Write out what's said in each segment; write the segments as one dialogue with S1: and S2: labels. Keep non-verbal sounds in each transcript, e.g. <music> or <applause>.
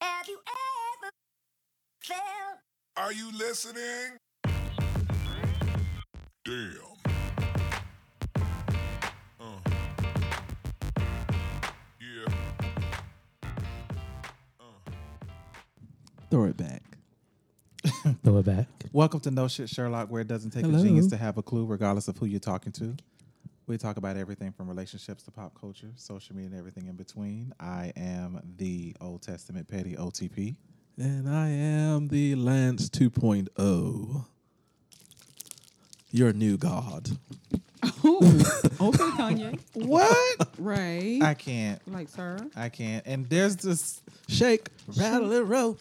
S1: Have you ever felt? Are you listening? Damn. Uh, yeah. Uh.
S2: Throw it back.
S3: Throw it back.
S2: Welcome to No Shit Sherlock, where it doesn't take a genius
S3: Hello.
S2: to have a clue, regardless of who you're talking to. We talk about everything from relationships to pop culture, social media, and everything in between. I am the Old Testament petty OTP.
S3: And I am the Lance 2.0. Your new god.
S4: Ooh. okay, Kanye.
S2: What?
S4: Right.
S2: I can't.
S4: like, sir.
S2: I can't. And there's this
S3: Shake, rattle, and roll.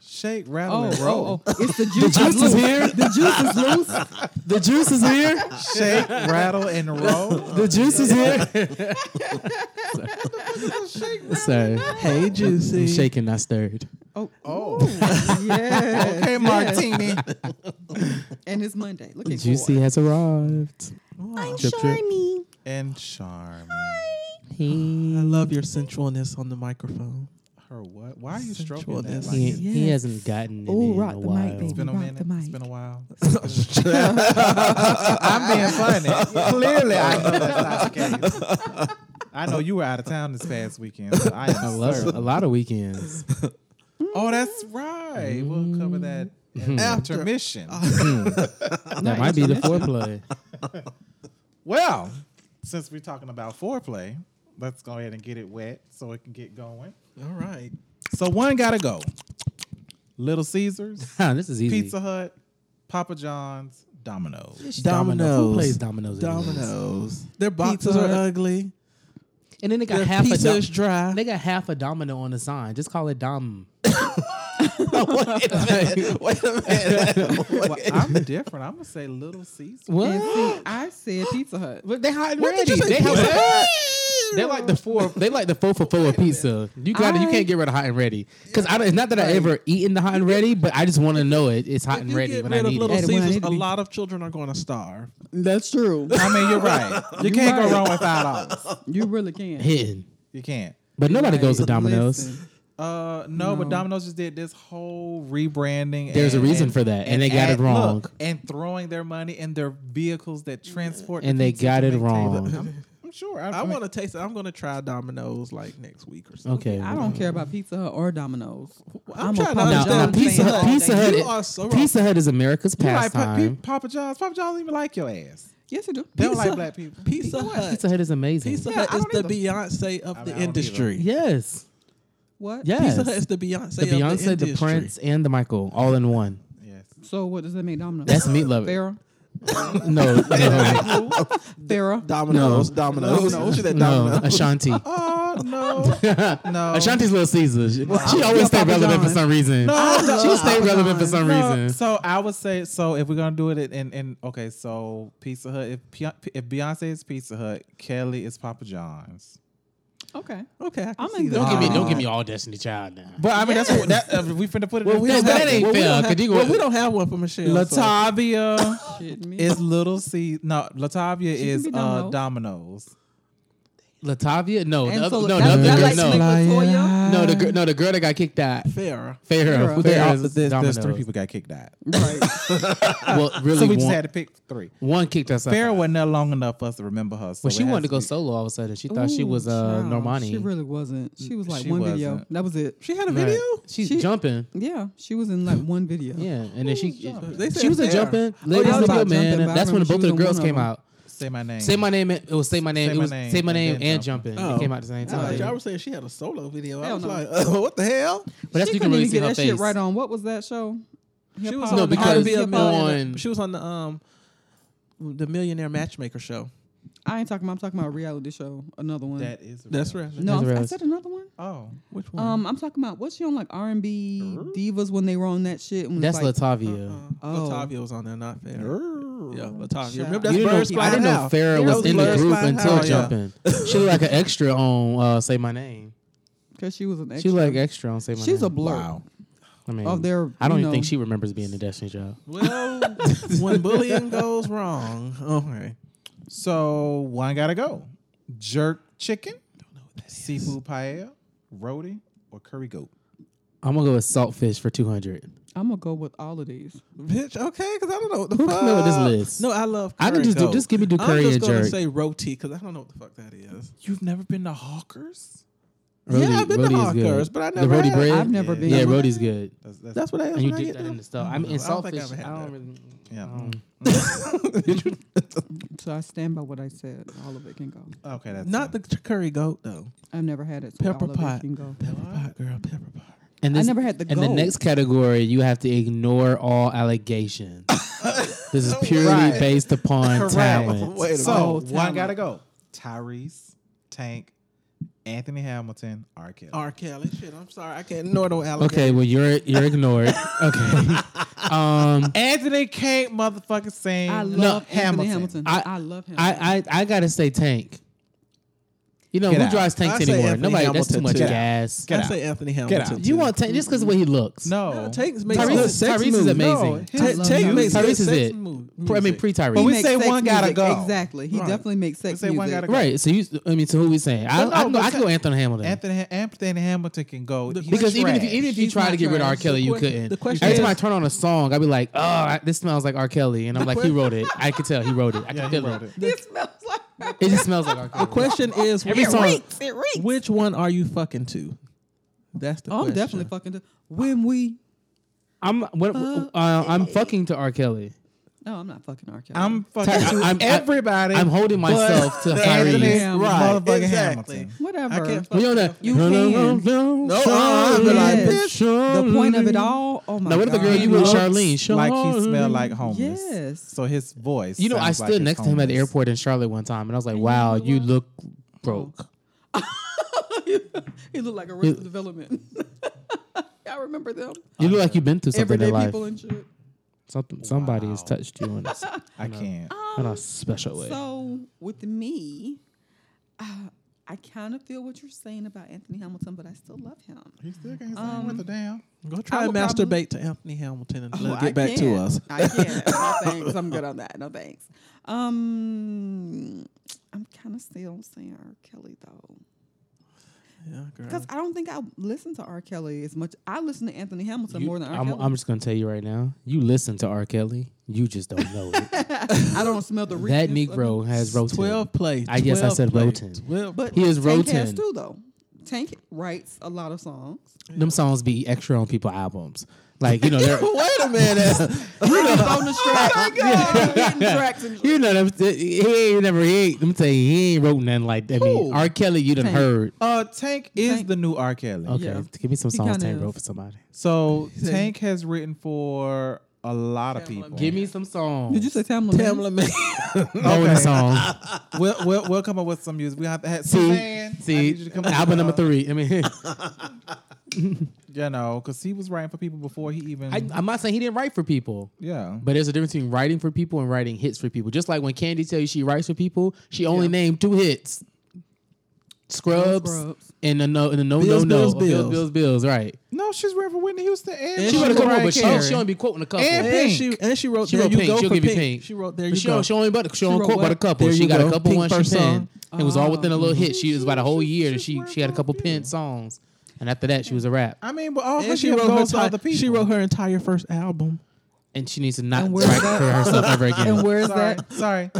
S2: shake, rattle,
S4: Oh,
S2: and roll.
S4: oh, oh. <laughs> It's the juice.
S3: Juice
S4: is
S3: is
S4: loose.
S3: here.
S4: The juice is loose.
S3: The juice is here.
S2: Shake, rattle, and roll.
S3: The juice is here.
S5: Sorry.
S3: hey,
S5: I'm
S3: Juicy.
S5: shaking, not stirred.
S4: Oh,
S2: Oh.
S4: yeah.
S2: Okay, Martini.
S4: And it's Monday. Look at
S5: Juicy has arrived.
S3: Wow.
S5: Drip, drip.
S2: And Charmin.
S5: He,
S3: I love your sensualness on the microphone.
S2: Her what? Why are you
S3: Sensual
S2: stroking that?
S3: dance.
S2: Like
S5: he,
S2: it's
S5: he
S4: Yes.
S5: hasn't gotten it
S4: Ooh,
S5: in
S4: rock
S5: a
S4: the mic,
S5: while.
S4: baby.
S2: been a
S4: Rock the
S2: minute. It's
S4: mic.
S2: been a
S4: <laughs>
S2: while. I'm being funny. Clearly, I know that's not the case. I know you were out of town this past weekend. so I, am
S5: I love
S2: certain.
S5: a lot
S3: <laughs>
S5: of weekends.
S2: Oh, that's right. We'll cover that after
S5: Mm-hmm.
S3: After-
S2: intermission.
S4: Uh.
S5: that might be the foreplay.
S2: well, since we're talking about foreplay, let's go ahead and get it wet so it can get going.
S3: All right.
S2: So one gotta go. Little Caesars,
S5: Huh, this is easy.
S2: Pizza Hut, Papa John's, Domino's.
S5: Dominoes. Who
S3: Dominoes.
S5: plays dominoes? anymore?
S3: Dominoes. Their
S5: Pizza
S3: boxes are
S5: Hut.
S3: ugly.
S5: And then they got
S3: Their
S5: half a
S3: pizza
S5: dom-
S3: is dry.
S5: they got half a domino on the sign. Just call it dom.
S3: wait a minute. Wait a minute.
S2: Well, I'm different. I'm gonna say Little Caesars.
S4: And see, I said Pizza Hut.
S5: But they hot and
S3: What did you
S5: ready.
S3: say?
S5: They, have-
S3: Pizza
S5: they like the four. They like the four for four pizza. You got it. You
S4: I-
S5: can't get rid of hot and ready because I don't. It's not that I ever eaten the hot and ready, but I just want to know it. It's hot
S3: If
S5: and
S3: you
S5: ready
S3: get
S5: when I
S3: rid of
S5: need
S3: Little
S5: it.
S4: Hey, when I
S3: Caesars,
S4: need
S3: a
S4: to be-
S3: lot of children are going to starve.
S4: That's true.
S2: I mean, you're <laughs> right. You can't
S4: right.
S2: go wrong with five dollars.
S4: You really can.
S5: Hitting,
S2: You can't.
S5: but nobody goes to
S4: Right.
S5: Domino's.
S4: Listen.
S2: Uh, no, but Domino's just did this whole rebranding.
S5: There's a
S2: and-
S5: reason
S2: and-
S5: for that, and they got it
S2: add-
S5: wrong.
S2: look, and throwing their money in their vehicles that transport.
S5: And
S2: the
S5: they
S2: pizza
S5: got
S2: to
S5: it
S2: make
S5: wrong.
S2: <laughs> tables. I'm, I'm sure. I,
S3: I
S2: want
S3: want to taste it. I'm going to try Domino's like next week or something.
S5: Okay,
S4: I don't care about Pizza Hut or Domino's.
S3: I'm trying
S4: a
S3: to
S4: Papa
S5: Now,
S3: understand
S5: now
S4: John's
S3: what
S5: Pizza
S4: fan
S3: Pizza
S5: Hut,
S4: all
S3: Hut-
S5: Pizza
S4: day.
S5: Hut,
S3: You
S5: is-
S3: are so wrong.
S5: Pizza Hut is America's
S2: to like Pa-
S5: pastime.
S2: Pe- Papa John's. Papa John's don't even like your ass.
S4: Yes, you do.
S2: They don't
S4: Pizza
S2: like
S4: Hut.
S2: black
S5: <laughs>
S2: people.
S3: Pizza Hut.
S5: Pizza Hut is amazing.
S3: Pizza
S2: Yeah,
S3: Hut
S2: I
S3: is
S2: don't
S3: the
S2: either.
S3: Beyonce of
S2: I
S3: the
S2: mean, I don't
S3: industry.
S5: Yes,
S4: What?
S5: yes.
S3: Pizza Hut is the Beyonce
S5: the
S3: of the
S5: Beyonce, the,
S3: industry.
S5: Prince, and the Michael, all in one.
S2: Yes.
S4: So what does that mean, Domino's?
S5: That's meat love.
S4: Farrah.
S5: No,
S3: <laughs>
S5: no,
S4: Farrah.
S3: Domino's,
S5: Oh, No.
S3: Domino's.
S4: Oh,
S3: No, that
S5: no.
S3: Domino's.
S4: <laughs>
S5: Ashanti. <laughs>
S2: Oh no, no.
S5: Ashanti's Little Caesars. She, she always
S4: Yeah,
S5: stayed
S4: Papa
S5: relevant for
S4: John.
S5: some reason. she stayed relevant for some
S2: No,
S5: reason.
S2: Oh, So I would say so if we're gonna do it in, in okay, so Pizza Hut. If Pe- if Beyonce is Pizza Hut, Kelly is Papa John's.
S4: Okay.
S3: Okay, I can
S4: I'm
S3: see
S4: in
S3: that.
S4: good-
S5: Don't give me, don't
S4: Ah.
S5: give me all Destiny Child now.
S2: But I mean, that's what that uh, we finna put it. in
S3: Well, we don't have,
S5: That- that ain't
S3: well, we
S5: fair,
S3: don't
S5: 'cause
S3: have,
S5: you go-
S3: well, we don't have one for Michelle. so-
S2: Latavia
S4: Shit, me.
S2: is Little C. No, Latavia
S4: can
S2: is
S4: be
S2: uh,
S4: Domino's.
S2: Domino's.
S5: Latavia? No, the
S4: And
S5: other, no,
S4: so
S5: the
S4: that's-
S5: other
S4: that's
S5: girl,
S4: like
S5: no,
S4: Slick Latoya.
S5: no, the girl, no, the girl that got kicked out.
S3: Fair.
S5: Farrah,
S4: Farrah.
S2: But there are,
S5: Farrah's
S2: there's, there's three
S5: Domino's.
S2: people got kicked out,
S4: Right.
S5: Well, really,
S2: so we
S5: one,
S2: just had to pick three.
S5: one kicked us out.
S2: Farrah wasn't there long enough for us to remember her. So
S5: Well, she
S2: it has
S5: wanted to go
S2: be-
S5: solo all of a sudden. She thought she
S4: Ooh,
S5: was uh,
S4: child.
S5: Normani.
S4: She really wasn't. She was like
S2: She
S4: one video.
S2: wasn't.
S4: That was it.
S3: She had a
S5: Right.
S3: video?
S5: She's
S4: She-
S5: jumping.
S4: Yeah, she was in like one video.
S5: Hmm. Yeah, and then she
S3: They
S5: she
S3: said
S5: was a
S3: fair.
S5: jumping.
S3: Oh,
S5: Ladies
S4: yeah,
S5: and
S4: about
S5: good man.
S4: jumping, but I
S5: That's when
S4: remember she
S5: both
S4: was
S5: of the
S4: in one
S5: girls
S4: of
S5: came
S4: them.
S5: out.
S2: Say my name.
S5: Say my name. and- It was say my name.
S2: Say
S5: it
S2: My
S5: was
S2: Name
S5: say my
S2: and
S5: name
S2: then
S5: and
S2: Jumping.
S5: jumping.
S3: Oh.
S5: It came out at the same
S3: I thought
S5: time.
S3: y'all were saying she had a solo video. I
S4: Hell
S3: was
S4: no.
S3: like, uh, what the hell?
S5: But that's
S4: she
S5: when you
S4: couldn't
S5: can really
S4: even
S5: see
S4: get
S5: her
S4: that shit
S5: face.
S4: right on. What was that show?
S3: She
S4: Hip
S3: was
S4: hop.
S3: on
S5: No,
S3: the
S5: because-
S3: R&B
S4: hip hop.
S5: on-
S3: millionaire. She was on the um the Millionaire Matchmaker show.
S4: I ain't talking about. I'm talking about a reality show. Another one.
S2: That is
S3: That's
S2: real.
S3: right.
S4: no,
S5: That's
S4: I'm- I
S5: reality.
S4: said another one.
S2: Oh,
S3: Which one?
S4: Um, I'm talking about what's she on like R and B divas when they were on that shit. When
S5: That's
S4: it's like,
S5: Latavia.
S4: Oh.
S3: Latavia was on there, not fair. Yeah, Latavia.
S4: Shout
S3: Remember
S4: out.
S3: that's
S5: you didn't know,
S3: Birds
S5: I didn't know
S3: Flying Out.
S5: Farrah
S3: That
S5: was Oh,
S3: was
S5: in the
S3: Birds
S5: group
S3: Flying
S5: until
S3: Out, yeah.
S5: jumping. She looked like an extra on uh, Say My Name.
S4: because she was an extra.
S5: She looked like extra on Say My Name.
S4: She's a blur.
S5: I mean,
S4: Of their,
S5: I don't
S4: you
S5: even think
S4: know-
S5: she remembers being in Destiny Child.
S3: Well,
S5: <laughs>
S3: when bullying goes wrong, okay.
S2: so one gotta go. Jerk chicken, seafood paella, roti, or curry goat.
S5: I'm gonna go with saltfish for two hundred.
S4: I'm gonna go with all of these.
S2: Bitch, okay, because I don't know what the
S5: Who
S2: fuck.
S5: came up with this list?
S2: No, I love. Curry
S5: I can just do-
S2: goat.
S5: just give me do curry
S2: I'm just
S5: and
S2: gonna
S5: jerk.
S2: say roti because I don't know what the fuck that is. You've never been to Hawkers?
S5: Roti-
S2: yeah, I've been
S5: roti
S2: to
S5: is
S2: Hawkers,
S5: good.
S2: but I
S5: The
S2: never.
S5: roti
S2: had-
S5: bread?
S4: I've never been.
S5: Yeah,
S4: Yeah.
S5: roti's good.
S2: That's, that's,
S5: That's what I.
S2: that's
S5: And you
S2: what I
S5: dip
S2: get
S5: that
S2: though.
S5: in the stuff. I mean, and
S2: I don't think I've
S5: saltfish.
S2: had
S5: I
S2: that.
S5: don't really.
S2: Yeah.
S5: um,
S4: So I stand by what I said. All of it can go.
S2: Okay, that's
S6: Not the ch- curry goat though.
S4: I've never had it. So
S6: Pepper
S4: all of
S6: pot.
S4: It can go.
S6: Pepper pot, girl. Pepper pot.
S5: And
S4: I
S5: this,
S4: never had the.
S5: And the
S4: goat.
S5: next category, you have to ignore all allegations. this is purely
S2: Right.
S5: based upon
S2: Correct.
S5: talent.
S3: Wait a
S2: So
S4: minute.
S2: one gotta go. Tyrese, Tank, Anthony Hamilton, R. Kelly.
S6: R. Kelly. Shit, I'm sorry. I can't ignore no alligator.
S5: Okay, well you're you're ignored. okay. Um
S2: Anthony can't motherfucking sing.
S4: I love Anthony Hamilton. I, love him.
S5: I I, I gotta say tank. You know,
S2: Get
S5: who
S2: out.
S5: drives tanks
S6: I say
S5: anymore?
S6: Anthony
S5: Nobody that's too
S6: Hamilton,
S5: much
S6: too.
S5: gas.
S2: Get
S6: I
S2: out.
S6: say Anthony
S2: out.
S6: Hamilton.
S5: You
S6: too.
S5: want tank just because the way he looks.
S2: no.
S6: No, Tank makes
S5: Tyrese,
S6: good
S5: is-
S6: sex
S5: Tyrese is
S6: moves.
S5: amazing.
S2: No,
S6: Ta-
S2: his
S4: love
S6: Tank
S4: him.
S6: makes
S5: Tyrese
S6: good
S5: is
S6: sex
S5: it.
S6: move-
S5: Pre- I mean
S6: music.
S5: pre Tyrese.
S2: But we
S4: makes
S2: say
S4: sex
S2: one gotta
S4: music.
S2: go.
S4: Exactly. He
S2: Right.
S4: definitely makes sex
S2: say one
S4: music.
S2: gotta go.
S5: right. So you I mean so who we saying? I,
S2: But no,
S5: I, no, I
S2: but
S5: could go Anthony Hamilton.
S2: Anthony Ha- Anthony Hamilton can go. He's
S5: because even if,
S2: trash.
S5: you, even if you
S4: He's
S5: try
S4: not
S5: to get rid of R.
S4: trash.
S5: Kelly,
S6: The
S5: you
S6: que-
S5: couldn't.
S6: the question
S5: Every time
S6: is-
S5: I turn on a song, I'd be like, "Oh, I, this smells like R. Kelly," and I'm like, "He wrote it. I could tell he wrote it. I can
S2: yeah, he
S5: feel
S2: wrote
S5: it.
S2: it.
S4: <laughs> It smells like.
S5: It just smells like R. Kelly."
S6: The question is,
S5: Every
S6: which
S5: song-
S6: one,
S4: It reeks.
S6: which one are you fucking to? That's the
S4: Oh, I'm
S6: question.
S4: definitely fucking. do- When we.
S5: I'm what, uh, I'm fucking to R. Kelly.
S4: No, I'm not fucking R. Kelly.
S2: I'm fucking
S5: Ty-
S2: to
S5: I'm- I-
S2: everybody.
S5: I'm holding myself to
S2: Anthony
S5: Harry.
S4: Hamilton.
S2: right,
S6: Motherfucking
S2: exactly.
S6: Hamilton.
S4: Whatever.
S6: I can't
S5: We on that.
S4: You can.
S5: No, Oh,
S6: uh-uh,
S4: but like,
S5: the
S4: the point of it all. Oh my
S5: Now, what if
S4: god.
S5: the girl
S4: He
S5: you with
S4: looks-
S5: Charlene?
S2: Like he smelled
S5: Charlene.
S2: like homeless.
S4: <laughs> Yes.
S2: So his voice.
S5: You know, I
S2: sounds
S5: stood
S2: like it's
S5: next to him at the
S2: homeless.
S5: airport in Charlotte one time, and I was like,
S4: you
S5: "Wow,
S4: know
S5: you
S4: what?
S5: look broke."
S4: he looked like Arrested Development. <laughs> I remember them.
S5: You look like you've been through something
S4: Everyday
S5: in life.
S4: people and shit.
S5: Something, somebody has touched you in a, s-
S2: I can't.
S5: in a
S4: <laughs>
S5: special way.
S4: So with me, uh, I kind of feel what you're saying about Anthony Hamilton, but I still love him.
S2: He still can't sing with a
S5: Um,
S2: damn.
S6: Go try
S4: I
S6: and
S4: would probably-
S6: masturbate to Anthony Hamilton
S5: Oh,
S6: and let
S4: Well,
S6: it get
S4: I
S6: back to
S4: can't.
S6: us.
S4: I
S5: <laughs>
S4: can't. No thanks. I'm good on that. No thanks. Um, I'm kind of still saying R. Kelly though,
S6: Yeah, girl.
S4: because I don't think I listen to R. Kelly as much. I listen to Anthony Hamilton
S5: You-
S4: more than R.
S5: I'm,
S4: Kelly.
S5: I'm just gonna tell you right now. You listen to R. Kelly. You just don't know
S4: <laughs>
S5: it.
S4: I don't smell the
S5: that
S4: richness of
S5: Negro has rotated.
S6: Twelve plays.
S5: I guess I
S6: 12
S5: said
S6: plays,
S5: rotin.
S6: 12
S4: But
S5: He is
S4: Tank has
S5: rotating.
S4: too, though. Tank writes a lot of songs.
S5: Them songs be extra on people albums. Like you know,
S4: <laughs>
S5: they're,
S3: Wait a
S6: <laughs>
S3: minute.
S4: bonus track. <laughs> Getting tracks and
S5: <laughs> you know, them, he ain't never. He ain't, let me tell you, he ain't wrote nothing like that. I mean,
S2: Who?
S5: R. Kelly, you done
S4: Tank.
S5: heard.
S2: Uh, Tank is
S4: Tank-
S2: the new R. Kelly.
S5: Okay,
S4: Yeah.
S5: give me some
S4: He
S5: songs
S4: kinda
S5: Tank
S4: is.
S5: wrote for somebody. <laughs>
S2: So Tank has written for a lot of people.
S5: Give me some songs.
S4: Did you say Tamla?
S6: Tamla Man.
S5: know
S2: Okay.
S5: the
S4: <laughs>
S5: song?
S2: <laughs> We'll, we'll we'll come up with some music. We have to have
S5: See,
S2: Suzanne. I need you
S5: see,
S2: to come up
S5: album
S2: with,
S5: number
S2: uh,
S5: three. I mean, <laughs>
S2: You know, because he was writing for people before he even.
S5: I, I'm not saying he didn't write for people.
S2: yeah.
S5: But there's a difference between writing for people and writing hits for people. Just like when Candy tells you she writes for people, she only named two hits: Scrubs,
S4: Scrubs.
S5: and the no, and the no,
S6: Bills,
S5: no,
S6: Bills,
S5: no, bills, bills,
S6: Bills.
S5: bills, Right?
S2: No, she's writing for Whitney Houston. And
S5: She
S6: she
S5: wrote a
S6: wrote
S5: couple,
S6: Mariah
S5: but she,
S6: Carey.
S5: she only be quoting a couple.
S2: And
S5: But
S6: and
S2: Pink.
S6: she and she wrote
S5: She
S6: there
S5: wrote
S6: you
S5: Pink.
S6: go
S5: She'll
S6: for
S5: give you
S6: pink.
S5: Pink.
S6: She wrote there you
S5: she,
S6: go.
S5: only, she only but she only
S6: wrote
S5: quote
S6: what?
S5: about a couple.
S6: There
S5: she
S6: you
S5: got
S6: go.
S5: a couple
S6: Pink
S5: ones she
S6: first
S5: penned.
S6: song.
S5: It was all within a little
S2: Oh.
S5: hit. She was about a whole
S2: She-
S5: year.
S2: she's
S5: She she
S2: working
S5: had a couple
S2: on
S5: penned
S2: it.
S5: songs, and after that she was a rap.
S2: I mean, but all her
S6: and she
S2: shit
S6: wrote her
S2: goes to
S6: entire,
S2: other people.
S6: she wrote her entire first album.
S5: And she needs to not
S4: And
S5: write
S4: where's that-
S5: for herself ever again.
S4: And where is
S2: Sorry,
S4: that?
S2: sorry.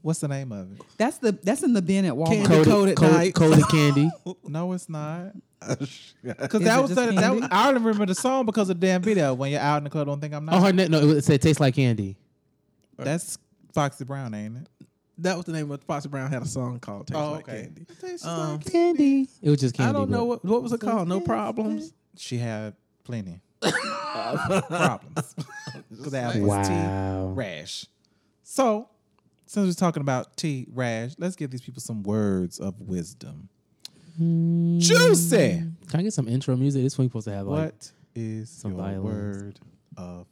S2: What's the name of it?
S4: That's the that's in the bin at Walmart.
S6: Candy. Code at
S5: code,
S6: night.
S5: coded
S6: <laughs>
S5: candy.
S2: No, it's not. Because
S4: Is
S2: that
S4: it
S2: was
S4: just
S2: the, that.
S4: Candy?
S2: was- I don't remember the song because of the damn video. When you're out in the club, don't think I'm not.
S5: Oh, her ne- no, it was- it said tastes like candy.
S2: That's Foxy Brown, ain't it?
S6: That was the name of Foxy Brown had a song called Taste Like Candy.
S2: Tastes
S6: Um,
S2: like candy.
S5: Candy. It was just candy.
S6: I don't
S5: but-
S6: know what what was it called. Oh, No problems.
S2: She had
S6: <laughs>
S2: plenty problems. 'Cause the apple was tea
S5: Wow.
S2: rash. So, since we're talking about tea rash, let's give these people some words of wisdom.
S5: Hmm.
S2: Juicy.
S5: Can I get some intro music? This one supposed to have like.
S2: What is
S5: some
S2: your
S5: violins.
S2: word of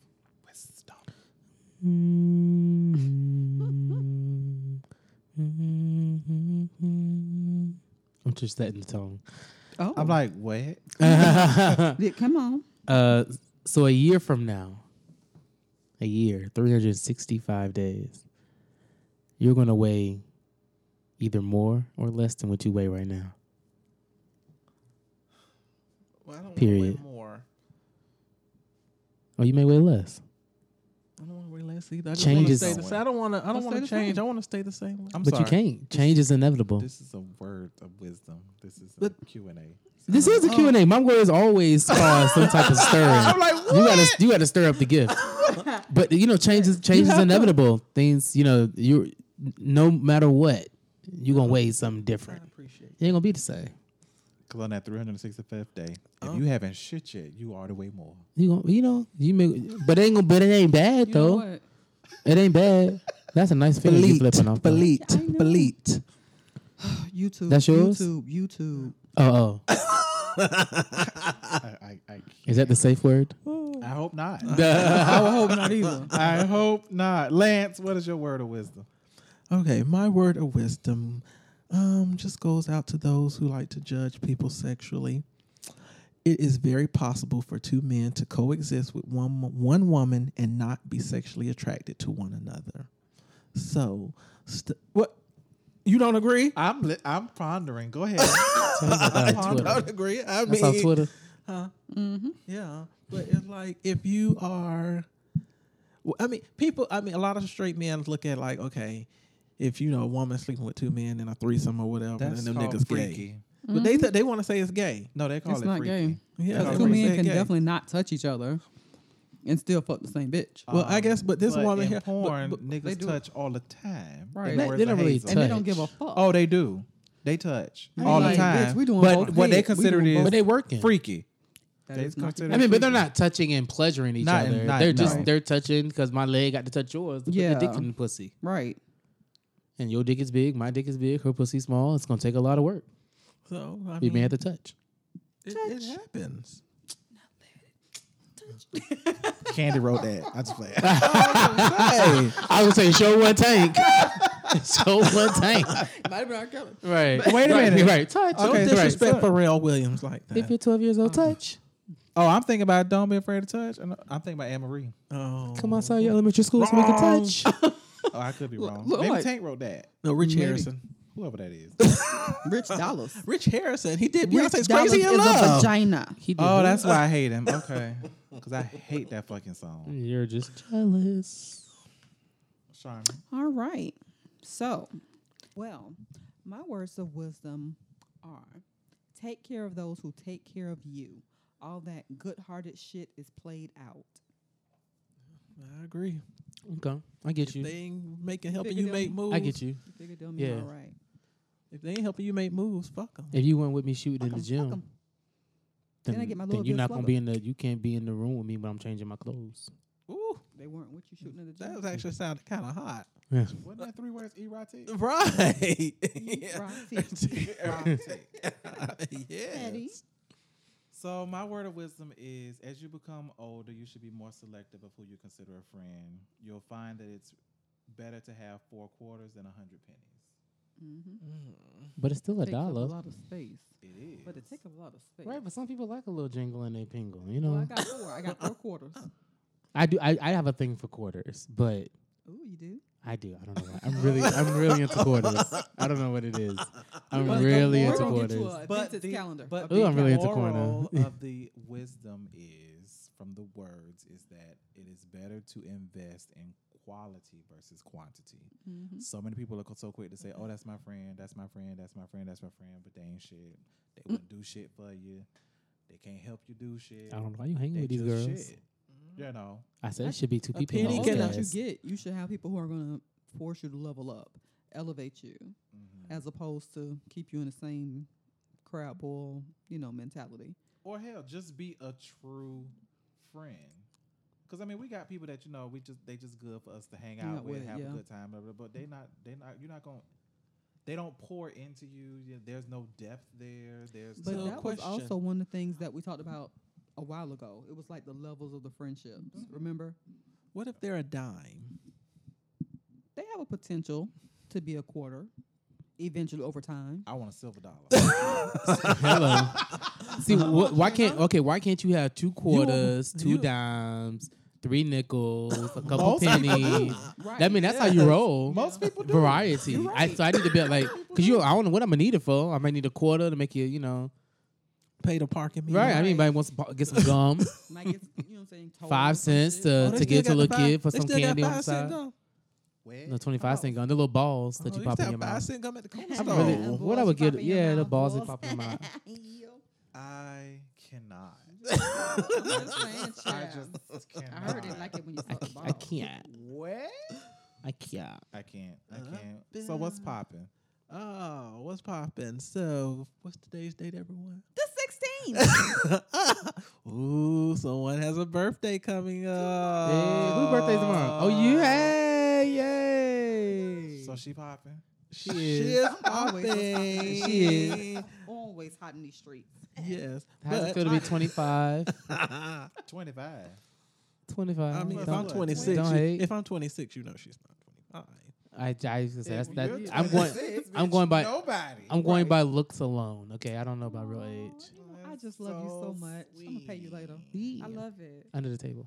S2: wisdom?
S5: <laughs> I'm just setting the tone.
S4: Oh,
S2: I'm like, what?
S4: Yeah, come on.
S5: Uh, so a year from now, a year, 365 days, you're gonna weigh either more or less than what you weigh right now.
S6: Well, I don't
S5: Period.
S6: Want more.
S5: or you may weigh less.
S6: I don't want to weigh less either. I
S5: just
S6: just
S5: wanna
S6: want to
S5: Changes-
S6: stay the same. I don't want to. I don't
S4: Let's stay
S6: want to
S4: the
S6: change.
S4: same.
S6: I want to stay the same.
S2: I'm
S5: but
S2: sorry.
S5: you can't. Change is inevitable. This,
S2: This is a word of wisdom. This is a
S6: But-
S2: Q and A.
S5: is a Q&A. My goal is always cause some type of stirring. You gotta you gotta stir up the gift. but you know, change is change is inevitable. Things, you know, you no matter what, you're gonna weigh something different.
S6: appreciate.
S5: It ain't gonna be the same.
S2: Because on that 365th day,
S6: Oh.
S2: if you haven't shit yet, you are the way more.
S5: You gonna, you know, you may, but it ain't gonna, but it ain't bad
S4: You know
S5: though.
S4: what?
S5: It ain't bad. That's a nice finger you flipping off. though.
S4: I know.
S3: Belite.
S4: YouTube.
S5: That's yours?
S4: YouTube. YouTube.
S5: Oh, oh,
S2: <laughs> I, I, I,
S5: is that the safe word?
S2: I hope not.
S4: <laughs>
S2: <laughs>
S4: I would hope not either.
S2: I hope not. Lance, what is your word of wisdom?
S6: Okay, my word of wisdom um, just goes out to those who like to judge people sexually. It is very possible for two men to coexist with one mo- one woman and not be sexually attracted to one another. So, st- what? You don't agree?
S2: I'm li- I'm pondering. Go <laughs> ahead.
S5: Tell us about
S6: I
S5: Twitter.
S6: <laughs> don't agree. I
S5: That's
S6: mean,
S5: on Twitter.
S6: Yeah, but it's like if you are, well, I mean, people. I mean, a lot of straight men look at like, okay, if you know a woman sleeping with two men in a threesome or whatever,
S2: That's
S6: and them
S2: called
S6: niggas gay.
S2: freaky.
S6: But
S5: Mm-hmm.
S6: they said they want to say it's gay.
S2: No, they call
S4: It's
S2: it
S4: not
S2: freaky.
S4: gay.
S6: Yeah,
S4: Because
S6: they
S4: two
S6: wanna say
S4: men
S6: it
S4: can
S6: gay.
S4: definitely not touch each other and still fuck the same bitch.
S6: Well, I guess, but this
S2: Um, But
S6: woman
S2: in
S6: here, but-
S2: porn,
S6: but-
S2: niggas
S4: they do it.
S2: touch all the time.
S4: Right.
S2: In
S4: They-
S2: words
S5: they
S2: of
S5: don't really
S2: Hazel.
S4: and they don't
S5: touch.
S4: give a fuck.
S2: Oh, they do. They touch
S4: I mean,
S2: all the
S4: like,
S2: time.
S4: bitch, we doing
S2: but
S4: both
S2: what they
S4: dicks. We
S2: consider
S4: doing
S2: is
S4: both-
S5: But they working.
S2: freaky.
S4: That
S2: They
S4: is not
S2: consider
S5: I mean, but they're not touching and pleasuring each
S2: Not-
S5: other.
S2: not-
S5: they're just
S2: no.
S5: they're touching because my leg got to touch yours. To yeah,
S4: Yeah.
S5: put the dick in the pussy,
S4: right.
S5: and your dick is big, my dick is big, her pussy small. It's gonna take a lot of work.
S6: so I
S5: We may
S6: mean,
S5: have to touch.
S6: it, it happens.
S2: Candy wrote that. I just played.
S5: I was gonna say show one tank, show one tank.
S4: Might have been R. Kelly.
S5: Right.
S2: Wait a
S5: Right,
S2: minute.
S5: Right. Touch.
S6: Don't
S5: Okay. Right.
S6: disrespect Pharrell Williams like
S5: If
S6: that.
S5: you're 12 years old, touch.
S2: <laughs> oh, I'm thinking about don't be afraid to touch. And I'm thinking about Anne Marie.
S6: Oh
S5: Come outside your elementary school so we can
S6: Wrong.
S5: touch.
S2: Oh, I could be wrong.
S4: look
S2: Maybe
S4: like-
S2: Tank wrote that.
S6: no, Rich
S4: Maybe.
S6: Harrison.
S2: Whoever that
S4: <laughs>
S2: is.
S4: Rich Dollars.
S6: Rich Harrison. He did
S4: Rich
S6: Beyonce's
S4: Dollars
S6: Crazy in
S4: is a
S6: Love.
S4: vagina. He
S2: oh, that's
S5: <laughs>
S2: why I hate him. Okay. Because I hate that fucking song.
S5: You're just jealous.
S2: Charmin.
S4: All right. So, well, my words of wisdom are take care of those who take care of you. All that good hearted shit is played out.
S6: I agree.
S5: Okay. I get
S6: If they
S5: you.
S6: ain't making helping
S4: Figure
S6: you make moves.
S5: I get you.
S4: You figure them yeah.
S5: Yeah.
S4: all right.
S6: If they ain't helping you make moves, fuck them.
S5: If you weren't with me shooting in the
S4: 'em, fuck
S5: gym,
S4: 'em.
S5: then,
S4: Then I get my
S5: then
S4: little
S5: you're
S4: bit
S5: not
S4: of
S5: gonna
S4: flubber.
S5: be in the. You can't be in the room with me when I'm changing my clothes.
S6: Ooh,
S4: They weren't with you shooting at the
S6: that
S4: gym.
S6: was actually sounded kind of hot.
S5: Yeah.
S2: Wasn't that three words? E, Erotic?
S5: <laughs>
S6: <laughs> Right.
S4: Erotic.
S5: <laughs>
S6: yeah.
S4: Petty.
S2: So my word of wisdom is: as you become older, you should be more selective of who you consider a friend. You'll find that it's better to have four quarters than a hundred pennies.
S4: Mm-hmm.
S5: But it's still a
S4: Takes up a
S5: dollar.
S4: lot of space.
S2: It is.
S4: But it takes up a lot of space.
S5: Right, but some people like a little jingle in their pingle, you know.
S4: Well, I
S5: I,
S4: got four.
S5: <laughs>
S4: I got four quarters.
S5: do. I, I have a thing for quarters, but
S4: Ooh, you do?
S5: I do. I don't know why. I'm really, I'm really
S4: <laughs>
S5: into quarters. I don't know what it is. I'm
S4: But the
S5: really
S4: more
S5: into
S4: you get to
S5: quarters.
S4: a dentist
S2: the,
S4: calendar.
S2: but
S5: Ooh,
S2: the
S5: I'm really into corner.
S2: moral of
S5: <laughs>
S2: the wisdom is from the words is that it is better to invest in quality versus quantity.
S4: Mm-hmm.
S2: So many people are co- so quick to say, "Oh, that's my friend, that's my friend, that's my friend, that's my friend," but they ain't shit. They wouldn't do shit for you. They can't help you do shit.
S5: I don't know why you hanging
S2: They
S5: with these
S2: just
S5: girls.
S2: Shit. You know,
S5: I said
S4: I-
S5: it should be two
S6: a
S5: people. in
S4: The
S6: penny
S5: the
S4: older
S6: can-
S4: that you
S5: podcast.
S4: get, you should have people who are going to force you to level up, elevate you,
S2: Mm-hmm.
S4: as opposed to keep you in the same crowd ball, you know, mentality.
S2: or hell, just be a true friend. Because I mean, we got people that you know we just they just good for us to hang
S4: Hang
S2: out
S4: out
S2: with,
S4: with,
S2: have
S4: yeah.
S2: a good time, blah, blah, blah, but they not they not you're not gonna. They don't pour into you. you there's no depth there. There's
S4: But
S2: no
S6: So
S4: that
S6: question.
S4: was also one of the things that we talked about a while ago. It was like the levels of the friendships. Remember,
S6: What if they're a dime?
S4: they have a potential to be a quarter, eventually over time.
S2: I want a silver dollar.
S5: Hello. See, wh- why can't okay? Why can't you have two quarters, two
S6: you-
S5: dimes, three nickels, a couple
S6: Most people
S5: pennies?
S4: Right.
S5: I mean, that's how you roll.
S2: Most people do.
S5: variety.
S4: You're
S5: I,
S4: right.
S5: so I need to be like, cause you, I don't know what I'm gonna need it for. I might need a quarter to make you, you know,
S6: pay the parking meter.
S5: Right. I mean, anybody wants to po- get some gum,
S4: Might get, you know what I'm saying? told or
S5: five
S4: some
S5: cents
S4: shit.
S5: to,
S6: Oh, they
S5: to
S6: still
S5: give
S6: got
S5: to a
S6: the
S5: little
S6: five-
S5: kid for
S6: they
S5: some
S6: still got
S5: candy on the
S6: five cent
S5: side.
S6: gum.
S5: No, 25 cent gum. The little balls that you
S6: Oh, used
S5: pop
S6: to
S5: in
S6: have
S5: your
S6: five
S5: mouth.
S6: cent gum at
S4: <laughs>
S6: the corner
S5: I
S6: store.
S5: really-
S4: Yeah,
S5: what I
S4: balls
S5: would
S4: you
S5: get-
S4: pop in your
S5: yeah, the
S4: mouth,
S5: balls that
S4: balls.
S5: pop in your mouth.
S4: <laughs>
S2: I cannot.
S4: I'm just saying, <laughs>
S2: I
S4: child.
S2: just cannot.
S4: I heard it like it when you
S5: I,
S4: saw the
S5: c-
S4: ball.
S5: I can't.
S2: What?
S5: I can't.
S2: I can't. I
S6: Uh,
S2: can't. So what's
S6: been-
S2: popping?
S6: Oh, what's popping? So, what's today's date, everyone?
S4: The
S5: <laughs>
S4: 16th.
S6: Ooh, someone has a birthday coming up.
S5: Hey, whose birthday tomorrow? Oh, you
S6: uh,
S5: hey, yay!
S2: So she popping?
S6: She
S5: is.
S6: is
S4: Always
S6: popping.
S4: is.
S5: She is.
S4: Always hot in these streets.
S6: Yes.
S5: How does
S6: but-
S5: it feel to
S6: <laughs>
S5: be 25?
S2: Twenty five.
S5: 25.
S6: I mean, if
S5: Don't-
S6: I'm 26,
S5: don't
S6: you-
S5: hate.
S6: if I'm 26, you know she's not 25.
S5: I, I was gonna say that's that. I'm going. I'm going by-
S2: nobody.
S5: I'm going by looks alone. Okay, I don't know about real age.
S4: You know, I just love you so much. I'm gonna pay you later. I love it.
S5: Under the table,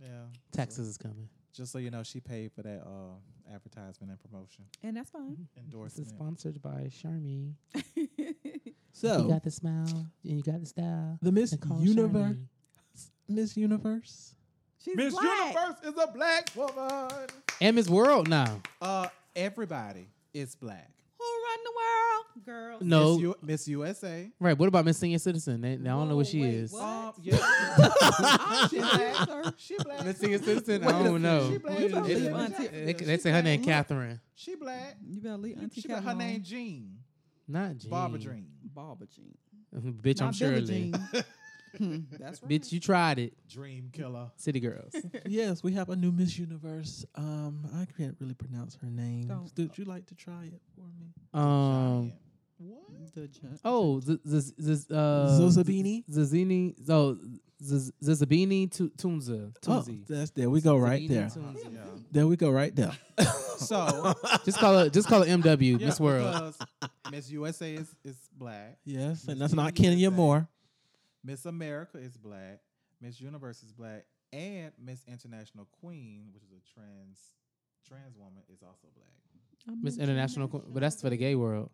S2: Yeah.
S5: taxes is coming.
S2: Just so you know, she paid for that uh, advertisement and promotion
S4: And that's fine.
S5: This is
S2: endorsement.
S5: sponsored by Charmy. Mm-hmm. You
S6: So,
S5: got the smile and you got the style.
S6: the Miss
S5: And call
S6: Universe,
S5: Charmaine.
S6: Miss Universe,
S4: <laughs> She's
S2: Miss
S4: black.
S2: Universe is a black woman.
S5: and Miss World now.
S2: Uh, everybody is black.
S4: Who run the world? Girl.
S5: No,
S2: Miss, U- Miss USA.
S5: right. What about Miss Senior Citizen? They, they- I don't know what
S4: Whoa,
S5: she
S4: wait,
S5: is.
S4: what?
S2: Um, yeah. <laughs> she black.
S4: Sir,
S2: She black.
S5: Miss Senior Citizen.
S2: Wait
S5: I
S2: a
S5: don't know.
S2: She black. She
S5: They-
S4: leave
S2: black.
S4: Auntie-
S5: They, they say her name Catherine,
S2: She black.
S4: You better leave Auntie
S2: She got her
S4: Cat
S2: name
S4: alone.
S2: Jean.
S5: not Jean.
S2: Barbara Jean.
S4: Barber Jean.
S5: <laughs> Bitch, I'm
S4: Not Billie
S5: Shirley.
S2: <laughs>
S4: Jean. Hmm, <laughs> That's right.
S5: Bitch, you tried it.
S2: Dream killer.
S5: City girls.
S4: <laughs>
S6: yes, we have a new Miss Universe. Um, I can't really pronounce her name.
S4: Don't.
S6: Would you like to try it for me?
S5: Um.
S4: The Jean.
S5: Oh, Z- Z- Z- uh,
S6: Zozabini?
S5: Zazini. Oh, Z- Zazabini Tu- Tunza.
S6: Oh,
S5: Tunzi.
S6: that's there. We go right
S5: Zabini
S6: there.
S5: Tunzi.
S6: There we go right there.
S2: <laughs> So
S5: Just call it. Just call it MW.
S2: yeah, uh,
S5: Miss World.
S2: because Miss USA is, is black.
S6: Yes,
S2: Miss
S6: and that's not
S2: Union
S6: Kenya
S2: Day.
S6: Moore.
S2: Miss America is black. Miss Universe is black. And Miss International Queen, which is a trans trans woman, is also black.
S4: I'm
S5: Miss
S4: in
S5: International. Qu- But that's for the gay world.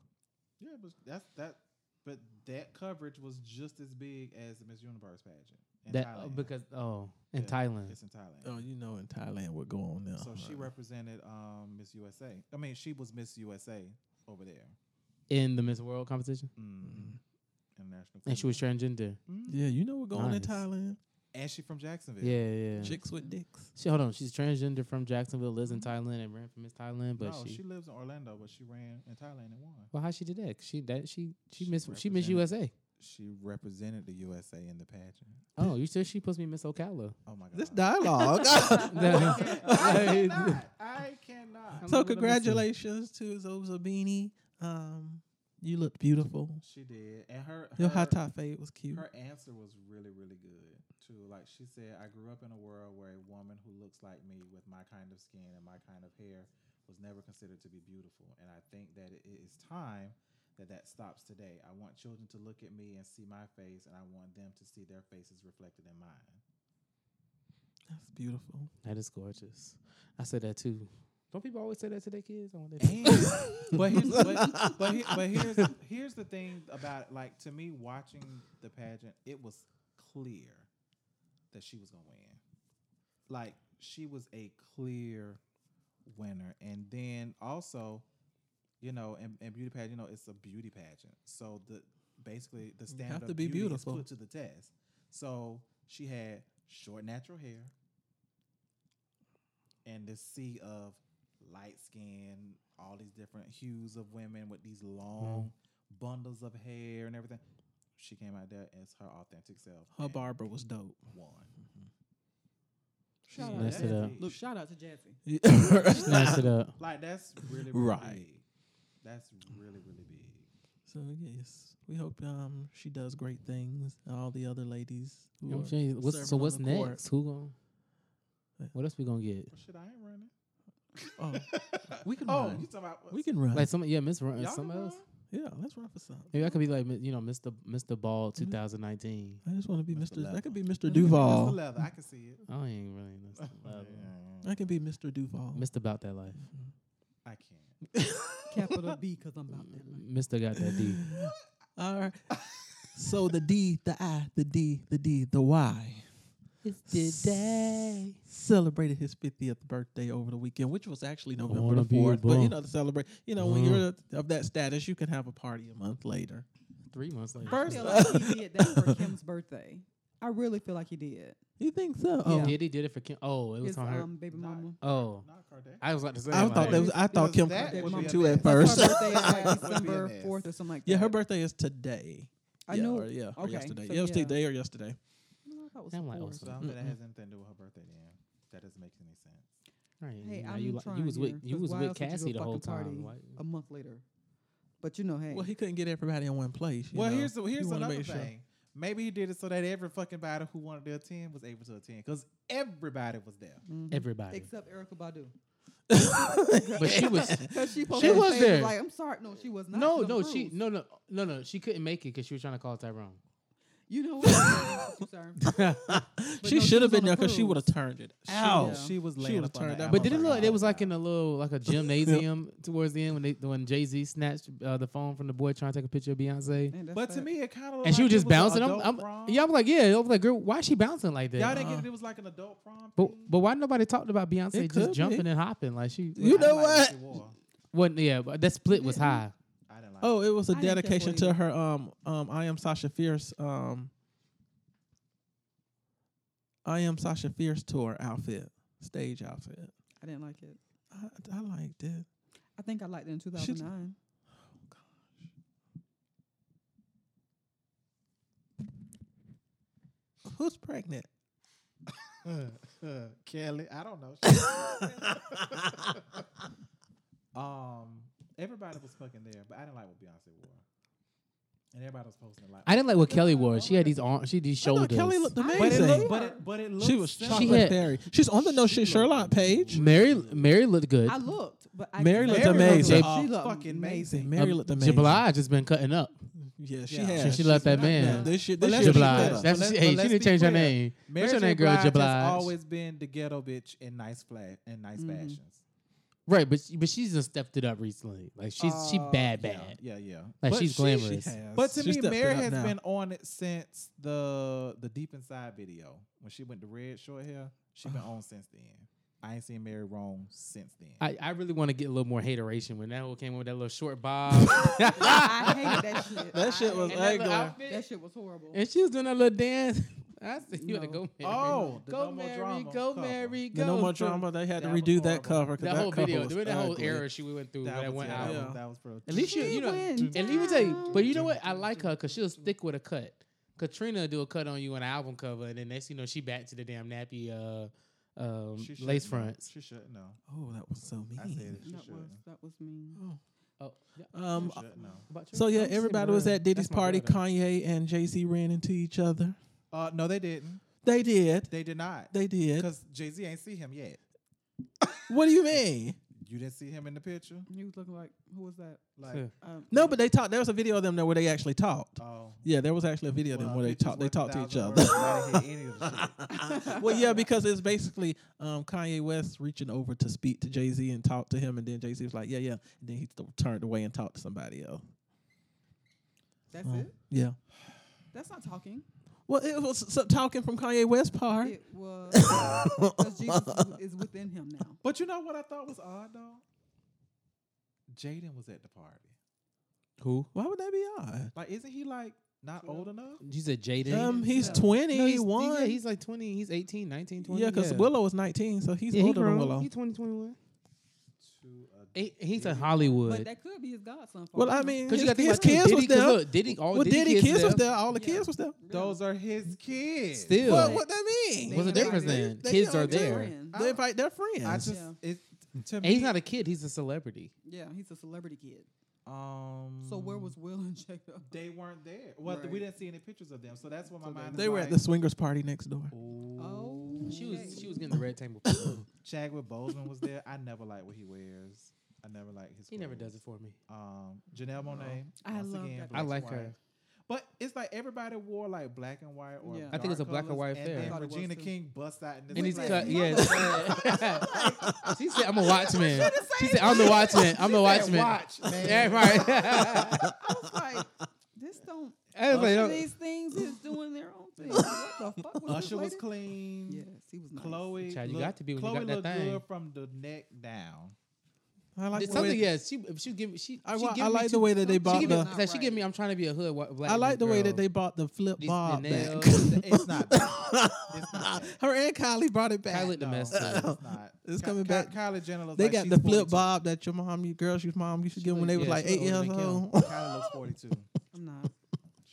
S2: Yeah, but that's that. But that coverage was just as big as the Miss Universe pageant in
S5: That
S2: Thailand.
S5: oh, because oh, in
S2: Yeah,
S5: Thailand.
S2: it's in Thailand.
S6: Oh, you know, in Thailand, what go on now?
S2: So she represented um, Miss USA. I mean, she was Miss USA over there.
S5: in the Miss World competition,
S2: Mm. International.
S5: and she
S2: Queen.
S5: was transgender.
S2: Mm.
S6: Yeah, you know what going on in
S5: Nice.
S6: Thailand.
S2: Mm-hmm. And she from Jacksonville.
S5: Yeah, yeah.
S6: Chicks with dicks.
S5: She hold on. She's transgender from Jacksonville, lives in Thailand, and ran for Miss Thailand. But
S2: Mm-hmm. no,
S5: she,
S2: she, lives in Orlando, but she ran in Thailand and won.
S5: well, how she did that? She that she she,
S2: She
S5: Miss she
S2: represented-
S5: Miss USA.
S2: She represented the USA in the pageant.
S5: Oh, you said she supposed to be
S2: <laughs>
S5: Miss Ocala? <laughs>
S2: Oh my god. <laughs>
S6: This dialogue. <laughs>
S5: No.
S2: I cannot. I cannot.
S5: I'm- <laughs> Look
S6: so
S5: what I missed.
S6: congratulations to Zozabini. Um, you looked beautiful.
S2: She did, and her
S6: Your
S2: her,
S6: hot top fade was cute.
S2: her answer was really really good too. Like she said, I grew up in a world where a woman who looks like me with my kind of skin and my kind of hair was never considered to be beautiful, and I think that it is time that that stops today. I want children to look at me and see my face, and I want them to see their faces reflected in mine.
S6: That's beautiful.
S5: That is gorgeous. I said that too. Don't people always say that to their kids? I want their
S2: And- <laughs> but here's, but, but, he- but here's
S6: <laughs>
S2: here's the thing about like to me watching the pageant, it was clear that she was gonna win. Like she was a clear winner, and then also, you know, and, and beauty pageant, you know, it's a beauty pageant, so the basically the standard
S6: have to
S2: of
S6: be
S2: beauty is
S6: beautiful.
S2: put to the test. So she had short natural hair and this sea of light skin, all these different hues of women with these long
S6: Mm-hmm.
S2: bundles of hair and everything. She came out there as her authentic self.
S6: Her
S2: and
S6: barber was dope. <laughs>
S2: won.
S4: Shout out,
S5: Messed
S4: to
S5: it uh,
S4: Jazzy.
S5: up.
S4: Look, shout out to Jazzy.
S5: Snatch it up.
S2: Like that's really, really
S6: Right.
S2: big. That's really really big.
S6: so yes, we hope um she does great things. and All the other ladies. who
S5: You know what
S6: are
S5: I'm saying? What's-
S6: serving
S5: so
S6: on
S5: what's
S6: the court.
S5: next? Who gon' What else we gonna get?
S2: Well, shit, I ain't running.
S6: Oh, <laughs> we
S2: <laughs>
S6: can
S2: Oh,
S6: run.
S2: you talking about
S6: <laughs> We can run.
S5: Like some yeah, Miss Run,
S2: y'all
S5: some
S2: can
S5: else.
S2: run?
S6: yeah, let's run for something.
S5: Maybe I could be like you know Mr. Mr. Ball 2019.
S6: I just want to be
S2: Mr.
S6: Mr. I
S2: Leather.
S6: could be Mr.
S4: Mm-hmm.
S2: Mr.
S6: Duval.
S2: Leather, I can see it.
S5: I don't even really know. some level.
S6: I can be Mr. Duval.
S5: Mr. About That Life.
S2: I can't.
S4: Capital B, because I'm about that.
S5: Mr. Got That D.
S4: <laughs>
S6: All right. So the D, the I, the D, the D, the Y
S5: It's the day.
S6: celebrated his 50th birthday over the weekend, which was actually November
S5: Wanna
S6: the
S5: be a
S6: 4th. But you
S5: bum.
S6: know, to celebrate, you know, when you're of that status, you can have a party a month later.
S5: Three months later.
S4: I feel like he did that for Kim's birthday. I really feel like he did.
S6: You think so?
S4: Yeah.
S5: Did he did it for Kim? Oh, it was
S4: His
S5: on her.
S4: um,
S5: <laughs>
S4: baby mama.
S5: oh,
S2: Not
S5: I was about to say.
S6: I
S5: like,
S6: thought that was I thought
S3: was
S6: Kim
S3: that
S6: Kardashian
S4: would
S6: was
S4: be
S6: too
S3: a
S6: at
S3: bad-
S4: That's
S6: first.
S4: her birthday
S3: Would
S4: is like
S3: be an
S4: December
S3: ass.
S4: 4th or something like that.
S6: <laughs> yeah, her birthday is today.
S4: I
S6: yeah,
S4: know.
S6: or, yeah, or
S4: okay,
S6: yesterday.
S4: so
S6: yeah, it was
S4: yeah.
S6: today or yesterday.
S5: I'm like, oh,
S2: So
S5: so-
S2: I'm glad that has anything to do with her birthday then. That doesn't make any sense.
S5: Right,
S4: Hey,
S5: now
S4: I'm
S5: you, like-
S4: trying
S5: you was with
S4: here,
S5: you
S4: 'cause
S5: was
S4: why
S5: with
S4: else would you go
S5: Cassie the whole
S4: fucking party Um,
S5: time. Why-
S4: a month later. But you know, hey,
S6: Well, he couldn't get everybody in one place. you
S2: Well,
S6: know.
S2: here's the,
S6: He
S2: here's
S6: wanted to
S2: another
S6: make sure. <laughs>
S2: thing. Maybe he did it so that every fucking body who wanted to attend was able to attend because everybody was there.
S5: Everybody,
S4: Mm-hmm. except Erica Badu,
S5: <laughs> but she was
S4: because she,
S5: She
S4: posted
S5: was
S4: was
S5: there.
S4: Like, I'm sorry, no, she was not.
S5: no,
S4: She's on
S5: no,
S4: the
S5: she
S4: cruise.
S5: no, no, no, no. She couldn't make it because she was trying to call <laughs> Tyrone. <laughs>
S4: You know what? I'm sorry. But
S6: She
S4: no,
S6: should have
S4: was
S6: been
S4: on
S6: there
S4: a
S6: because she
S4: cruise.
S6: would have turned it out.
S4: Yeah.
S2: She was
S6: She
S2: laying
S6: would've
S2: up on
S6: turned
S2: that
S6: out.
S5: But
S6: did it
S5: didn't
S6: my
S5: look like it was
S2: God.
S5: like in a little like a gymnasium towards the end when they when Jay Z snatched uh, the phone from the boy trying to take a picture of Beyonce,
S4: Man, that's
S2: But to
S4: fact.
S2: me, it kind of
S5: and she was just bouncing. I'm, I'm yeah, I'm like yeah, I was like girl, why is she bouncing like that?
S2: Y'all didn't get it. It was like an adult prom.
S5: but
S2: thing?
S5: but why nobody talked about
S6: It
S5: Beyonce
S6: could
S5: just
S6: be.
S5: jumping and hopping like she
S2: I
S6: You
S2: didn't
S6: know
S2: like
S6: what?
S2: she wore.
S5: wasn't yeah but that split was high.
S2: I didn't like.
S6: Oh, it was a
S4: I didn't care for
S6: dedication
S4: it
S6: to
S4: either.
S6: her. Um, um, I am Sasha Fierce. Um, I am Sasha Fierce tour outfit, stage outfit.
S4: I didn't like it.
S6: I, I liked it.
S4: I think I liked it in 2009.
S6: Who's pregnant?
S5: <laughs>
S2: it. Kelly, I don't know. <laughs> um, everybody was fucking there, but I didn't like what Beyonce wore, and everybody was posting it like.
S5: I didn't like what Kelly wore. She had these arms, she had these
S6: I know
S5: shoulders.
S6: Kelly looked
S2: but it
S6: amazing.
S2: looked, but it, but it looked
S6: she was
S2: similar.
S6: chocolate
S5: had-
S6: berry. She's on the No Shit Sherlock page.
S5: Mary Mary looked good.
S4: I looked, but I
S6: Mary
S4: didn't
S6: looked
S4: like it.
S2: Everybody
S6: amazing.
S2: was
S4: She looked
S2: fucking
S4: amazing.
S2: amazing.
S6: Mary looked
S5: Uh, J.
S6: amazing.
S5: Blige has been cutting up
S6: Yeah, Um, she
S2: Yeah.
S6: has.
S5: since she
S2: she's
S5: left that
S2: not
S5: man.
S2: done.
S6: This shit,
S2: But
S6: this
S2: let's
S6: shit
S2: be
S5: Blige.
S6: lit
S2: clear.
S6: up.
S5: That's-
S2: But let's-
S5: hey,
S2: but
S5: she
S2: let's
S5: didn't
S2: be
S5: change her
S2: clear.
S5: name.
S2: Mary
S5: What's her
S2: J.
S5: name, girl?
S2: Blige
S5: J.
S2: has
S5: Blige.
S2: always been the ghetto bitch in nice flat and nice fashions.
S5: Right, but she- but she's just stepped it up recently. Like she's she
S2: Uh,
S5: bad
S2: yeah,
S5: bad.
S2: Yeah, yeah.
S5: Like
S2: But
S5: she's
S2: she-
S5: glamorous.
S6: She has.
S2: But to
S6: She
S2: me,
S6: stepped it
S2: Mary
S6: up
S2: has
S6: now.
S2: been on it since the the Deep Inside video when she went to red short hair. She been on since then. I ain't seen Mary wrong since then. <laughs>
S5: I, <laughs> I really want to get a little more hateration when that whole came with that little
S2: <laughs>
S5: short bob. that
S4: <laughs> I hated that shit.
S6: That
S4: I
S6: shit was
S4: hated
S5: little
S2: uh,
S6: ugly.
S5: outfit.
S4: That shit was horrible.
S5: and she was doing that little dance. <laughs> I said, you gotta
S4: No.
S5: go Mary.
S2: Oh, the
S5: go
S2: No More
S5: Mary,
S2: Drama
S5: go
S2: cover.
S5: Mary,
S6: The
S5: go.
S6: no more drama. They had to
S2: That was
S6: redo that
S2: horrible.
S6: cover because
S5: That whole video,
S6: was
S5: that whole
S6: ugly.
S5: era she went through that,
S2: was-
S5: one
S2: yeah,
S5: album.
S2: that was- that was pro.
S5: At least you,
S4: She
S5: you know,
S4: went
S5: and let me tell you,
S4: down.
S5: but you know what? I like her because she'll stick with a cut. Katrina do a cut on you on an album cover, and then next thing you know, she back to the damn nappy uh, um,
S2: She shouldn't
S5: lace
S2: know.
S5: fronts.
S2: She should know.
S6: Oh, that was so
S2: I said
S6: mean.
S2: it. She
S4: that was
S2: should.
S4: that was mean.
S5: Oh, yeah.
S6: Um,
S2: She should know.
S5: About you?
S6: so yeah,
S5: I'm just
S6: everybody
S5: saying,
S6: was
S5: bro.
S6: at Diddy's
S5: That's my
S6: party.
S5: brother.
S6: Kanye and Jay Z ran into each other.
S2: Uh, no, they didn't.
S6: They did.
S2: They did not.
S6: They did.
S2: Because Jay Z ain't see him yet.
S6: What do you mean?
S2: You didn't see him in the picture.
S4: He was looking like who was that?
S2: Like,
S5: Yeah.
S4: Um,
S6: No, but they talked. There was a video of them there where they actually talked.
S2: oh,
S6: Yeah, there was actually a video of them
S2: well,
S6: where they
S2: pictures
S6: talked. They
S2: worth a
S6: talked to each
S2: thousand
S6: other.
S2: words. I didn't hear any of the
S6: <laughs>
S2: shit.
S6: well, yeah, because it's basically um, Kanye West reaching over to speak to Jay Z and talk to him, and then Jay Z was like, "Yeah, yeah," and then he th- turned away and talked to somebody else.
S4: that's
S5: Oh.
S6: Um,
S4: it.
S6: Yeah.
S4: That's not talking.
S6: Well, it was some talking from Kanye West part.
S4: It
S5: <laughs>
S4: was because Jesus is- is within him now.
S2: But you know what I thought was odd though? Jaden was at the party.
S5: Who?
S6: Why would that be odd?
S2: Like, isn't he like not old enough?
S5: You said Jaden.
S6: Um, he's
S4: Yeah.
S5: No, he's-
S6: 21.
S5: Yeah, he's like 20. He's 18, 19, 20.
S6: yeah, because Willow is 19, so he's
S5: Yeah, he
S6: older than
S5: grown.
S6: Willow.
S5: He 20, 21.
S2: To a
S5: He- he's in
S4: But
S5: Hollywood.
S4: that could be his godson. for
S6: Well,
S4: all
S6: I
S4: know.
S6: mean,
S5: Because you
S6: his,
S5: got
S6: his kids was there.
S5: Look, Diddy, all
S6: well, Diddy, kids, was there. All the
S4: Yeah.
S6: kids was there.
S2: Those are his kids.
S5: Still,
S6: Well, what that mean?
S4: They
S5: what's the
S4: invited
S5: difference
S4: him.
S5: then?
S6: They
S5: Kids
S6: young
S5: are there. And
S4: Friend.
S2: I-
S6: They invite their friends.
S2: I just
S4: Yeah.
S2: it to me.
S5: he's not a kid. He's a celebrity.
S4: Yeah, he's a celebrity kid.
S2: um.
S4: So
S5: Mm.
S4: where was Will and Jacob?
S2: they? Weren't there. Well,
S4: Right.
S2: we didn't see any pictures of them. So that's what my mind.
S6: they
S2: is
S6: were
S2: like,
S6: at the swingers party next door.
S4: Oh,
S5: She was
S4: okay.
S5: she was getting the red <laughs> table.
S2: Chadwick Boseman was there. I never like what he wears. I never like his.
S5: he never
S2: clothes.
S5: does it for me. <laughs>
S2: Um, Janelle Monae.
S4: I
S2: once
S4: love
S2: again,
S4: that
S2: black
S5: Oh, I like
S2: and
S5: her.
S2: white. But it's like everybody wore like black and white or
S4: Yeah. I
S5: think it's
S2: dark
S5: a black and
S2: colors,
S5: white affair. I
S2: And
S4: thought
S2: then
S4: it was
S2: Regina
S4: too.
S2: King busts out in this.
S5: And he's
S2: black-
S5: cut. Yes. she said, "I'm a watchman." She said, "I'm the watchman. I'm the <laughs>
S2: She said,
S6: <laughs>
S5: watchman."
S2: Watch, man.
S5: Yeah, right.
S4: I was like, this don't.
S5: I was like,
S4: Usher
S5: oh,
S4: these things is doing their own
S5: <laughs>
S4: thing. What the fuck was
S2: <laughs> Usher
S4: this
S2: was
S4: lady?
S2: clean.
S4: Yes, he was nice.
S2: Chloe,
S5: Child, you
S2: looked-
S5: got to be when you
S2: Chloe
S5: got that
S2: looked
S5: thing.
S2: good from the neck
S5: <laughs>
S2: down.
S6: I like
S5: it's
S6: the
S5: something.
S6: way,
S5: Yeah, she if she give she.
S6: I,
S5: she
S6: wa-
S5: give
S6: I
S5: me
S6: like
S5: two-
S6: the way that they
S5: She
S6: bought
S5: give
S6: the.
S5: me, so she give me. I'm trying to be a hood. wh- Black
S6: I like the way that
S5: girl.
S6: they bought the flip
S5: These- the
S6: bob back.
S5: nails.
S2: it's not. That. It's not. That.
S6: <laughs> Her and Kylie brought it
S5: <laughs>
S6: back.
S5: Kylie the
S2: No,
S5: mess
S2: it's
S5: up.
S2: not.
S6: It's
S2: Ky-
S6: coming
S2: Ky-
S6: back.
S2: Kylie Jenner looks
S6: They
S2: like
S6: got
S2: she's
S6: the flip
S2: 42.
S6: bob that your mom, your girls, your mom used to give them when they
S5: look-
S6: was
S5: yeah,
S6: like
S5: she
S6: eight
S5: look older
S6: years
S5: than Kim.
S6: old. <laughs>
S2: Kylie looks 42.
S4: I'm not.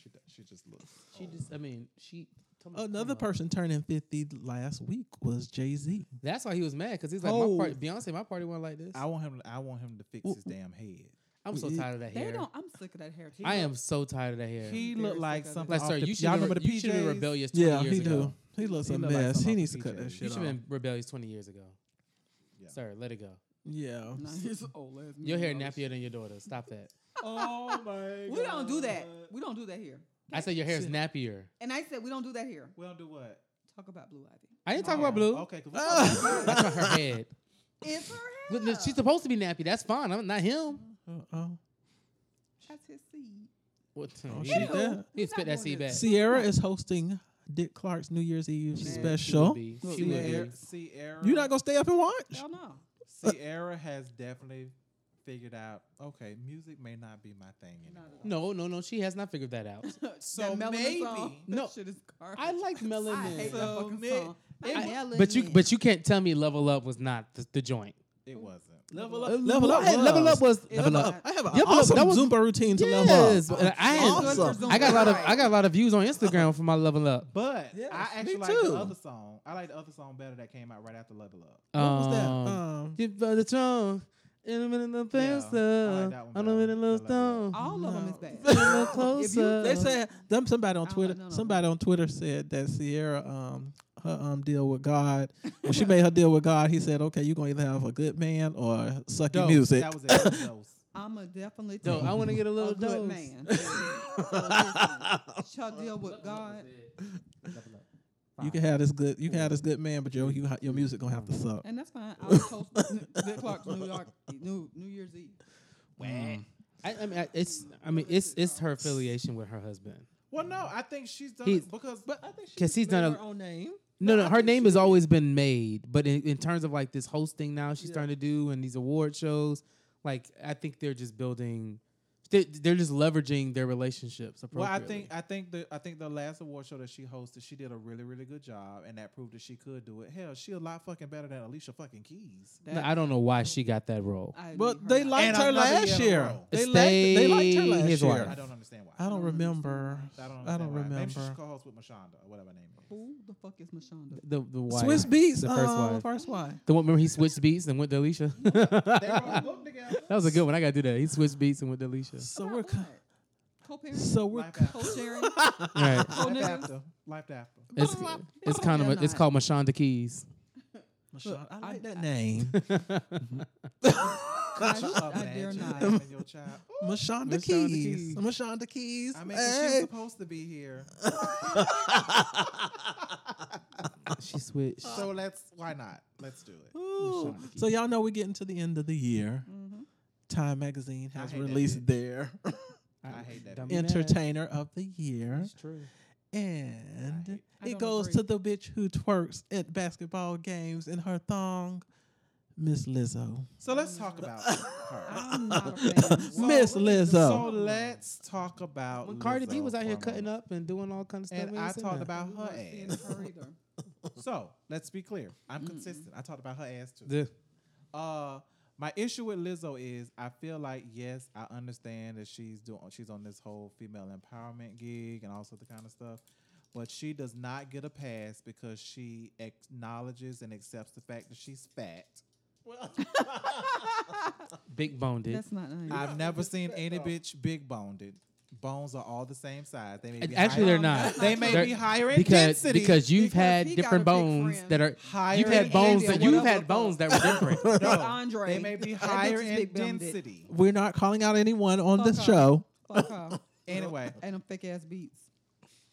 S2: She, d- she just looks.
S5: She
S2: old.
S5: just. I mean, she. come on,
S6: Another
S5: come on.
S6: person turning fifty last week was Jay Z.
S5: That's why he was mad because he's like,
S6: Oh.
S5: my party, Beyonce, my party went like this.
S2: I want him. I want him to fix
S6: Ooh.
S2: his damn head.
S5: I'm so
S6: It-
S5: tired of that
S4: They
S5: hair.
S4: don't. I'm sick of that hair. too.
S5: I am so tired of that hair.
S2: He
S4: Very
S2: looked like
S4: sick of it.
S2: something.
S5: like,
S2: off
S5: sir,
S2: the,
S5: you should
S2: y'all
S5: have
S2: remember the
S5: you should have
S2: PJs?
S5: been rebellious 20
S6: Yeah,
S5: years
S6: he
S5: ago.
S6: do. He looks
S2: He
S6: a
S2: look like
S6: mess.
S2: some
S6: he
S2: off
S6: needs to
S2: the
S6: cut that
S2: PJs.
S5: You
S6: shit
S5: should have
S6: off.
S5: been rebellious 20 years ago.
S2: Yeah.
S5: Sir, let it go.
S6: Yeah.
S4: <laughs> Nah, he's old ass
S5: Your hair
S4: man.
S5: nappier than your daughter. Stop that.
S2: Oh <laughs> my!
S4: We don't do that.
S2: God.
S4: We don't do that here.
S5: I said your hair is nappier.
S4: And I said we don't do that here.
S2: We don't do what?
S4: Talk about Blue Ivy.
S5: I didn't talk
S2: Oh,
S5: about blue.
S2: Okay. 'cause we talking about
S5: I talked about her head.
S4: <laughs> It's her
S5: Look,
S4: hair.
S5: look, She's supposed to be nappy. That's fine. I'm not him.
S6: Uh-oh.
S4: That's his seed.
S5: What?
S6: Oh,
S5: he,
S6: she did.
S5: he
S4: He's
S5: spit
S4: not
S5: that seed back.
S4: doing this.
S6: Sierra is hosting Dick Clark's New Year's Eve
S4: Man, she would
S6: special.
S5: She would be. She would
S2: Sierra,
S5: be.
S2: Sierra.
S6: You're not gonna <laughs> stay up and watch?
S4: Hell
S5: <laughs>
S4: no.
S2: Sierra has definitely figured out. Okay, music may not be my thing
S4: Not
S2: anymore.
S4: at all.
S5: No, no, no. She has not figured that out.
S2: So
S4: that Melanin
S2: maybe-
S4: song,
S5: No.
S4: that shit is garbage.
S5: <laughs> I like
S4: I hate
S5: melanin.
S4: that
S2: So
S4: fucking
S2: ma-
S4: song.
S2: it
S4: I-
S5: But you,
S4: Melanin.
S5: but you can't tell me level up was not the, the joint.
S2: It wasn't.
S6: Level
S5: Uh,
S6: up. Level up.
S5: hey, level up was
S4: It
S5: level
S4: was
S5: up.
S4: not.
S6: I have an
S5: Yeah, but look,
S6: awesome
S5: that was-
S6: Zumba routine to
S5: Yes,
S6: level
S5: and
S6: up.
S5: I, had-
S4: Good for Zumba.
S5: I got a lot of I got a lot of views on Instagram for my level up.
S2: But
S6: Yes,
S2: I
S6: me
S2: actually like
S6: too.
S2: the other song. I like the other song better that came out right after Level Up.
S6: What was that?
S5: Um,
S6: Um,
S5: You by the throne, in a minute I'm
S2: Yeah, I like
S5: faster.
S2: that one
S5: I know it
S2: better. I
S5: little
S2: like that one.
S5: stone.
S4: All of them is
S6: No.
S5: <laughs> A
S4: bad.
S5: little
S4: If you-
S2: uh,
S5: closer.
S6: they said them somebody on
S4: I don't
S6: Twitter.
S4: know none of
S6: somebody on Twitter said that Sierra um her um deal with God when she made her deal with God. He said, "Okay, you're gonna either have a good man or suck your
S2: Dose,
S6: music." <laughs>
S2: That was it. That was Dose.
S4: I'm a definitely
S5: Yo,
S4: take
S5: I want to get a
S4: a
S5: little dose. <laughs>
S4: good man. Shall deal with God.
S2: Level Up.
S6: you can have this good. You can have this good man, but your you, your music gonna have to suck.
S4: And that's fine. I was told Dick Clark's New York New New Year's Eve.
S5: Mm. I, I mean, I, it's I mean, it's it's her affiliation with her husband.
S2: Well, no, I think she's done
S5: He's-
S2: it because but I think she
S5: Cause he's
S6: Made
S5: done
S6: her
S5: a
S6: own name.
S5: no, no. Her name has always been made, but in, in terms of like this hosting now, she's starting to do and these award shows. Like, I think they're just building. They're, they're just leveraging their relationships.
S2: Well, I
S5: Appropriately.
S2: think I think the I think the last award show that she hosted, she did a really really good job, and that proved that she could do it. Hell, she a lot fucking better than Alicia fucking Keys.
S5: No, I don't know why she got that role.
S4: I
S6: But
S4: leave
S6: they
S4: her out.
S6: liked
S2: And
S6: her
S2: another year in
S6: last
S2: a
S6: year.
S2: row.
S6: They liked, they liked her
S5: Stay
S6: last
S5: his
S6: year.
S5: wife.
S2: I don't understand why.
S6: I don't remember.
S2: I don't.
S6: I
S2: Understand
S6: don't
S2: why. Maybe she
S6: remember.
S2: should co-host with Mashonda or whatever her name is.
S4: Who the fuck is Mashonda?
S5: The the wife,
S6: Swiss Beats,
S5: the first
S6: um,
S5: wife.
S6: First wife.
S5: The one remember he switched beats and went to Alicia.
S2: <laughs> They wrote a book
S6: <laughs>
S2: together.
S5: <laughs> That was a good one. I gotta do that. He switched beats and went
S2: <laughs>
S5: to Alicia.
S6: So
S4: About
S6: we're co-
S4: what? co-parenting,
S6: so we're
S2: Life
S6: co- <laughs>
S4: co-sharing.
S5: Right.
S4: Oh,
S2: Life
S4: niggas.
S2: after. Life after.
S5: It's, it's kind of
S4: They're
S5: a, it's
S4: not.
S5: called Mashonda Keys.
S6: Look, uh, I like
S4: I-
S6: that
S2: <laughs>
S4: I-
S6: name.
S4: I,
S2: Shut up,
S4: I
S2: man.
S4: dare
S2: Shut
S4: not.
S2: up, man, your child.
S6: <laughs> Mashonda
S5: Mashonda
S6: Keys.
S5: Keys.
S6: Mashonda Keys.
S2: I mean, 'cause she's
S6: hey.
S2: supposed to be here,
S5: She switched.
S2: so let's. Why not? Let's do it.
S6: Ooh.
S5: Mashonda Keys.
S6: So y'all know we're getting to the end of the year.
S4: Mhm.
S6: Time magazine
S2: Mm-hmm. I
S6: has
S2: hate that
S6: released
S2: bitch.
S6: their <laughs>
S2: I hate that
S5: Don't be mad.
S6: entertainer of the year.
S5: It's true.
S2: I
S6: And
S2: hate-
S4: I
S6: it
S4: don't
S6: goes
S4: agree.
S6: to the bitch who twerks at basketball games in her thong, Miss Lizzo.
S2: So let's talk about her.
S4: I'm not a fan.
S2: So-
S6: <laughs> Miss
S2: So
S6: Lizzo.
S2: let's talk about
S5: When Cardi B
S2: Lizzo
S5: was out here
S2: for a
S5: cutting
S2: moment.
S5: up and doing all kinds of stuff,
S2: And
S5: we
S2: I
S5: ain't said
S2: talked
S5: nothing.
S2: about her
S4: I'm
S2: ass.
S4: not her either.
S2: So let's be clear. I'm consistent. I talked about her ass too.
S5: the
S2: Uh, my issue with Lizzo is I feel like yes, I understand that she's doing she's on this whole female empowerment gig and all sort of kind of stuff, but she does not get a pass because she acknowledges and accepts the fact that she's fat.
S5: big boned it.
S4: That's not nice.
S2: I've never seen any bitch big boned. Bones are all the same size. They may
S5: And
S2: be
S5: Actually,
S2: higher-
S5: they're not.
S2: They may
S5: They're-
S2: be higher in
S5: because
S2: density
S5: because you've
S4: Because
S5: had
S4: he got
S5: different
S4: a big
S5: bones
S4: friend.
S5: that are
S2: higher.
S5: you've
S2: in
S5: had bones
S2: density.
S5: that you've
S4: whatever
S5: had bones that were different. <laughs>
S2: No,
S4: Andre.
S2: They may be
S4: That bitch
S2: higher
S4: is
S2: in
S4: big boned.
S2: density.
S6: We're not calling out anyone on the
S4: Fuck her.
S6: show.
S4: Fuck her.
S2: Anyway,
S4: And them fake ass beats.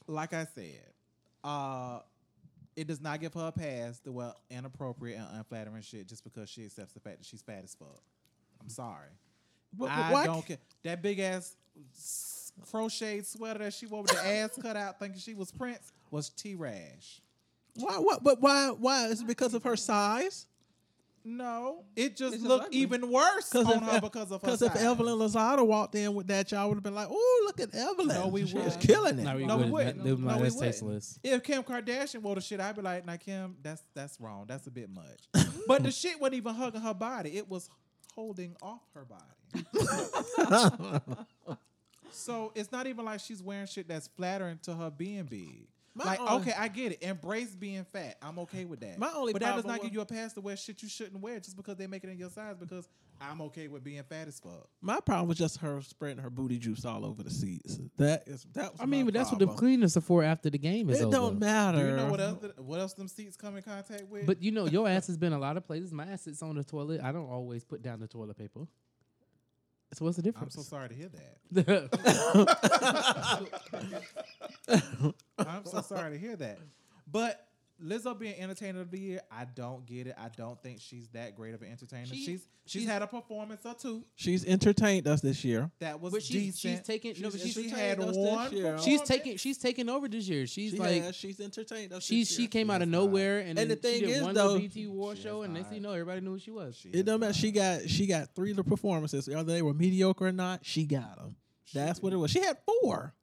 S2: like I said, uh, it does not give her a pass the well inappropriate and unflattering shit just because she accepts the fact that she's fat as fuck. I'm sorry.
S6: But- but
S2: I
S6: why
S2: don't care. That big ass s- crocheted sweater that she wore with the ass cut out, thinking she was Prince, was T Rash.
S6: Why? What? But why? Why? Is it because of her size?
S2: No, it just
S4: It's just
S2: looked
S4: ugly.
S2: even worse on
S6: if
S2: her
S6: Ev-
S2: because of her.
S6: Because if
S2: size.
S6: Evelyn Lozada walked in with that, y'all would have been like, "Oh, look at Evelyn!
S2: No, we
S6: she was
S2: would.
S6: killing it."
S5: No, we
S2: No, we
S5: wouldn't.
S2: wouldn't.
S5: That- they would be like,
S2: No, we
S5: that's
S2: wouldn't.
S5: tasteless.
S2: If Kim Kardashian wore the shit, I'd be like, "Now Kim, that's that's wrong. That's a bit
S6: <laughs>
S2: much." but the shit wasn't even hugging her body; it was holding off her
S6: <laughs>
S2: body. so it's not even like she's wearing shit that's flattering to her being big.
S6: My
S2: like,
S6: only-
S2: okay, I get it. Embrace being fat. I'm okay with that.
S6: My only
S2: but that does
S6: problem
S2: not
S6: with-
S2: give you a pass to wear shit you shouldn't wear just because they make it in your size. Because I'm okay with being fat as fuck.
S6: My problem was just her spreading her booty juice all over the seats. That is that. Was
S5: I mean,
S6: my
S5: but that's what the
S6: problem.
S5: cleaners are for after the game is
S6: It
S5: over.
S6: don't matter.
S2: Do you know what else? What else them seats come in contact with?
S5: But you know, your ass has been a lot of places. My ass sits on the toilet. I don't always put down the toilet paper. So what's the
S2: I'm
S5: difference?
S2: so sorry to hear that. I'm so sorry to hear that. But Lizzo being entertainer of the year, I don't get it. I don't think she's that great of an entertainer.
S5: She-
S2: she's, she's had a performance or two
S6: She's entertained us this year.
S2: that was <laughs>
S5: <laughs> But she's- she's
S2: decent.
S5: taken- no, but she's
S2: she had
S6: entertained us
S2: one.
S6: this year.
S5: she's
S2: performance.
S5: taking she's taking over this year. She's
S6: She
S5: like
S6: has, she's entertained us.
S5: she
S6: this
S5: she
S6: year.
S5: came out of
S2: is
S5: nowhere and, then
S6: And the
S5: she
S6: thing
S5: did
S6: is,
S5: one
S6: though-
S5: little BT war
S2: She
S5: show
S2: is
S5: and next thing you know everybody knew who she was.
S2: She
S6: It
S2: is
S6: don't matter. She
S2: not.
S6: got she got three little performances. Whether they were mediocre or not, she got them. That's what it was. She had four.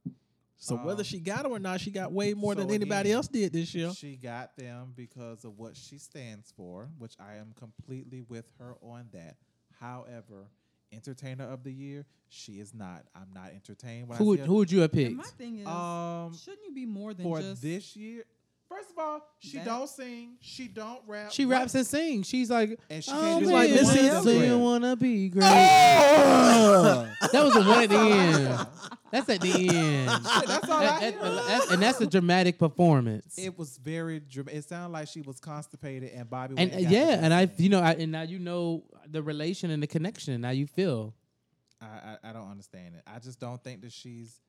S6: So whether
S2: Um,
S6: she got them or not, she
S5: <laughs>
S6: got way more
S2: so
S6: than anybody
S2: again,
S6: else did this year.
S2: She got them because of what she stands for, which I am completely with her on that. However, entertainer of the year, she is not. I'm not entertained. When
S5: Who
S2: I
S5: would
S2: see
S5: who would you have
S4: And
S5: picked?
S4: my thing is,
S2: her. um,
S4: shouldn't you be more than
S2: for
S4: just
S2: this year. First of all, she
S4: That-
S2: don't sing, she don't rap.
S5: She
S2: What-
S5: raps and sings. She's like,
S2: And she
S5: oh,
S2: can't
S5: man,
S2: do
S5: like
S2: like
S6: Missy
S5: Missy
S2: Elliott.
S5: you wanna be great. <laughs> that was the one at the end. That's at the end.
S2: That's all I
S5: That- that-
S2: hear.
S5: that's- and that's a dramatic performance.
S2: It was very. dra- It sounded like she was constipated, and Bobby.
S5: and
S2: went
S5: uh,
S2: got
S5: yeah,
S2: the
S5: and I,
S2: consent.
S5: you know, I, and now you know the relation and the connection. Now you feel.
S2: I, I I don't understand it. I just don't think that she's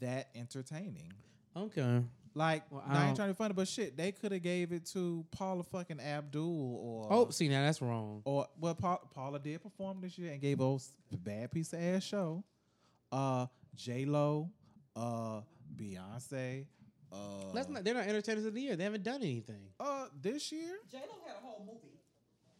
S2: that entertaining.
S5: Okay.
S2: Like,
S5: Well, I
S2: I ain't
S5: don't-
S2: trying to be funny, but shit, they could have gave it to Paula fucking Abdul or
S5: Oh, see now that's wrong.
S2: or well, Paul, Paula did perform this year and gave us a bad piece of ass show. Uh, J Lo, uh, Beyonce. Uh,
S5: That's not. They're not entertainers of the year. They haven't done anything.
S2: Uh, this year,
S4: J Lo had a whole movie.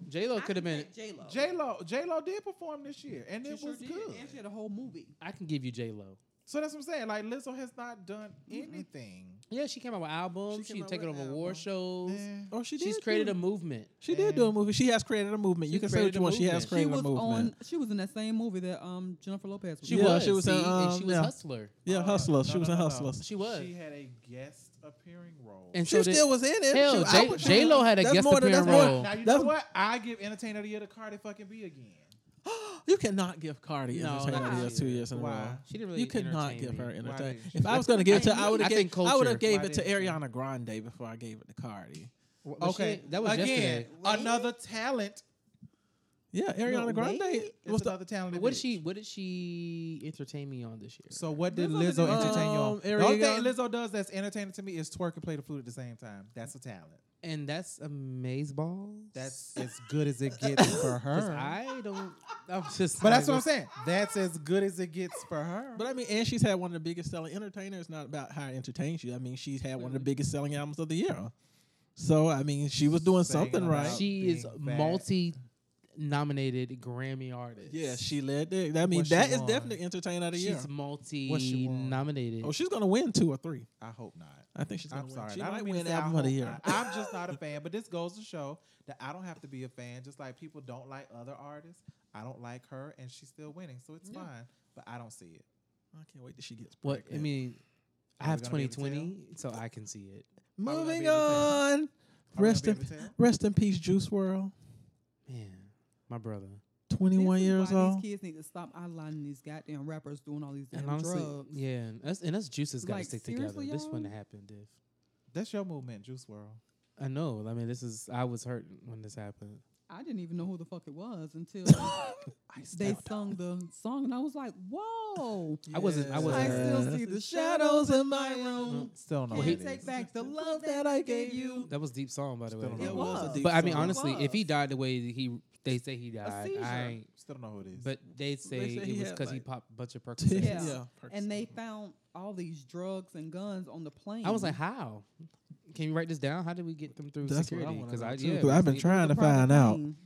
S5: J Lo could have been.
S4: J Lo.
S2: J Lo, J Lo did perform this year, and it was good.
S4: And she had a whole movie.
S5: I can give you J Lo.
S2: So that's what I'm saying. Like Lizzo has not done anything.
S5: Yeah, she came out with albums.
S6: She
S5: She,
S6: came
S5: she's
S6: out
S5: taken
S6: with
S5: over war
S6: album.
S5: shows.
S2: Eh.
S6: oh, she did.
S5: She's created
S6: do,
S5: a movement.
S6: She did do a
S2: and-
S6: movie. She has created a movement. You
S5: She
S6: can say
S5: created a
S6: what you want. She has
S5: movement.
S4: She
S6: created
S4: was
S6: a movement.
S4: on. She was in that same movie that um Jennifer Lopez was.
S5: She
S4: in.
S6: Yeah,
S5: was.
S6: she was
S5: see?
S6: in,
S5: and
S6: um,
S5: she was
S6: yeah.
S5: hustler.
S6: yeah, Hustlers. she was in Hustlers.
S5: She was.
S2: She had a guest appearing role.
S5: And
S6: She
S5: so did-
S6: still was in it.
S5: Hell,
S6: She- I
S5: J-
S6: would-
S5: J-Lo had a
S6: that's
S5: guest
S6: more than-
S5: appearing
S6: that's more-
S5: role.
S2: now you know
S6: that's-
S2: what? I give Entertainer of the Year to Cardi fucking B again.
S6: You cannot give Cardi
S5: No,
S6: entertainment
S5: nah.
S6: of the year two years in a
S2: Why?
S6: row.
S5: She didn't really.
S6: You could not
S5: entertain
S6: give
S5: me.
S6: her entertainment.
S2: didn't
S6: If
S2: you?
S6: I was going to give it to, I would
S5: I
S6: have gave,
S5: think
S6: I would
S5: culture.
S6: have gave
S2: Why
S6: it to
S2: didn't you?
S6: Ariana Grande before I gave it to Cardi.
S5: But she
S2: okay,
S5: didn't- that was
S2: again
S5: yesterday.
S2: another talent.
S6: Yeah, Ariana
S5: No,
S6: Grande
S5: wait.
S6: was
S2: It's
S6: the
S2: another talented.
S5: What did
S2: bitch.
S5: she? What did she entertain me on this year?
S2: So what did
S4: Lizzo
S2: Lizzo,
S4: didn't-
S2: entertain you on?
S6: Um,
S2: The only thing
S6: Ariana-
S2: Lizzo does that's entertaining to me is twerk and play the flute at the same time. That's a talent.
S5: and that's amazeballs.
S2: That's as good as it gets for
S5: 'Cause
S2: her.
S5: I don't. I'm just.
S2: But that's what
S5: like,
S2: I'm saying. That's as good as it gets for her.
S6: But I mean, and she's had one of the biggest selling entertainers. It's Not about how it entertains you. I mean, she's had one of the biggest selling albums of the year. So I mean, she was doing
S2: Saying
S6: something
S2: about-
S6: right.
S5: She is
S2: Being fat.
S5: multi-nominated Grammy artist.
S6: yeah, she led it. I mean,
S2: What she
S6: that is
S2: won.
S6: definitely entertainer of the year.
S5: She's multi-nominated.
S6: Oh, she's gonna win two or three.
S2: I hope not.
S6: I think she's gonna
S2: I'm
S6: win.
S2: sorry.
S6: She
S2: I
S6: might
S2: don't mean
S6: win
S2: to say I
S6: album of the
S2: hope
S6: year.
S2: not. I'm just not a fan. But this goes to show that I don't have to be a fan. Just like people don't like other artists, I don't like her, and she's still winning, so it's fine. But I don't see it.
S6: I can't wait till she gets.
S5: what I
S6: pregnant.
S5: mean, I
S2: Are we
S5: have
S2: gonna be able to
S5: 2020, so I can see it.
S2: Are we gonna be able
S6: moving
S2: to tell? Are
S6: on.
S2: we
S6: Rest
S2: gonna
S6: in
S2: be able to tell?
S6: rest in peace, Juice World.
S5: Man, my brother.
S6: Twenty one
S4: This is
S6: years
S4: why
S6: old.
S4: These kids need to stop outlining these goddamn rappers doing all these damn
S5: And honestly,
S4: drugs.
S5: yeah, and us and us juices got to
S4: Like,
S5: stick together.
S4: seriously,
S5: This
S4: y'all?
S5: wouldn't have happened if
S2: That's your movement, Juice World.
S5: I know. I mean, this is I was hurt when this happened.
S4: I didn't even know who the fuck it was
S6: <laughs>
S4: until they sung the song, and I was like, "Whoa!"
S5: I wasn't. I
S6: Yes. Mm-hmm.
S5: wasn't.
S4: I still
S5: uh,
S4: see the shadows in my room.
S2: Still
S5: Oh,
S2: know
S4: Can
S2: what
S4: you
S2: it
S4: take
S2: is.
S4: back
S6: <laughs>
S4: the love that I gave you?
S5: that was a deep song, by the way.
S2: Still don't
S4: It
S2: know.
S4: was.
S6: deep
S5: But I mean,
S6: song.
S5: honestly, if he
S4: was.
S5: died the way he they say he died,
S4: seizure.
S5: I ain't,
S2: Still don't know who it is.
S5: but they say
S6: say
S5: it
S6: he
S5: was
S6: had,
S5: because he
S6: like,
S5: popped a bunch of Percocets.
S4: <laughs> Yeah.
S6: Percocet.
S4: And they found all these drugs and guns on the plane.
S5: I was
S4: <laughs>
S5: like, how? Can you write this down? How did we get them through
S6: That's what I
S5: security?
S6: wanna
S5: Because
S6: know
S5: I,
S6: too,
S5: yeah,
S6: 'cause I've been
S5: we-
S6: trying to
S4: Private
S6: find out.
S4: plane.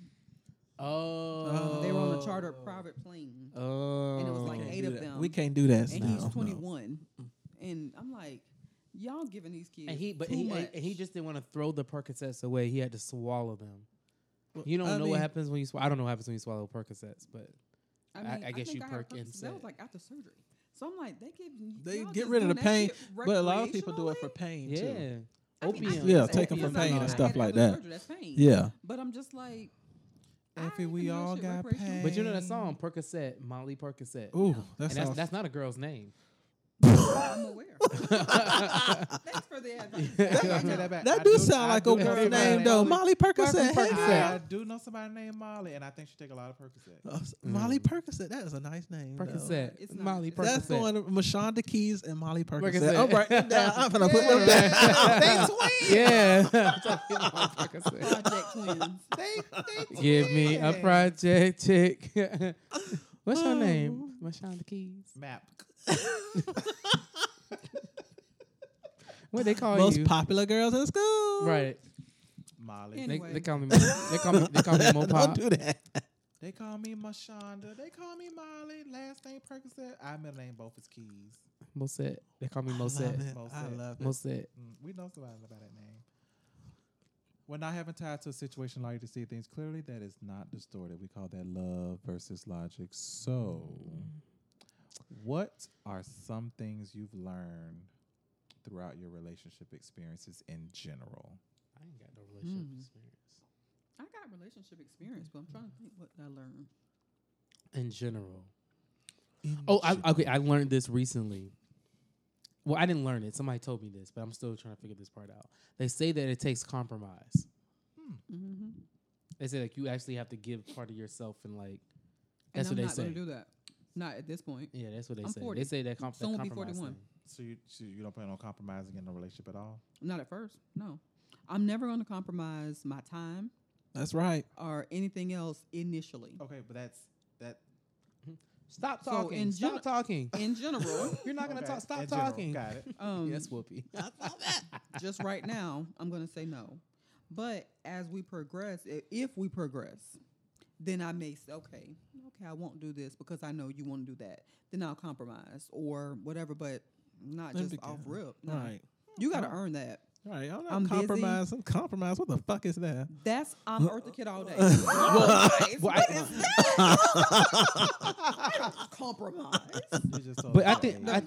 S5: Oh,
S4: They were on a chartered private plane,
S5: Oh,
S4: and it was like
S6: Can't
S4: eight
S6: do
S4: of
S6: that.
S4: them.
S6: We can't do that.
S4: and
S6: now.
S4: he's
S6: No.
S4: 21, and I'm like, y'all giving these kids
S5: And he, but
S4: too
S5: he,
S4: much.
S5: and he just didn't want to throw the Percocets away. He had to swallow them. You don't
S6: I
S5: know what
S6: mean-
S5: happens when you. Sw- I don't know what happens when you swallow Percocets, but I- I guess
S4: think
S5: you
S4: had
S5: perk
S4: Percocet. That was
S5: instead.
S4: like after surgery. So I'm like, they give
S6: They
S4: y'all
S6: get
S4: just
S6: rid of
S4: doing
S6: the
S4: that
S6: pain,
S4: shit
S6: but a lot of people do it for
S4: recreationally?
S6: pain
S5: yeah,
S6: too.
S4: I mean, I
S5: opium.
S4: get
S6: Yeah,
S4: that
S6: take 'em for
S4: because I
S6: pain
S4: know
S6: and
S4: I
S6: stuff
S4: had
S6: like
S4: other
S6: that.
S4: surgery, that's pain.
S6: Yeah,
S4: But I'm just like, I
S6: Effie,
S4: ain't
S6: we
S4: finna do that
S6: all
S4: shit
S6: got
S4: recreational.
S6: pain.
S5: But you know that song Percocet, Molly Percocet.
S6: ooh,
S5: and
S6: that
S5: that's,
S6: sounds.
S5: that's not a girl's
S6: <laughs>
S5: name. <laughs>
S4: I'm aware. Thanks for
S6: <laughs>
S4: the advice. I know.
S2: back.
S6: that
S2: I
S6: do
S2: do- I
S6: sound like
S2: do
S6: a
S2: know
S6: girl's
S2: somebody
S6: name though.
S2: named
S6: Molly Percocet.
S5: Percocet.
S6: Hey,
S2: I, I
S6: girl.
S2: do know somebody named Molly, and I think she take a lot of Percocet.
S6: Uh, Molly Percocet. That is a nice name. though.
S5: Percocet,
S4: It's not.
S5: Molly Percocet.
S4: It's-
S6: That's the one. Mashonda Keys and Molly Percocet.
S5: Percocet.
S6: I'm <laughs> writing them down. I'm gonna put
S2: <laughs>
S6: them down. <laughs> Thanks, Wayne.
S5: Yeah. <laughs> I'm talking about Percocet.
S4: Project
S5: <laughs>
S4: Twins.
S5: Give me a project chick. <laughs> What's her name? Mashonda Keys.
S2: Map.
S5: What they call
S6: Most
S5: you?
S6: popular girls in school.
S5: right.
S2: Molly.
S4: And-
S5: They,
S4: Anyway.
S5: they call me. Mo- They call me. They call <laughs> me Mo
S6: Don't
S5: Pop.
S6: do that.
S2: They call me Mashonda. They call me Molly. Last name Percocet. I middle name both is Keys.
S5: Moset. They call me
S6: Love
S5: Moset.
S6: it. I
S2: Most
S6: love it.
S5: Moset.
S2: Mm, we know somebody by that name. When I haven't tied to a situation like to see things clearly, that is not distorted. We call that love versus logic. So, what are some things you've learned throughout your relationship experiences in general?
S5: I ain't got no relationship
S4: Hmm.
S5: experience.
S4: I got relationship experience, but I'm trying to think what I learned.
S5: In general. Oh, I,
S2: general.
S5: okay. I learned this recently. Well, I didn't learn it. Somebody told me this, but I'm still trying to figure this part out. They say that it takes compromise.
S4: Mm-hmm.
S5: They say like you actually have to give part of yourself and like
S4: And
S5: that's
S4: I'm
S5: what they
S4: not
S5: say.
S4: gonna do that. Not at this point.
S5: Yeah, that's what they
S4: I'm
S5: say.
S4: 40.
S5: They say that, comp- that
S4: Soon will be
S5: compromise.
S4: 41.
S5: thing.
S2: So you, so you don't plan on compromising in a relationship at all?
S4: Not at first. No. I'm never going to compromise my time
S6: That's right.
S4: or anything else initially.
S2: Okay, but that's that.
S5: Stop
S4: So
S5: talking.
S4: in
S5: stop
S4: gen-
S5: talking.
S4: In general,
S5: <laughs> You're not gonna
S2: okay,
S5: talk. Stop
S2: in general.
S5: talking.
S2: Got <laughs> it.
S4: um,
S5: Yes, Whoopi.
S4: just right now, I'm going to say no. But as we progress, i- if we progress, then I may say, okay, okay, I won't do this because I know you want to do that. Then I'll compromise or whatever, but not
S6: That'd
S4: just
S6: be
S4: off
S6: good.
S4: rip. No.
S6: All right.
S4: You got to earn that.
S6: All right. I'm not
S4: I'm busy.
S6: compromised. I'm compromised. What the fuck is that?
S4: That's I'm Eartha Kid all day. well, I, don't compromise.
S2: You just told me
S5: But I
S2: that
S5: think
S2: age.
S5: I,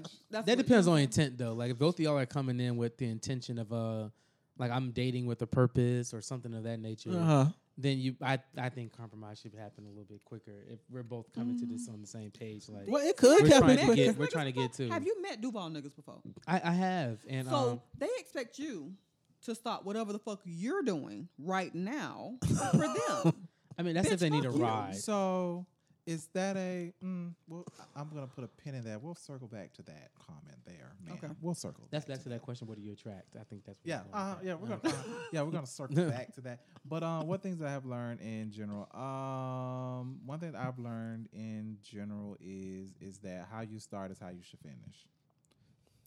S5: that
S4: That's what-
S5: depends on intent though. Like if both of y'all are coming in with the intention of uh like I'm dating with a purpose or something of that nature,
S6: Uh huh.
S5: then you I I think compromise should happen a little bit quicker if we're both coming to
S4: Mm.
S5: this on the same page. Like
S6: Well, it could
S5: We're trying
S6: happen
S5: to
S4: Met
S5: get-
S6: quicker.
S4: these
S5: we're
S4: niggas
S5: trying to get
S4: before?
S5: to-
S4: Have you met Duval niggas before?
S5: I, I have and
S4: so
S5: um,
S4: they expect you to stop whatever the fuck you're doing right now for
S5: <laughs>
S4: them.
S5: I mean that's if
S4: bitch,
S5: they need a
S4: fuck you.
S5: ride.
S2: So is that a? Mm, well, I- I'm gonna put a pin in that. We'll circle back to that comment there. ma'am.
S4: Okay.
S2: we'll circle.
S5: That's
S2: back
S5: back to that question. What do you attract? I think that's what
S2: Yeah,
S5: we're going
S6: uh-huh,
S2: uh,
S5: with
S2: yeah,
S5: that.
S2: we're gonna, uh, yeah, we're gonna
S5: <laughs>
S2: circle back to that. But um, what things that I have learned in general, um, one thing that I've learned in general is is that how you start is how you should finish.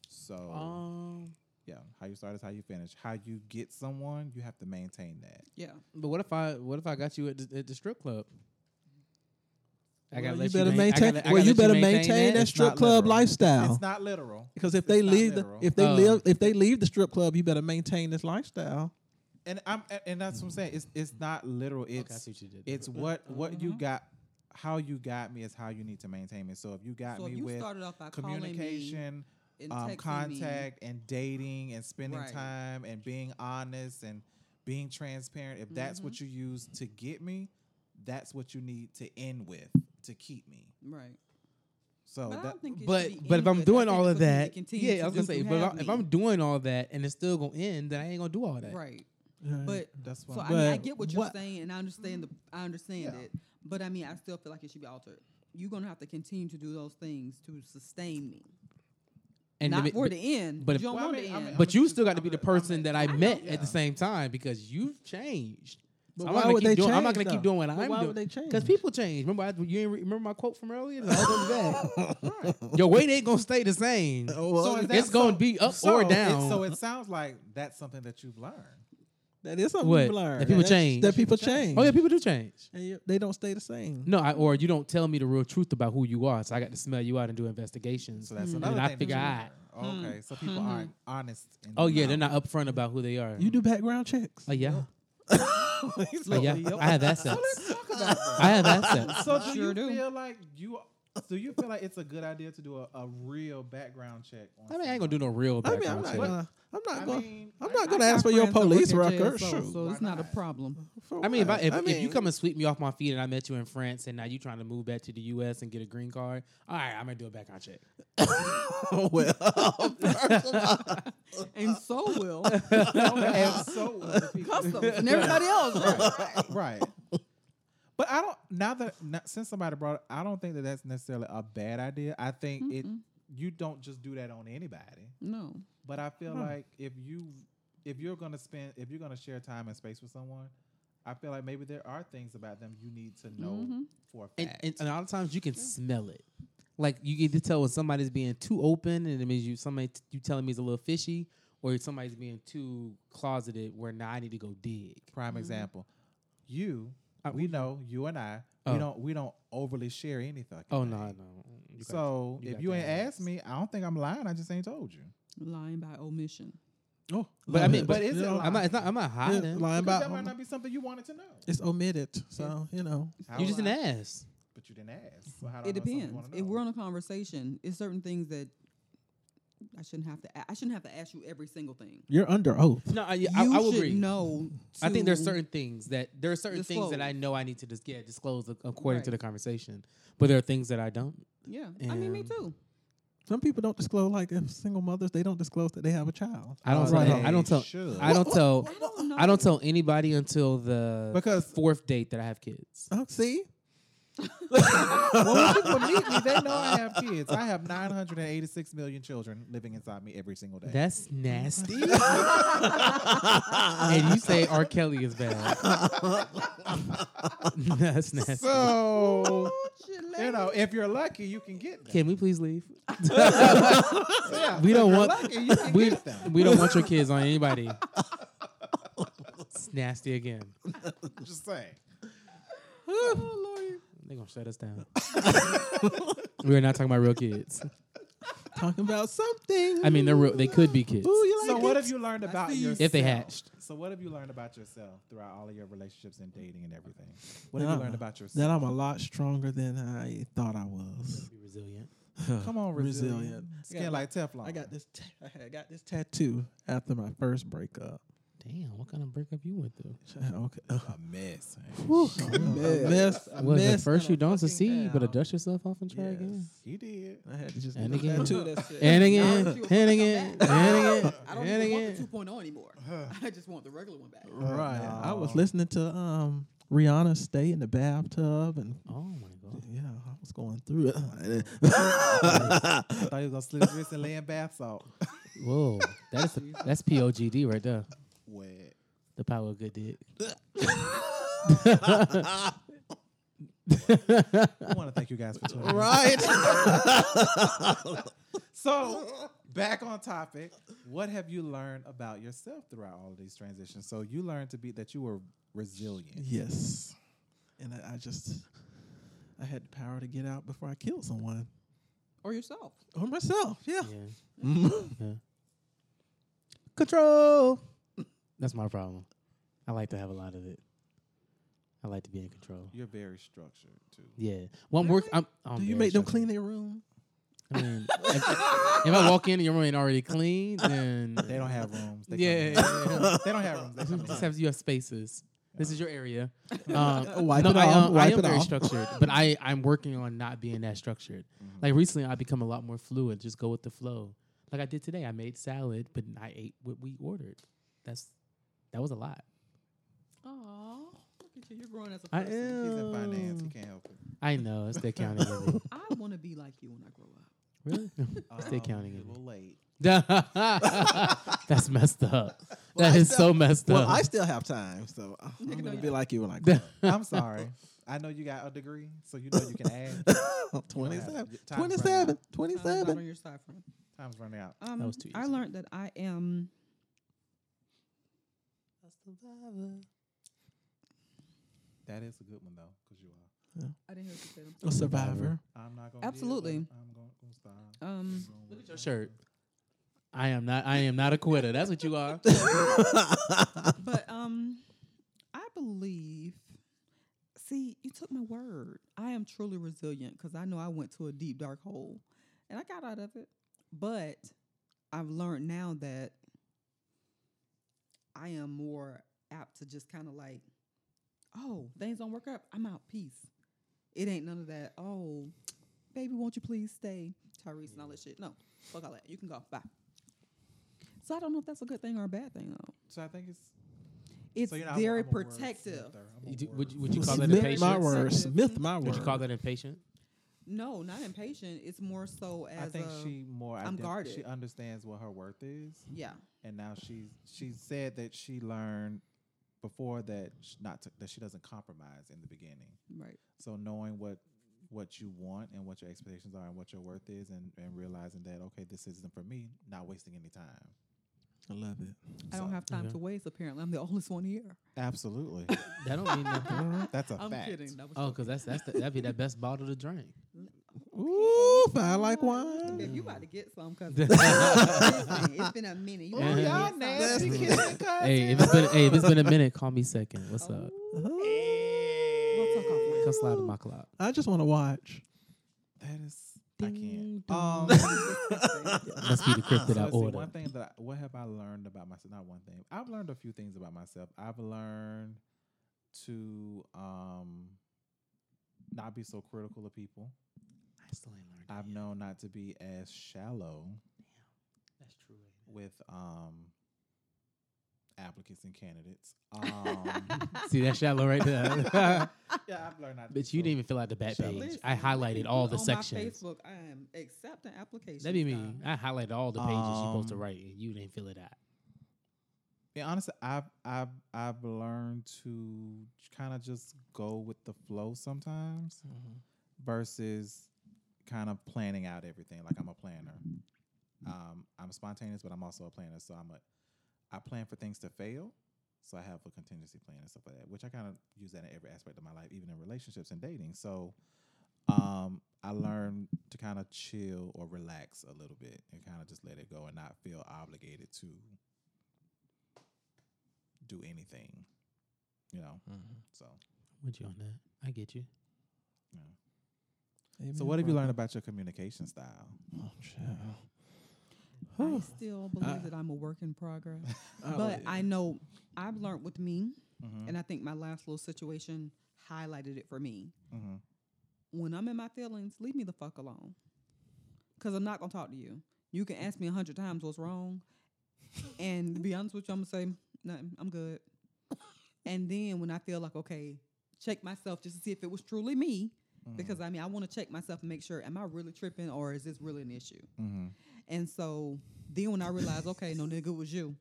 S2: So
S5: Um,
S2: yeah, how you start is how you finish. How you get someone, you have to maintain that.
S4: Yeah.
S5: but what if I what if I got you at the, at the strip club? I gotta
S6: Well,
S5: let
S6: you better
S5: main- I
S6: maintain.
S5: gotta- I
S6: well,
S5: gotta
S6: you
S5: let
S6: better
S5: maintain
S6: maintain that
S5: It's
S6: strip
S2: not
S6: club
S2: literal.
S6: lifestyle.
S2: It's not literal
S6: Because if
S2: It's
S6: they
S2: not
S6: leave, the,
S2: literal.
S6: if they
S5: Oh.
S6: live, if they leave the strip club, you better maintain this lifestyle.
S2: and I'm a- and that's what I'm saying. It's it's not literal. It's
S5: I see what you did there.
S2: It's
S4: Mm-hmm.
S2: what what you got. How you got me is how you need to maintain me. So if you got
S4: So if
S2: me
S4: you
S2: with
S4: started off by calling me
S2: communication,
S4: and texting
S2: um,
S4: me-
S2: contact, and dating, and spending
S4: Right.
S2: time, and being honest, and being transparent, if that's
S4: Mm-hmm.
S2: what you use to get me, that's what you need to end with to keep me.
S4: Right.
S2: So
S4: But
S2: that
S4: I don't think it should be
S5: But but if
S4: ended.
S5: I'm
S4: I
S5: doing
S4: think
S5: all of
S4: it's something they
S5: that,
S4: continue
S5: yeah,
S4: to
S5: I was gonna
S4: do
S5: say,
S4: to
S5: but if
S4: have
S5: I'm- if
S4: me.
S5: I'm doing all that and it's still gonna end, then I ain't gonna do all that.
S4: Right. But
S2: That's
S4: so
S2: why.
S4: I mean, I
S6: But
S4: get what you're
S6: what-
S4: saying, and I understand the I understand it. But I mean, I still feel like it should be altered. You're gonna have to continue to do those things to sustain me,
S5: And
S4: not
S5: the-
S4: for the end.
S5: but
S4: But
S5: if-
S4: you don't
S2: Well, I
S4: want
S2: mean-
S4: the
S2: I
S4: end.
S2: mean-
S5: But you
S2: just-
S5: still got to
S2: I'm
S5: be the
S2: a- I'm a-
S5: person that I met at
S2: yeah.
S5: the same time because you've changed.
S6: But
S5: So I'm
S6: why
S5: not gonna
S6: would
S5: keep
S6: they
S5: doing, I'm
S6: change,
S5: not gonna keep
S6: though?
S5: doing what
S6: But
S5: I'm
S6: why
S5: doing.
S6: would they change?
S5: Because people change. Remember, I, you ain't re- remember my quote from earlier? It's all comes back. Your weight ain't gonna stay the same.
S6: Oh,
S2: So is that-
S5: it's gonna
S2: so-
S5: be up
S2: so
S5: or
S2: it-
S5: down.
S2: so it sounds like that's something that you've learned.
S6: that is something
S5: What?
S6: you've learned.
S5: That people
S6: That's-
S5: change.
S6: That people change.
S5: oh yeah, people do change.
S6: And you, they don't stay the same.
S5: No, I, or you don't tell me the real truth about who you are, so I got to smell you out and do investigations.
S2: So that's
S4: Mm-hmm.
S5: And
S4: Mm.
S5: then
S2: another
S5: I
S2: thing.
S5: figure
S2: that
S5: out.
S2: you learn. Okay, so people aren't honest. In
S5: Oh yeah, they're not upfront about who they are.
S6: You do background checks.
S5: Oh
S6: <laughs>
S5: yeah.
S6: He's
S5: Oh
S6: like,
S5: yeah. I have <laughs> assets. I have assets.
S2: So do
S4: Sure
S2: you
S4: do.
S2: feel like you? Do you feel like it's a good idea to do a, a real background check? On
S5: I mean, I ain't gonna do no real
S6: I mean,
S5: background
S6: I'm not
S5: check.
S6: gonna. I'm
S2: I
S6: not going.
S2: mean,
S6: I'm
S2: I-
S6: not
S2: I
S6: going to
S2: got
S6: ask for your
S4: Friends that work
S6: police
S4: at
S6: record.
S4: JSO,
S6: Shoot.
S4: so it's
S2: Why
S4: not a
S2: not? <laughs>
S4: problem.
S6: For
S5: I mean, if, I,
S6: what?
S5: if,
S6: I
S5: if you
S6: mean,
S5: come and sweep me off my feet and I met you in France and now you trying to move back to the U.S. and get a green card, all right, I'm gonna do a background check.
S3: Oh, well, first of all,
S4: And so <laughs> will
S2: <laughs> and so will the people.
S4: customs
S2: <laughs>
S4: and everybody else.
S2: right. But I don't now that now, since somebody brought it, I don't think that that's necessarily a bad idea. I think it you don't just do that on anybody.
S4: <laughs> No,
S2: But I feel like if you if you're gonna spend if you're gonna share time and space with someone, I feel like maybe there are things about them you need to know
S5: Mm-hmm.
S2: for a
S5: And,
S2: fact.
S5: and, and a lot of times you can smell it. Like you get to tell when somebody's being too open, and it means you somebody you telling me is a little fishy, or somebody's being too closeted. Where now I need to go dig.
S2: Prime example, you
S5: Uh,
S2: we know you and I
S5: Oh.
S2: we don't we don't overly share anything.
S5: Oh no, no. You got-
S2: So
S5: you
S2: if
S5: got
S2: you
S5: that
S2: ain't
S5: ass.
S2: asked me, I don't think I'm lying. I just ain't told you.
S4: lying by omission.
S6: oh,
S5: but I mean, but
S2: But is it
S5: I'm not. It's not. I'm not
S6: yeah,
S5: hiding.
S2: Because
S6: lying about
S2: that might not be something you wanted to know.
S6: it's omitted. So you know,
S2: How
S5: you just an
S2: would I-
S5: ass.
S2: But you didn't ask. So how do I
S4: It
S2: know something you
S4: depends.
S2: wanna
S4: If
S2: know?
S4: we're on a conversation, it's certain things that I shouldn't have to. a- I shouldn't have to ask you every single thing.
S6: you're under oath.
S5: No, I,
S4: You
S5: I, I will
S4: should
S5: agree.
S4: know.
S5: I think there's
S4: to-
S5: certain things that there are certain things that I
S4: disclose.
S5: know I need to just yeah disclose ac- according to
S4: Right.
S5: the conversation, but there are things that I don't.
S4: Yeah, I mean, me
S5: and-
S4: too.
S6: Some people don't disclose. Like if single mothers, they don't disclose that they have a child.
S5: I don't.
S2: Right.
S5: tell, I don't
S2: They
S5: tell.
S2: should.
S5: I don't tell.
S4: I don't know.
S5: I don't tell anybody until the
S2: Because-
S5: fourth date that I have kids.
S6: Oh, see,
S5: <laughs>
S2: well, when people meet me, they know I have kids. I have 986 million children living inside me every single day.
S5: That's nasty. and you say R. Kelly is bad. <laughs> That's nasty.
S2: so,
S4: Shit,
S2: you
S4: lady.
S2: know, if you're lucky, you can get them.
S5: Can we please leave?
S2: Yeah,
S5: we
S2: if
S5: don't
S2: you're
S5: want-
S2: Lucky,
S5: <laughs>
S2: you can
S5: We,
S2: get them.
S5: we don't want your kids on anybody. It's nasty again.
S2: Just saying.
S5: They're gonna shut us down. <laughs> We're not talking about real kids.
S6: talking about something.
S5: I mean, they're real. They could be kids
S6: Ooh, you like
S2: So, what
S6: it?
S2: have you learned about
S4: see you.
S2: yourself?
S5: if they hatched.
S2: So, what have you learned about yourself throughout all of your relationships and dating and everything? What have you
S6: Uh,
S2: learned about
S6: That
S2: yourself?
S6: I'm a lot stronger than I thought I was.
S5: Be resilient.
S2: Come on, resilient.
S6: resilient.
S2: Skin like Teflon.
S6: I got this. ta- <laughs> I had got this tattoo after my first breakup. <laughs>
S5: Damn, what kind of breakup you went through?
S6: Okay. <laughs> Uh,
S2: a mess.
S6: a mess. a
S5: Well, at
S6: mess
S5: first
S6: and
S5: you
S6: a
S5: don't
S6: fucking
S5: succeed, but
S6: hell.
S5: dust yourself off and try
S6: Yes.
S5: again.
S2: He did.
S6: I had to just
S5: And
S6: get a
S5: again.
S2: <laughs>
S6: tattoo <laughs> that said-
S5: And
S4: Now
S5: again,
S4: that you
S5: and again, and again,
S4: come I don't
S5: and
S4: even want the
S5: again.
S4: 2.0 anymore. <laughs> I just want the regular one back.
S6: Right. I was listening to um Rihanna stay in the bathtub and
S5: <laughs> Oh my god.
S6: yeah, I was going through it. <laughs>
S2: I thought he was gonna slip wrist and lay in bath salt.
S5: Whoa, that's that's POGD right there.
S2: What?
S5: The power of good dick.
S2: I want to thank you guys for tuning in.
S3: right?
S2: <laughs> So, back on topic, what have you learned about yourself throughout all of these transitions? So, you learned to be that you were resilient.
S6: yes. And I, I just I had the power to get out before I killed someone.
S4: Or yourself.
S6: Or myself, yeah. <laughs>
S5: Yeah. yeah. Control. That's my problem. I like to have a lot of it. I like to be in control.
S2: You're very structured too.
S5: Yeah. Well, I'm work. I'm, I'm
S6: Do you
S5: very
S6: make them
S5: structured.
S6: clean their room?
S5: I mean, if, if I walk in and your room ain't already clean, then
S2: They don't have rooms. They come
S5: Yeah,
S2: in.
S5: yeah,
S2: <laughs> they don't have rooms. They come in.
S5: just have you have spaces. This is your area. Um,
S6: Wipe
S5: no,
S6: it
S5: I,
S6: off,
S5: um,
S6: wipe
S5: I am
S6: it
S5: very
S6: off.
S5: structured, but I I'm working on not being that structured. Like recently, I've become a lot more fluid. Just go with the flow. Like I did today, I made salad, but I ate what we ordered. That's that was a lot.
S4: Oh, look at you. You're growing as a
S5: I
S4: person.
S5: am.
S2: He's in finance. He can't help it.
S5: I know it's the accounting. of it.
S4: I want to be like you when I grow up.
S5: Really? Still
S6: <laughs>
S2: Um,
S5: counting
S2: he's
S5: it.
S2: A little late.
S5: <laughs> That's messed up.
S3: Well,
S5: That
S3: I
S5: is
S3: still-
S5: so messed
S3: Well,
S5: up.
S6: Uh-huh.
S3: I still have time, so I'm
S4: Nigga, no,
S3: gonna
S4: you
S3: be
S4: don't.
S3: like you when I grow
S5: <laughs>
S2: I'm sorry. I know you got a degree, so you know you can
S4: <laughs>
S2: add.
S6: <laughs>
S3: up. <laughs> 27,
S2: Time's running
S3: 27,
S2: out.
S4: Time's not
S3: 27.
S4: on your side, friend.
S2: Time's running out.
S4: Um,
S5: was too
S4: I
S5: easy.
S4: learned that I am.
S2: That is a good one though, because you are.
S4: I didn't hear what you said. I'm
S6: A survivor.
S2: I'm not going. to
S4: Absolutely.
S2: I'm going to stop.
S4: sorry. Um,
S5: Look at your shirt. I am not. I am not a quitter. That's what you <laughs> are.
S4: but um, I believe. See, you took my word. I am truly resilient because I know I went to a deep dark hole, and I got out of it. But I've learned now that I am more apt to just kind of like, oh, things don't work out. I'm out. Peace. It ain't none of that. Oh, baby, won't you please stay, Tyrese, and all that shit. No, fuck all that. You can go. Bye. So I don't know if that's a good thing or a bad thing though.
S2: So I think it's.
S4: It's
S2: so, you know, I'm a-
S4: very
S2: I'm a word
S4: protective.
S2: sniffer. I'm a
S5: You do-
S2: word
S5: would you- would you call that
S4: Very
S5: impatient?
S6: my word.
S4: protective.
S6: Smith my word.
S5: Would you call that impatient?
S4: No, not impatient. It's more so as
S2: I think
S4: a,
S2: she more.
S4: I'm
S2: ident-
S4: guarded.
S2: She understands what her worth is,
S4: yeah.
S2: and now she's she said that she learned before that sh- not to, that she doesn't compromise in the beginning.
S4: Right.
S2: So knowing what what you want and what your expectations are and what your worth is, and and realizing that okay, this isn't for me. Not wasting any time.
S6: I love it.
S4: I don't have time
S5: yeah.
S4: to waste. Apparently, I'm the <laughs> oldest one here.
S2: <laughs> Absolutely,
S5: That don't mean nothing.
S2: that's a
S4: I'm
S2: fact.
S4: kidding. That was
S5: Oh, because that's that's the, that'd be that best bottle to drink.
S6: Ooh, I like
S4: joking.
S6: wine.
S4: Babe, you about to get
S5: <laughs>
S4: some because it's been a minute. You about to
S5: y'all
S4: get some.
S3: nasty
S4: That's-
S3: kids.
S5: <laughs>
S6: <laughs>
S5: hey, if it's been hey, if it's been a minute, call me second. What's up?
S4: We'll talk offline.
S5: Come slide in my clock.
S6: I just want to watch.
S2: That is, I can't.
S6: <laughs>
S5: Um, must be the <laughs> crypt that Oh. I
S2: So, see,
S5: ordered.
S2: one thing that I, what have I learned about myself? Not one thing. I've learned a few things about myself. I've learned to um not be so critical of people.
S5: I still ain't learned.
S2: I've known not to be as shallow
S5: That's true.
S2: with um applicants and <laughs> candidates. Um,
S5: See that shallow right <laughs> there.
S2: yeah, I've learned not. to be
S5: Bitch, you
S2: so-
S5: didn't even fill out the back
S2: Shut
S5: page.
S4: Listen,
S5: I highlighted all the
S4: on My
S5: sections.
S4: Facebook, I am accepting applications.
S5: That'd be me.
S4: y'all.
S5: I highlighted all the pages you supposed to
S2: Um,
S5: write, and you didn't fill it out.
S2: Yeah, honestly, I've I've I've learned to kind of just go with the flow sometimes,
S5: mm-hmm.
S2: versus kind of planning out everything. Like I'm a planner. Um, I'm spontaneous, but I'm also a planner. So I'm a I plan for things to fail. So I have a contingency plan and stuff like that, which I kind of use that in every aspect of my life, even in relationships and dating. So um, I learned to kind of chill or relax a little bit and kind of just let it go and not feel obligated to do anything, you know. So,
S5: With you on that, I get you.
S2: yeah. so what have you learned about your communication style?
S3: Oh,
S4: I still
S5: Uh,
S4: believe that I'm a work in progress,
S6: Oh,
S3: Oh,
S4: but I know I've learned with me,
S2: Mm-hmm.
S4: and I think my last little situation highlighted it for me.
S2: Mhm.
S4: When I'm in my feelings, leave me the fuck alone, because I'm not gonna talk to you. You can ask me a hundred times what's wrong, and to be honest with you, I'm gonna say nothing. I'm good. And then when I feel like okay, check myself just to see if it was truly me, because I mean I want to check myself and make sure am I really tripping or is this really an issue?
S2: Mm-hmm.
S4: And so then when I realized, okay, no nigga, it was you.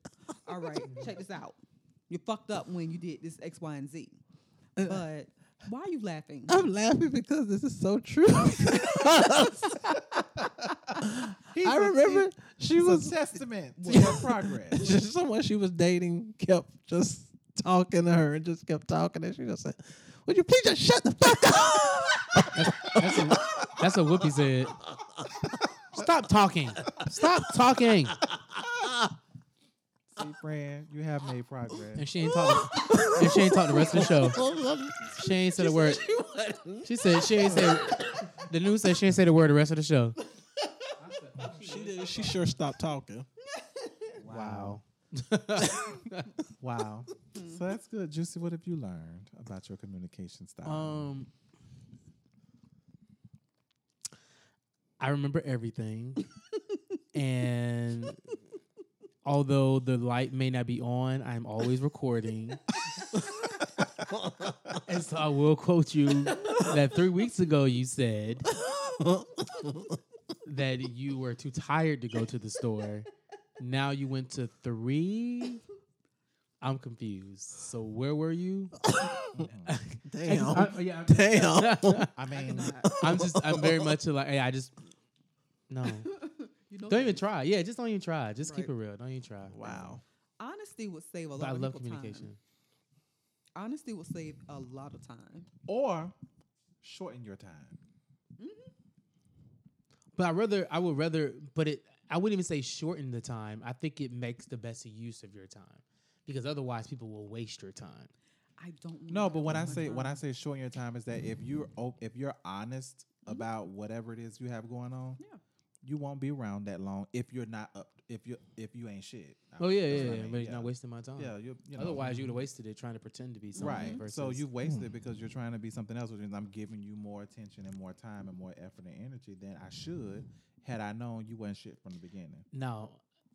S4: All right, check this out. You fucked up when you did this X, Y, and Z.
S5: Uh.
S4: But why are you laughing?
S5: Um,
S6: I'm laughing because this is so true. <laughs> I remember she was
S2: <laughs> testament to your progress.
S6: just <laughs> someone she was dating kept just talking to her and just kept talking and she just said, Would you please just shut the fuck up?
S5: That's, a, that's what Whoopi said. Stop talking. Stop talking.
S2: See, friend, you have made
S5: And <laughs>
S2: progress.
S5: she ain't talking. And she ain't talking the rest of the
S4: <laughs>
S5: show. She ain't said a
S6: <laughs>
S5: word. She said she ain't said. The news said she ain't say the word the rest of the show.
S6: She did she sure stopped <laughs> talking.
S2: Wow. <laughs> wow. So that's good. Juicy, what have you learned about your communication style?
S5: Um, I remember everything, and although the light may not be on, I'm always recording. And so I will quote you that three weeks ago you said that you were too tired to go to the store. Now you went to three. I'm confused. So where were you?
S2: Mm-hmm.
S5: <laughs>
S6: Damn.
S5: I- yeah, <laughs> I'm-
S6: <laughs>
S4: <laughs>
S6: Damn.
S2: I mean,
S5: I'm just. I'm very much like. Hey, I just. No.
S4: You know
S5: Don't
S4: that.
S5: even try. Yeah, just don't even try. Just keep
S4: Right.
S5: it real. Don't even try.
S6: wow.
S4: Honesty would save a lot
S5: But I
S4: of
S5: love
S4: people time.
S5: communication.
S4: Honesty will save a lot of time.
S2: or shorten your time.
S5: But I rather. I would rather. But it. I wouldn't even say shorten the time. I think it makes the best use of your time, because otherwise people will waste your time.
S4: I don't. wanna
S2: No, but when I
S4: waste my
S2: say when I
S4: time.
S2: say shorten your time is that if you're op- if you're honest
S5: Mm-hmm.
S2: about whatever it is you have going on,
S4: Yeah.
S2: you won't be around that long if you're not up if you if you ain't shit. I-
S5: Oh yeah, yeah,
S2: that's
S5: yeah.
S2: what I mean,
S5: But it's
S2: yeah.
S5: not wasting my time.
S2: Yeah, you, you know,
S5: Otherwise, you would have wasted it trying to pretend to be something.
S2: right.
S5: Versus,
S2: So you've wasted
S4: Hmm.
S2: it because you're trying to be something else, which means I'm giving you more attention and more time and more effort and energy than I should had I known you wasn't shit from the beginning.
S5: now.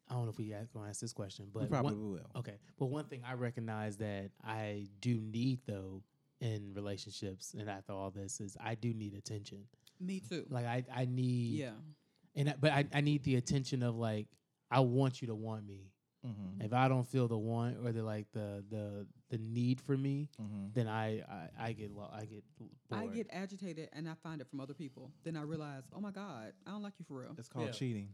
S5: I don't know if we going to ask this question, but
S2: You
S5: one-
S2: probably will.
S5: Okay. But one thing I recognize that I do need though in relationships and after all this is I do need attention.
S4: me too.
S5: Like I, I need
S4: yeah,
S5: and I, but I, I need the attention of like I want you to want me.
S2: Mm-hmm.
S5: If I don't feel the want or the like the the the need for me,
S2: Mm-hmm.
S5: then I I, I get lo- I get bored.
S4: I
S5: <laughs>
S4: get agitated and I find it from other people. Then I realize, oh my god, I don't like you for real.
S2: It's called
S5: Yeah.
S2: cheating.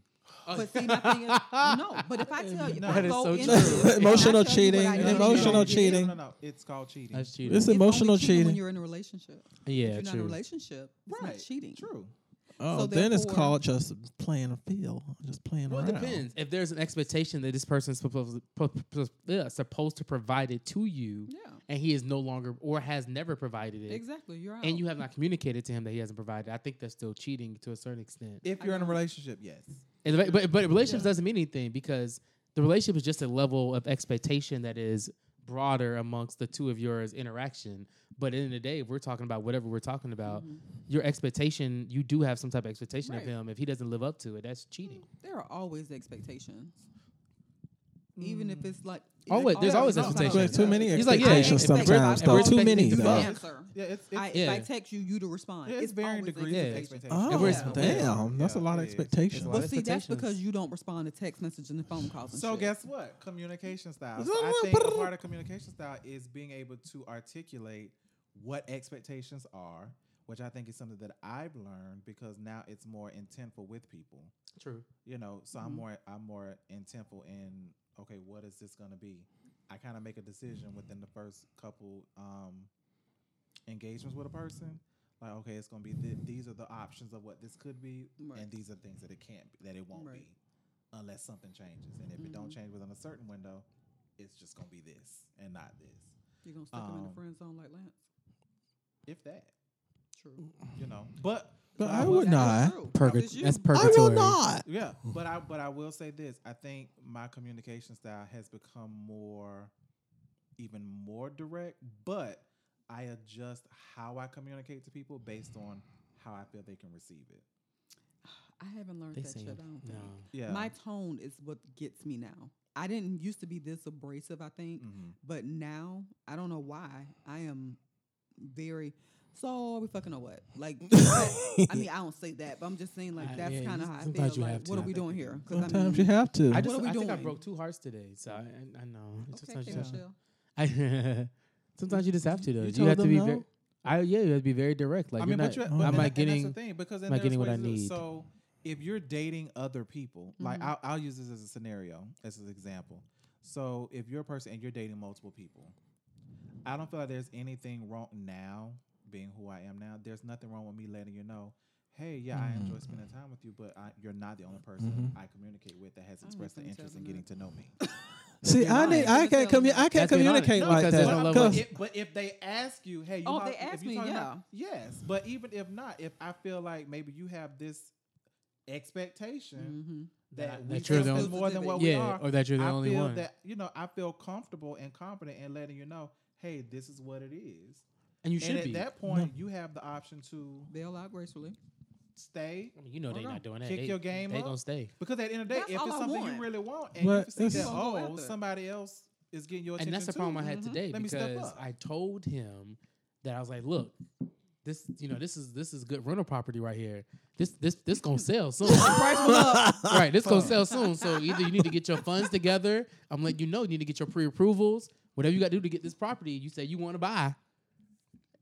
S4: But see, my thing is, no. But if I tell you,
S2: No,
S4: I
S2: that
S5: is
S4: go
S5: so
S4: into
S5: true.
S4: this and I tell
S6: Emotional
S4: you what I
S6: cheating,
S4: know you don't
S6: emotional
S4: get,
S6: cheating.
S2: No, no, no. It's called cheating.
S5: That's cheating.
S6: It's
S4: it's only
S6: emotional
S4: cheating when
S6: cheating.
S4: you're in a relationship. if
S5: yeah,
S4: you're not in a
S5: true.
S4: relationship, it's not
S2: Right.
S4: cheating.
S2: True.
S6: Oh,
S4: So
S6: then it's
S4: therefore-
S6: called just playing a field, just playing
S5: Well, it
S6: around.
S5: depends. If there's an expectation that this person's supposed pro- pro- yeah, supposed to provide it to you,
S4: Yeah,
S5: and he is no longer or has never provided it,
S4: exactly. You're out.
S5: and you have not communicated to him that he hasn't provided, I think that's still cheating to a certain extent.
S2: If
S4: I
S2: you're in a
S4: know.
S2: relationship, yes.
S5: And the- but but relationships doesn't mean anything because the relationship is just a level of expectation that is broader amongst the two of yours interaction. But in the day, if we're talking about whatever we're talking about, your expectation, you do have some type of expectation
S4: Mm-hmm. Right.
S5: of him. If he doesn't live up to it, that's cheating.
S4: there are always expectations, even
S2: Mm.
S4: if it's like
S5: Always- there's
S4: yeah,
S5: always
S4: it's not like-
S5: expectations.
S6: Too many
S5: He's like, yeah,
S6: expectations
S5: expect-
S6: sometimes,
S5: expect-
S6: though.
S5: expect-
S6: Too many,
S5: expect-
S6: though.
S4: Answer.
S2: Yeah, it's, it's
S4: I,
S5: Yeah.
S4: If I text you, you to respond.
S2: It's, varying
S4: always
S2: degrees
S5: Yeah.
S2: of expectation.
S6: Oh,
S5: we're-
S6: damn. That's a
S2: Yeah,
S6: lot of
S2: it is.
S6: expectations.
S5: It's a lot.
S4: Well, see, that's
S5: expectations.
S4: because you don't respond to text messages and phone calls. And
S2: So
S4: shit.
S2: guess what? Communication style. So I think a part of communication style is being able to articulate what expectations are, which I think is something that I've learned because now it's more intentful with people.
S5: True.
S2: You know, so
S4: Mm-hmm.
S2: I'm more I'm more intentful in okay, what is this going to be? I kind of make a decision within the first couple um, engagements with a person. Like, okay, it's going to be th- these are the options of what this could be,
S4: Right.
S2: and these are things that it can't be, that it won't
S4: Right. Mm-hmm.
S2: be unless something changes. And if it don't change within a certain window, it's just gonna be this and not this.
S4: you're gonna stick them in the
S2: um,
S4: friend zone like Lance.
S2: If that,
S5: Mm,
S4: True.
S2: you know. But
S6: But I
S2: will-
S6: would
S4: That's
S6: not.
S4: true.
S5: Purga-
S4: That was you.
S5: that's
S6: I
S5: purgatory.
S6: will not.
S2: Yeah, <sighs> but I but I will say this. I think my communication style has become more, even more direct. But I adjust how I communicate to people based on how I feel they can receive it.
S4: I haven't learned
S5: They
S4: that
S5: say
S4: shit. I don't think.
S5: no.
S2: Yeah.
S4: My tone is what gets me now. I didn't used to be this abrasive. I think,
S2: Mhm.
S4: but now I don't know why I am very. So are we fucking or what? Like, I mean, I don't say that, but I'm just saying like
S5: Uh,
S4: that's
S5: yeah, you-
S4: kind of how I feel.
S5: sometimes you
S4: like,
S5: have
S4: what
S5: to.
S4: are
S5: I
S4: we
S5: think
S4: doing
S5: you-
S4: here? 'Cause I mean,
S6: Sometimes you have to.
S5: I
S4: What
S5: just
S4: are we
S5: I think I
S4: doing?
S5: broke two hearts today, so I, I, I know. It's
S4: Okay,
S5: sometimes,
S4: K.
S5: you just,
S4: Michelle.
S5: I, <laughs> sometimes you just have to though. You,
S6: told
S5: have to
S6: them
S5: be
S6: no?
S5: very. I yeah, you have to be very direct. Like
S2: I
S5: you're
S2: mean,
S5: not.
S2: but you're,
S5: I'm
S2: and
S5: not
S2: that-
S5: getting.
S2: And that's the thing because then
S5: not
S2: there's
S5: getting what I
S2: ways to-
S5: need.
S2: So if you're dating other people, like
S4: Mm-hmm.
S2: I'll, I'll use this as a scenario, as an example. So if you're a person and you're dating multiple people, I don't feel like there's anything wrong now, being who I am now. There's nothing wrong with me letting you know. Hey, yeah, I
S5: Mm-hmm.
S2: enjoy spending time with you, but I, you're not the only person I communicate with that has
S4: I'm
S2: expressed an
S4: gonna tell
S2: interest in
S4: them that.
S2: getting to know me.
S6: See, I
S4: lying.
S6: need. I
S4: That's
S6: can't.
S4: being
S6: Commu- I can't
S5: honest.
S6: communicate
S5: No,
S6: like
S5: because
S6: that.
S5: there's
S2: But,
S5: no
S2: but
S5: level
S6: <laughs>
S5: of-
S2: if, but if they ask you, hey, you
S4: Oh,
S2: hot-
S4: they
S2: if
S4: ask
S2: you
S4: me,
S2: talking
S4: yeah.
S2: about- yes. But even if not, if I feel like maybe you have this expectation
S4: Mm-hmm.
S5: That I-
S2: that, we
S5: that you're the
S2: feel
S5: only-
S2: more than what we
S5: yeah,
S2: are,
S5: or that you're the
S2: I
S5: only
S2: feel
S5: one.
S2: that you know I feel comfortable and confident in letting you know, hey, this is what it is.
S5: and you
S2: and
S5: should
S2: at
S5: be.
S2: that point, you have the option to
S4: Bail out gracefully.
S2: stay
S5: I mean, you know they're not
S4: Hold on.
S5: doing that.
S2: Kick
S5: they,
S2: your game
S5: They
S2: up.
S5: gonna stay.
S2: because at the end of the day,
S4: That's
S2: if
S4: all
S2: it's
S4: I
S2: something
S4: want.
S2: you really want and
S6: But
S2: you see
S6: it's-
S2: that
S4: Go
S2: oh
S4: after it.
S2: somebody else is getting your attention.
S5: and that's the
S2: too.
S5: problem I had today
S2: Let me step
S5: because
S2: up.
S5: I told him that I was like, look, this you know this is this is good rental property right here. This this this gonna sell soon.
S2: <laughs>
S5: <laughs> right, this gonna sell soon. So either you need to get your funds together. I'm letting you know you need to get your pre-approvals. Whatever you got to do to get this property, you say you want to buy.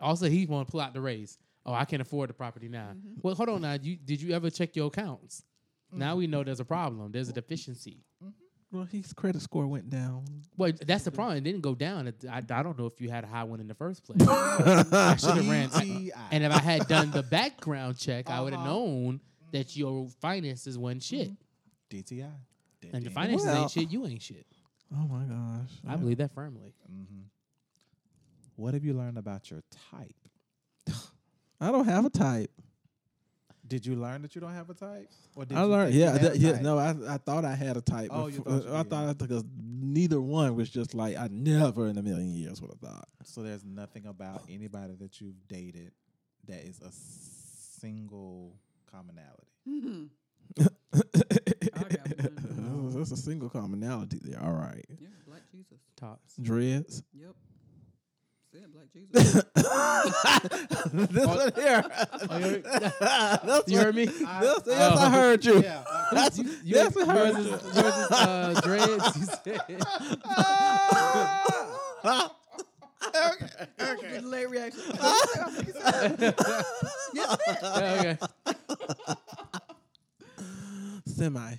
S5: Also, he want to pull out the raise. Oh, I can't afford the property now. Well, hold on now. You did you ever check your accounts? Now we know there's a problem. There's a deficiency.
S6: <laughs> Well, his credit score went down.
S5: Well, that's the problem. It didn't go down. It- I, I don't know if you had a high one in the first place. <laughs> I should have ran.
S2: TTI.
S5: and if I had done the background check, I would have
S2: Uh-huh.
S5: known that your finances wasn't shit.
S2: DTI.
S5: And your finances
S6: Well-
S5: ain't shit. You ain't shit.
S6: Oh my gosh!
S5: I believe that firmly.
S2: Mm-hmm. What have you learned about your type?
S6: I don't have a type.
S2: Did you learn that you don't have a type? Or did
S6: I
S2: you
S6: learned.
S2: think you
S6: Yeah,
S2: had
S6: that,
S2: a
S6: yeah.
S2: type?
S6: No, I, I thought I had a type.
S2: Oh, you
S6: before-
S2: thought you
S6: I
S2: did.
S6: thought I because neither one was just like I never in a million years would have thought.
S2: So there's nothing about anybody that you've dated that is a single commonality.
S4: Mm-hmm.
S6: <laughs> Oh, That's a single commonality there. All right,
S4: Yeah, Black Jesus.
S5: Tops.
S6: dreads. <laughs>
S4: Yep. Said Black Jesus.
S6: That's
S2: Oh.
S6: what here. <laughs>
S5: <laughs>
S6: That's
S5: You
S6: what-
S5: heard me?
S6: That's, that's
S2: <laughs>
S6: I heard you.
S2: Oh. Yeah.
S6: <laughs> That's, that's what I
S5: Yours
S6: heard
S5: is,
S6: you.
S5: yours is uh, dreads. you said. <laughs>
S1: Okay.
S4: Late reaction.
S5: Yeah, okay.
S6: Semi.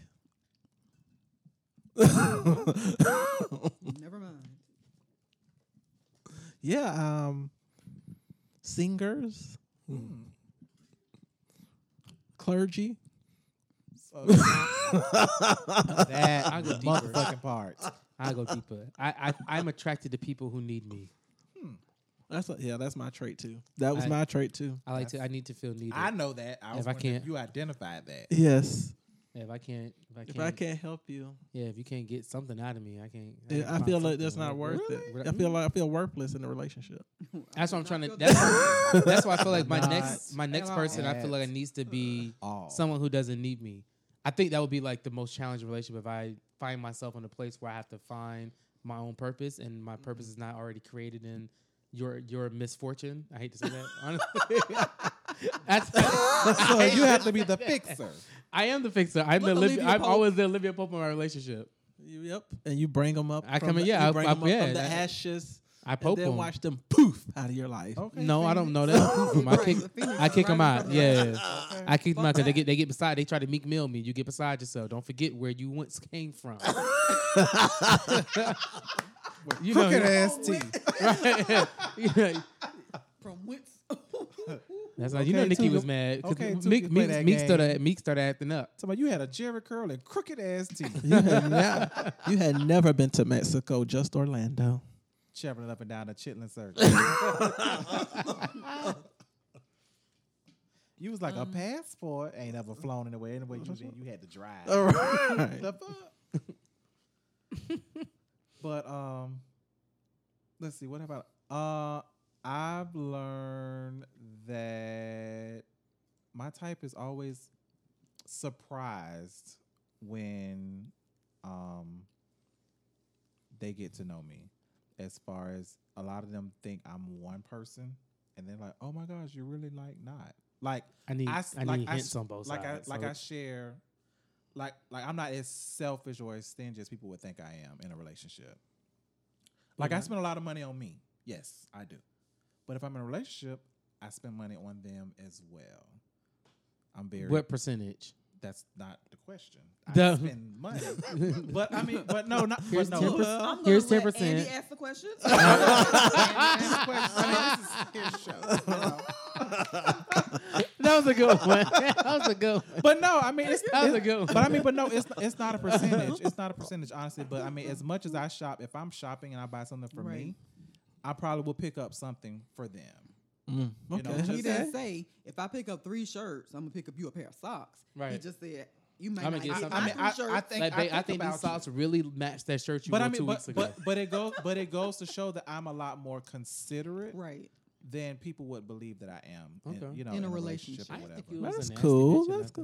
S4: Never mind.
S6: Yeah. Um, singers,
S2: Hmm.
S6: clergy.
S2: <laughs> So
S5: I
S2: that
S5: go deeper.
S2: motherfucking part.
S5: I go deeper. I, I I'm attracted to people who need me.
S6: That's a, yeah. That's my trait too. That was
S5: I-
S6: my trait too.
S5: I like to. I need to feel needed.
S2: I know that. I was
S5: I
S2: wondering
S5: can't-
S2: you identified that.
S6: Yes.
S5: Yeah, if I can't, if I can't,
S6: If I can't help you,
S5: yeah, if you can't get something out of me, I can't.
S6: it-
S5: can't
S6: I
S5: find
S6: feel like
S5: something.
S6: that's not worth it. Mm.
S5: Really?
S6: I feel like I feel worthless in the relationship.
S5: That's what I'm trying
S6: <laughs>
S5: to.
S4: feel
S5: That's,
S2: <laughs>
S5: that's why I feel like my
S2: Not
S5: next, my next
S4: at
S5: person, I feel like
S2: all.
S5: it needs to be
S2: All. <laughs>
S5: someone who doesn't need me. I think that would be like the most challenging relationship if I find myself in a place where I have to find my own purpose, and my purpose is not already created in your your misfortune. I hate to say that. Honestly, that's.
S2: so you have to be the fixer.
S5: I am the fixer. I'm the.
S6: Look,
S5: Olivia,
S6: Olivia
S5: I'm
S6: Pope.
S5: always the Olivia Pope in my relationship.
S6: Yep. And you bring them up.
S5: I
S6: from
S5: come in-
S6: the-
S5: yeah,
S6: you
S5: I-
S6: bring
S5: I-
S6: 'em up
S5: yeah,
S6: from the
S5: that-
S6: ashes.
S5: I
S6: and
S5: pope
S6: then
S5: them.
S6: watch them poof out of your life.
S2: Okay.
S5: No, I don't
S6: <laughs>
S2: Phoenix.
S5: know
S2: <laughs>
S5: that. I
S4: Right,
S5: kick,
S4: the Phoenix
S5: I kick
S4: right
S5: them out.
S4: from the-
S5: Yeah,
S2: Okay.
S5: I kick them out
S4: Fuck
S5: because they
S4: that.
S5: get they get beside. They try to meek mill me. You get beside yourself. Don't forget where you once
S2: <laughs>
S5: came from. you know,
S2: Crooked ass T.
S5: right? <laughs> Yeah.
S4: From whence? <laughs>
S5: That's how you know
S2: Okay,
S5: Nikki
S2: Tuka-
S5: was mad
S2: okay,
S5: because
S2: Tuka play
S5: Meek, Meek,
S2: that
S5: Meek started
S2: game.
S5: Meek started acting up.
S2: Somebody, you had a Jerry curl and crooked ass <laughs> T.
S6: You had, not, you had never been to Mexico, just Orlando.
S2: Traveling up and down the Chitlin Circuit. you was like a passport ain't ever flown anywhere. Anyway, you, did, you had to drive.
S6: <laughs> All right.
S2: The fuck? <laughs> but um, let's see. What about uh? I've learned that my type is always surprised when um they get to know me. As far as a lot of them think I'm one person, and they're like, "Oh my gosh, you're really like not like."
S5: I need I,
S2: s-
S5: need
S2: like
S5: hints
S2: s-
S5: on both
S2: like
S5: sides.
S2: I, like
S5: so
S2: I share, like like I'm not as selfish or as stingy as people would think I am in a relationship. Like I
S5: not?
S2: spend a lot of money on me. Yes, I do. But if I'm in a relationship, I spend money on them as well. I'm very.
S5: what percentage? <laughs>
S2: That's not the question. I
S5: The-
S2: spend
S5: <laughs>
S2: money, but I mean, but no, not
S5: Here's
S2: but <laughs> no.
S5: 10%.
S4: I'm gonna
S5: Here's
S4: let
S5: 10%.
S4: Andy ask the question. Andy,
S2: This question- I mean, this is his show, you know.
S5: That was a good one. <laughs> that was a good one.
S2: But no, I mean, it's,
S5: That was
S2: it's-
S5: a good one.
S2: But I mean, but no, it's it's not a percentage. It's not a percentage, honestly. But I mean, as much as I shop, if I'm shopping and I buy something for
S4: Right.
S2: me, I probably will pick up something for them.
S6: Okay.
S2: know,
S4: He
S2: just-
S4: didn't say if I pick up three shirts, I'm gonna pick up you a pair of socks. He
S5: Right.
S4: just said you may
S5: I'ma
S4: not
S5: get
S4: get
S5: something.
S4: my
S5: I
S2: mean,
S4: three
S2: I- I
S4: shirts.
S2: think-
S5: Like, babe, I think
S2: about
S5: these
S2: you.
S5: socks really match that shirt you
S2: But
S5: wore
S2: I mean,
S5: two
S2: but,
S5: weeks ago.
S2: but but it goes but it goes to show that I'm a lot more considerate
S4: <laughs> right.
S2: than people would believe that I am.
S5: Okay.
S2: In, you know,
S4: In
S2: in,
S4: a
S2: a
S4: relationship.
S2: relationship,
S5: I
S2: or
S5: think
S2: whatever.
S5: you was a
S6: That's
S5: nasty
S6: cool.
S5: bitch, and
S6: That's
S5: I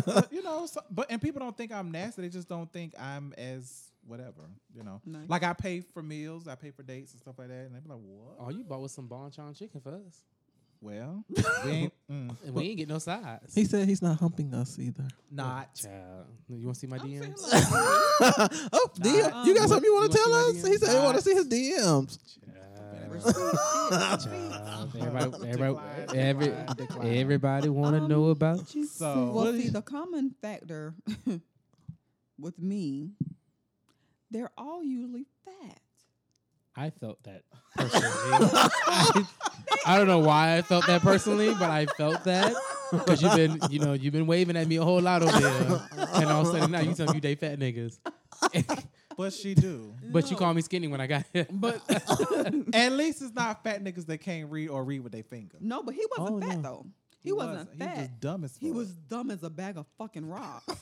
S6: cool.
S5: think-
S2: But, you know, so, but and people don't think I'm nasty. They just don't think I'm as whatever, you know.
S4: Nice.
S2: Like I pay for meals, I pay for dates and stuff like that, and they be like, "What?
S5: All Oh, you bought was some bonchon chicken for us,
S4: <laughs>
S2: Well, we ain't mm,
S5: and we ain't get no sides.
S6: He said he's not humping us either.
S2: not."
S5: Child, you want to see my
S4: I'm saying,
S5: DMs?
S4: like,
S6: <laughs> oh, DM. you got something you want
S5: you
S6: to tell
S5: wanna see
S6: us?
S5: my
S6: He said he
S2: DMs?
S6: want to see his DMs.
S5: Child. <laughs>
S4: receipt,
S5: Child.
S2: Decline,
S5: Everybody, everybody, every,
S2: decline, decline.
S5: everybody want to
S4: Um,
S5: know about you.
S4: bitch.
S2: So-
S4: well,
S2: What
S4: see,
S2: is-
S4: the common factor <laughs> with me, they're all usually fat.
S5: I felt that personally. <laughs> I, I don't know why I felt that personally, but I felt that because you've been, you know, you've been waving at me a whole lot over there, and all of a sudden now you tell me you date fat niggas, <laughs>
S2: But she do.
S5: but you call me skinny when I got here.
S2: But at least it's not fat niggas that can't read or read with their finger.
S4: No, but he wasn't
S5: Oh,
S4: fat
S5: no.
S4: though. He, wasn't
S2: He
S4: fat.
S2: was just dumb as fuck.
S4: He was dumb as a bag of fucking rocks.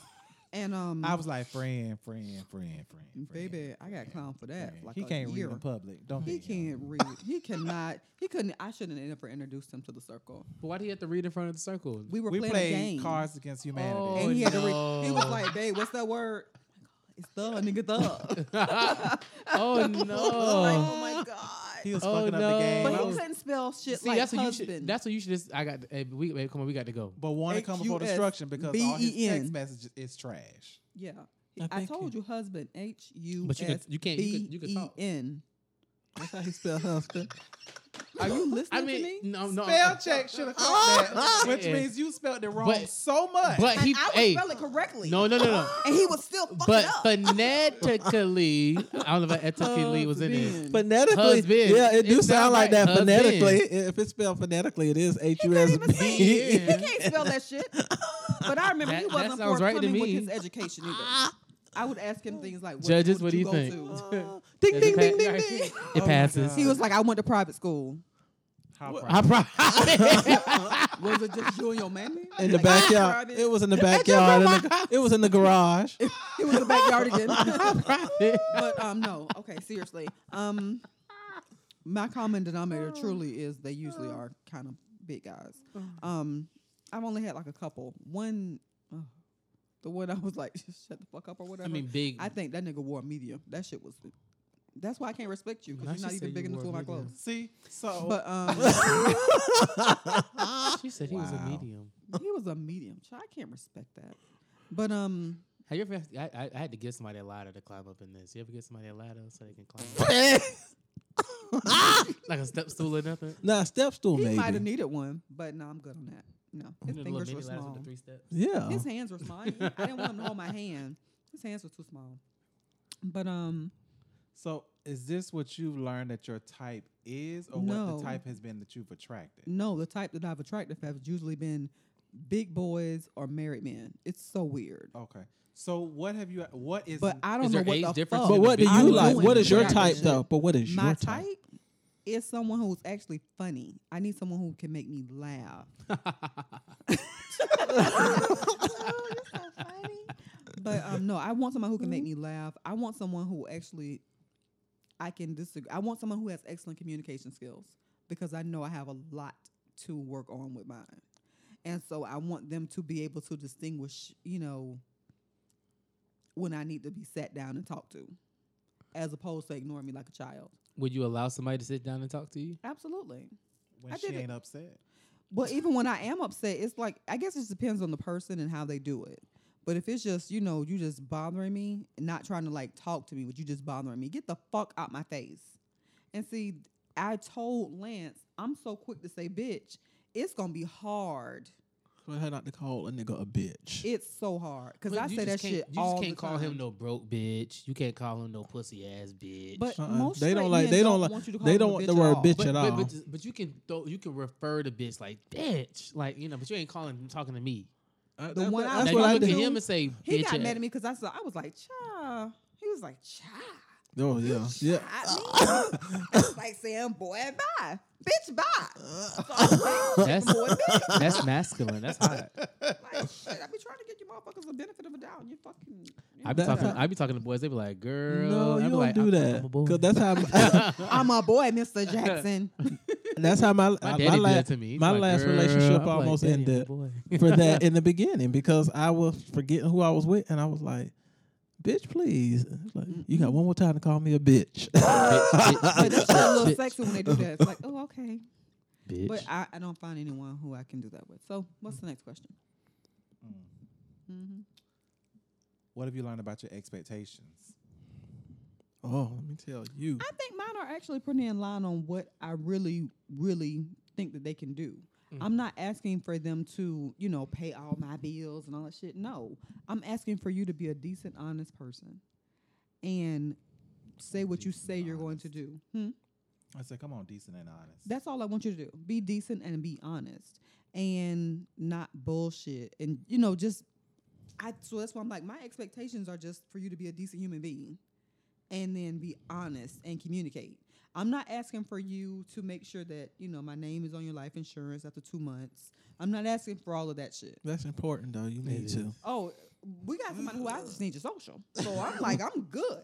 S4: and um,
S2: I was like, friend, friend, friend, friend.
S4: baby, I got clown for that.
S2: friend.
S4: Like
S2: he
S4: a
S2: can't
S4: year.
S2: read in public. Don't
S4: He
S2: hate him.
S4: can't read. He cannot. He couldn't. I shouldn't have ever introduced him to the circle.
S5: But <laughs> why do you have to read in front of the circle?
S4: We were
S2: We
S4: playing
S2: played
S4: a game.
S2: Cards Against Humanity.
S5: Oh,
S4: and he had to read. He was
S5: no.
S4: like, "Babe, what's that word?" It's the
S5: <laughs>
S4: nigga the.
S5: oh
S4: <laughs> Like,
S5: no!
S4: oh my god.
S2: He was
S5: Oh,
S2: fucking up
S5: no.
S2: the game.
S4: but
S5: I
S4: he
S5: was-
S4: couldn't spell shit
S5: See,
S4: like
S5: that's what you
S4: husband.
S5: should. That's what you should. Just, I got. Hey, we hey, come on. We got to go.
S2: But want to come before destruction because all his text
S4: AQSBEN.
S2: messages is trash.
S4: yeah.
S6: I
S4: I,
S6: think
S4: told you husband. H U
S5: But you can-
S4: S
S5: you can't- you can- you can talk.
S4: B E N.
S6: That's how he spell husband.
S4: Are you listening
S5: I
S4: to me?
S5: mean, no, no.
S2: Spell check should have
S4: <laughs>
S2: caught that, which
S5: Oh. Yeah.
S2: means you spelled it wrong
S5: But-
S2: so much.
S5: But
S4: And
S5: he.
S4: I would
S5: Hey,
S4: spell it correctly.
S5: no, no, no,
S4: <laughs>
S5: no.
S4: And he was still fucking
S5: But
S4: up.
S5: phonetically, I don't know if
S4: Oh,
S5: ethically was in it.
S6: Phonetically,
S5: Husband.
S6: yeah, it do
S5: It sound
S6: sound, like
S5: right.
S6: that.
S5: Husband.
S6: Phonetically, if it's spelled phonetically, it is H U
S4: can't
S6: S
S4: even
S6: B.
S4: see.
S5: Yeah.
S4: He
S6: <laughs>
S4: can't spell that shit. But I remember
S5: That-
S4: he
S5: that
S4: wasn't
S5: sounds right to
S4: forthcoming with
S5: me.
S4: his education <laughs> either. I would ask him things like, what
S5: Judges,
S4: school
S5: what do you
S4: did go
S5: think?
S4: to?
S6: Ding
S5: Does
S6: ding
S5: it
S6: ding
S5: pa-
S6: ding ding.
S5: <laughs> It passes.
S4: Oh, He was like, I went to private school.
S2: How
S5: <laughs> I
S2: proud.
S5: probably.
S4: Was it just you and your <laughs> mammy?
S6: In the
S4: Like, I
S6: backyard,
S4: tried
S6: it was in the backyard. in the- it was in the <laughs> garage.
S4: It was in the backyard again. <laughs> but um, no. Okay, seriously. Um, my common denominator truly is they usually are kind of big <sighs> guys. Um, I've only had like a couple. One, oh, the one I was like, <laughs> shut the fuck up or whatever.
S5: <laughs> I mean, big.
S4: I think that nigga wore a medium. That shit was. That's why I can't respect you
S5: Now
S4: because
S5: she
S4: you're not
S5: say
S4: even big
S5: you
S4: enough to wear
S5: wore
S4: my
S5: a medium.
S4: clothes.
S2: See, so
S5: Oh.
S4: But um,
S5: <laughs> she said he was a
S2: Wow.
S5: medium.
S4: he was a medium. Child, I can't respect that. But um,
S5: Have you ever? asked- I, I, I had to give somebody a ladder to climb up in this. You ever get somebody a ladder so they can
S4: <laughs>
S5: climb? up? like a step stool or nothing?
S6: Nah, step stool
S4: he might have
S6: maybe.
S4: needed one, but no, I'm good on that. No,
S5: You
S4: his
S5: know, the little
S4: fingers were
S5: mini ladders with the
S4: small.
S5: three steps.
S6: Yeah,
S4: His hands were small. I didn't I didn't want him to hold
S6: <laughs>
S4: my hand. His hands were too small. But um,
S2: so is this what you've learned that your type is, or what
S4: No.
S2: the type has been that you've attracted?
S4: no, the type that I've attracted have usually been big boys or married men. It's so weird.
S2: Okay. So what have you? What is?
S4: But I don't
S5: Oh, Is
S4: know
S5: there
S4: what
S5: age
S4: the
S5: difference
S4: fuck.
S5: in
S6: but
S5: the
S6: what do
S5: big
S4: I'm
S6: you
S5: boy.
S6: like?
S4: doing
S6: What is your
S4: about
S6: type
S4: this
S6: though?
S4: shit.
S6: But what is
S4: My
S6: your
S4: type
S6: type?
S4: is someone who's actually funny. I need someone who can make me
S6: <laughs>
S4: laugh. oh, you're so funny. But um, no, I want someone who can make
S6: Mm-hmm.
S4: me laugh. I want someone who actually I can disagree. I want someone who has excellent communication skills because I know I have a lot to work on with mine. And so I want them to be able to distinguish, you know, when I need to be sat down and talked to, as opposed to ignoring me like a child.
S5: Would you allow somebody to sit down and talk to you?
S4: Absolutely.
S2: when
S4: I
S2: she
S4: did it-
S2: ain't upset.
S4: But even when I am upset, it's like I guess it just depends on the person and how they do it. But if it's just you know you just bothering me, and not trying to like talk to me, but you just bothering me, get the fuck out my face. And see, I told Lance, I'm so quick to say, bitch, it's gonna be hard.
S6: For her not to call a nigga a bitch.
S4: It's so hard because
S5: But
S4: I
S5: you
S4: say that
S5: just can't-
S4: shit
S5: You
S4: all
S5: just can't
S4: the
S5: call
S4: time.
S5: him no broke bitch. You can't call him no pussy ass bitch.
S4: But
S6: Uh-uh.
S4: most
S6: They don't
S4: straight
S6: like-
S4: men
S6: they don't like-
S4: want you to call
S6: they
S4: them a
S6: don't want the
S4: bitch
S6: word
S4: all.
S6: bitch
S5: but,
S6: at
S5: but,
S6: all.
S5: but, but you can throw you can refer to bitch like bitch like you know but you ain't calling talking to me.
S6: Uh,
S4: the one I
S5: Now
S6: that's
S4: was
S5: you
S6: what I
S5: look
S4: talking
S5: at
S6: do.
S4: to-
S5: him and say bitch.
S4: He got
S5: ass.
S4: mad at me because I saw I was like, cha. He was like, cha.
S6: Oh <laughs> yeah, yeah.
S4: I mean, it's like saying boy bye, bitch bye. So I was like,
S5: That's
S4: boy,
S5: <laughs>
S4: bitch.
S5: that's masculine. That's hot.
S4: Like, shit, I be trying to get you motherfuckers the benefit of a doubt. You fucking. You
S5: I be
S6: That's
S5: talking.
S6: how-
S5: I be talking to boys. They be like, "Girl,
S6: No,
S5: I
S6: you
S5: be
S6: don't
S5: like,
S6: do
S5: I'm-
S6: that.
S5: I'm a boy.
S6: Cause
S5: <laughs>
S6: that's how
S4: I'm a boy, Mr. Jackson.
S6: that's how my uh,
S5: my
S6: my,
S5: daddy did
S6: la-
S5: that to me. He's
S6: my
S5: like,
S6: last
S5: "Girl,"
S6: relationship
S5: I'm like,
S6: almost
S5: "Daddy, I'm a
S6: ended
S5: boy." <laughs>
S6: for that in the beginning because I was forgetting who I was with and I was like, Bitch, please. It's Like, you got one more time to call me a bitch. <laughs>
S4: But <laughs> that's a little
S5: bitch,
S4: sexy when they do that. It's like, oh, okay.
S5: bitch.
S4: But I, I don't find anyone who I can do that with. So, what's the next question?
S2: What have you learned about your expectations?
S6: oh, let me tell you.
S4: I think mine are actually pretty in line on what I really, really think that they can do. I'm not asking for them to, you know, pay all my bills and all that shit. No, I'm asking for you to be a decent, honest person, and say what you say you're going to do. Hmm?
S2: I said, come on, decent and honest.
S4: That's all I want you to do. Be decent and be honest and not bullshit. And, you know, just, I, so that's why I'm like, my expectations are just for you to be a decent human being and then be honest and communicate. I'm not asking for you to make sure that, you know, my name is on your life insurance after two months. I'm not asking for all of that shit.
S6: That's important, though. You need to.
S4: Oh, we got somebody who I just need your social. So I'm like, I'm good.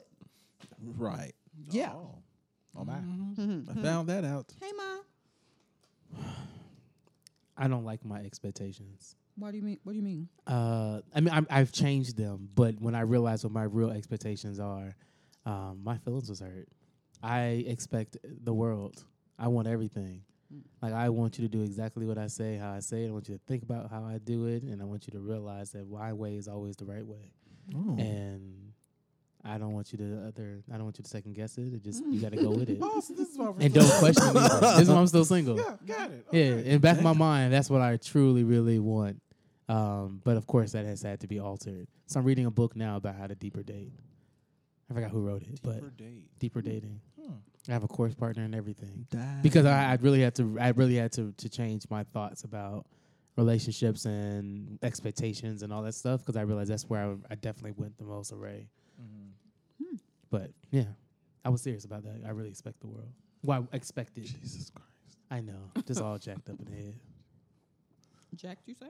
S6: Right.
S4: Yeah. Mm-hmm.
S2: Oh, oh my.
S6: I found that out.
S4: Hey, Ma.
S5: I don't like my expectations.
S4: What do you mean? What do you mean?
S5: Uh, I mean, I'm, I've changed them, but when I realized what my real expectations are, um, my feelings was hurt. I expect the world. I want everything. Like I want you to do exactly what I say, how I say it. I want you to think about how I do it, and I want you to realize that my way is always the right way.
S6: Oh.
S5: And I don't want you to other. I don't want you to second guess it. It just you got to go
S2: <laughs>
S5: with it,
S2: Oh, so this is why we're
S5: and don't question me. This is why I'm
S2: <laughs>
S5: still single.
S2: Yeah, got it.
S5: Yeah, in the back of my mind, that's what I truly, really want. Um, but of course, that has had to be altered. So I'm reading a book now about how to deeper date. I forgot who wrote it,
S2: Deeper
S5: but
S2: date.
S5: deeper dating. I have a course partner and everything
S6: Die.
S5: because I, I really had to. I really had to to change my thoughts about relationships and expectations and all that stuff because I realized that's where I, I definitely went the most array. But yeah, I was serious about that. I really expect the world. Well, I expected.
S6: Jesus Christ.
S5: I know, just all jacked up in the head.
S4: Jack,
S2: <laughs>
S4: you say?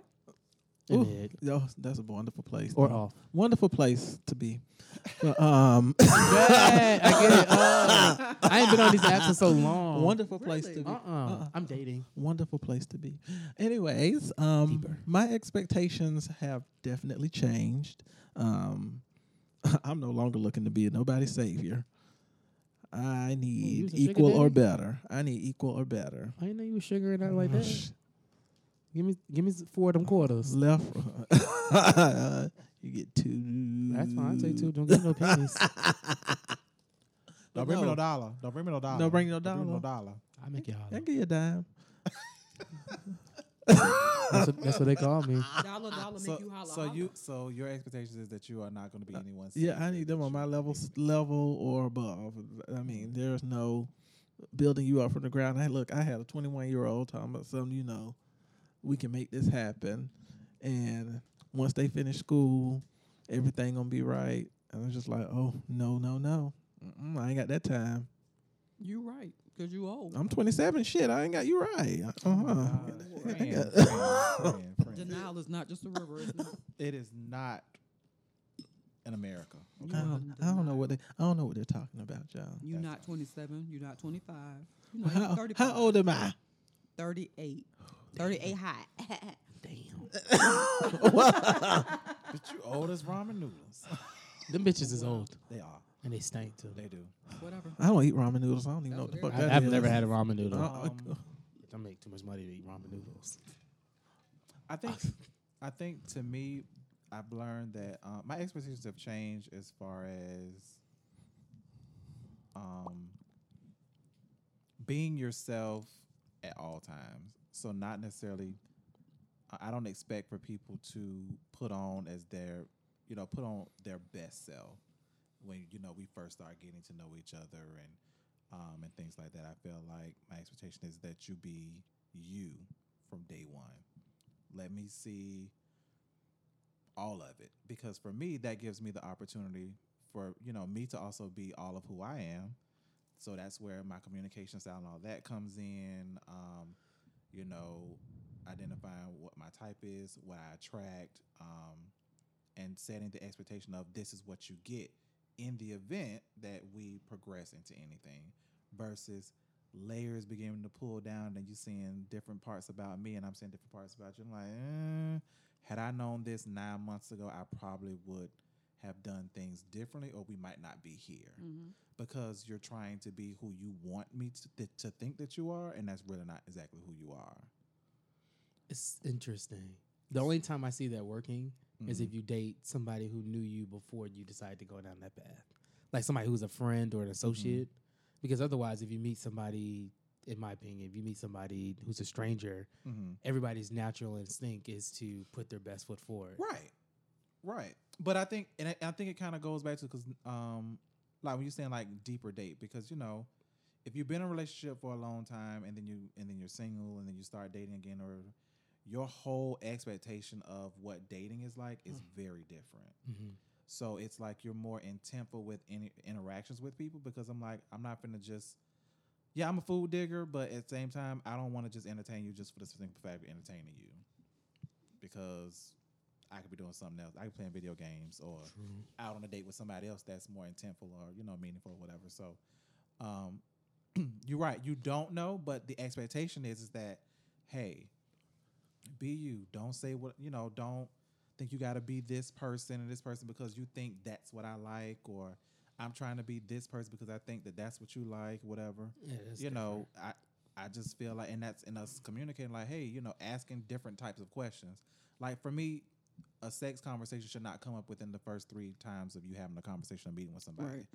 S5: In the
S6: Ooh,
S5: head.
S6: yo, that's a wonderful place.
S5: or <laughs>
S6: though.
S5: off.
S6: Wonderful place to <laughs> be. But, um,
S5: Yeah, I get it. Uh, I ain't been on these apps in so long.
S6: wonderful place to
S4: Really?
S6: be.
S5: Uh uh-uh. uh. i am dating.
S6: wonderful place to be. Anyways, um,
S5: Deeper.
S6: my expectations have definitely changed. Um, <laughs> I'm no longer looking to be nobody's savior. I need
S5: was a sugar
S6: equal or
S5: daddy?
S6: better. I need equal or better.
S5: I didn't know you were sugaring out like
S6: <laughs>
S5: that. Give me, give me s- four of them quarters.
S6: Left, <laughs> you get two.
S5: That's fine. I take two. Don't give me no pennies.
S2: Don't bring me no
S6: No.
S2: dollar. Don't bring me no dollar.
S6: Don't bring no
S2: Don't bring me no dollar.
S5: I make y'all.
S6: I give you a dime.
S5: That's what, that's what they call me.
S4: Dollar, dollar,
S2: So,
S4: make you holler.
S2: so
S4: holler.
S2: you, so your expectations is that you are not going to be anyone's.
S6: Uh, Yeah,
S2: savior,
S6: I need them
S2: that
S6: on
S2: you
S6: my
S2: will
S6: level,
S2: be-
S6: s- level or above. I mean, there's no building you up from the ground. Hey, look, I had a 21 year old talking about something. You know, we can make this happen, and once they finish school, everything gonna be right. And I'm just like, oh no, no, no, Mm-mm, I ain't got that time.
S4: You right, cause you old.
S6: I'm 27. Shit, I ain't got you right. Uh-huh. <laughs>
S2: Friend,
S6: got-
S2: friend, friend, friend.
S4: Denial is not just a river. It's not.
S2: It is not in America.
S4: You
S6: I,
S4: are
S6: don't,
S4: in
S6: I don't know
S4: denial.
S6: what they, I don't know what they're talking about, y'all.
S4: You're
S2: That's
S4: not 27. You're not 25. You're not even
S6: How,
S4: 35.
S6: how old am I?
S4: 38. 38 hot.
S2: But you old as ramen noodles. <laughs>
S5: Them bitches is old
S2: They are.
S5: and they stink too.
S2: They do.
S4: <laughs> Whatever.
S6: I don't eat ramen noodles. I don't even know what the
S4: That's
S6: fuck
S4: what
S5: I,
S6: that
S5: have
S6: is.
S5: never had a ramen noodle.
S6: Uh-uh.
S5: I make too much money to eat ramen noodles.
S2: I think I think to me, I've learned that uh, my expectations have changed as far as um, being yourself at all times. So not necessarily. I- I don't expect for people to put on as their, you know, put on their best self when you know we first start getting to know each other and um, and things like that. I feel like my expectation is that you be you from day one let me see all of it because for me that gives me the opportunity for you know me to also be all of who i am so that's where my communication style and all that comes in um, you know identifying what my type is what i attract um, and setting the expectation of this is what you get in the event that we progress into anything versus layers beginning to pull down and you seeing different parts about me and I'm seeing different parts about you. I'm like, eh, had I known this nine months ago, I probably would have done things differently, or we might not be here
S4: Mm-hmm.
S2: because you're trying to be who you want me to, th- to think that you are, and that's really not exactly who you are.
S5: It's interesting. The only time I see that working is if you date somebody who knew you before you decide to go down that path, like somebody who's a friend or an associate. Because otherwise, if you meet somebody, in my opinion, if you meet somebody who's a stranger,
S2: Mm-hmm.
S5: everybody's natural instinct is to put their best foot forward.
S2: Right. Right. But I think, and I, I think it kind of goes back to because, um, like when you're saying like deeper date, because you know, if you've been in a relationship for a long time and then you and then you're single and then you start dating again, or your whole expectation of what dating is like is very different.
S5: Mm-hmm.
S2: So it's like you're more intentful with any interactions with people because I'm like I'm not gonna just. Yeah, I'm a food digger, but at the same time, I don't want to just entertain you just for the simple fact of entertaining you, because I could be doing something else. I could be playing video games or out on a date with somebody else that's more intentful or you know meaningful or whatever. So, um, <clears throat> you're right. You don't know, but the expectation is is that hey, be you. Don't say what you know. Don't think you got to be this person and this person because you think that's what I like or I'm trying to be this person because I think that that's what you like. Whatever.
S5: Yeah, that's
S2: you know, I. I just feel like, and that's in us communicating, like, hey, you know, asking different types of questions. Like for me, a sex conversation should not come up within the first three times of you having a conversation or meeting with somebody.
S4: Right.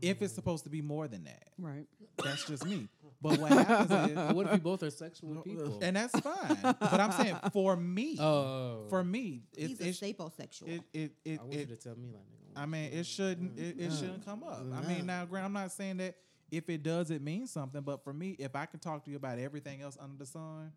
S2: If it's supposed to be more than that,
S4: Right.
S2: that's just
S7: <laughs>
S2: me. But what happens is,
S5: what if you both
S2: <laughs>
S5: are sexual people?
S2: and that's fine. But I'm saying for me,
S5: oh,
S2: for me,
S7: He's
S2: it,
S7: a
S2: it,
S7: staposexual.
S2: it, it, it,
S5: I want you
S2: it,
S5: to tell me like. nigga,
S2: I mean, it shouldn't, it, it shouldn't come up. I mean, now, Grant, I'm not saying that if it does, it means something. But for me, if I can talk to you about everything else under the sun,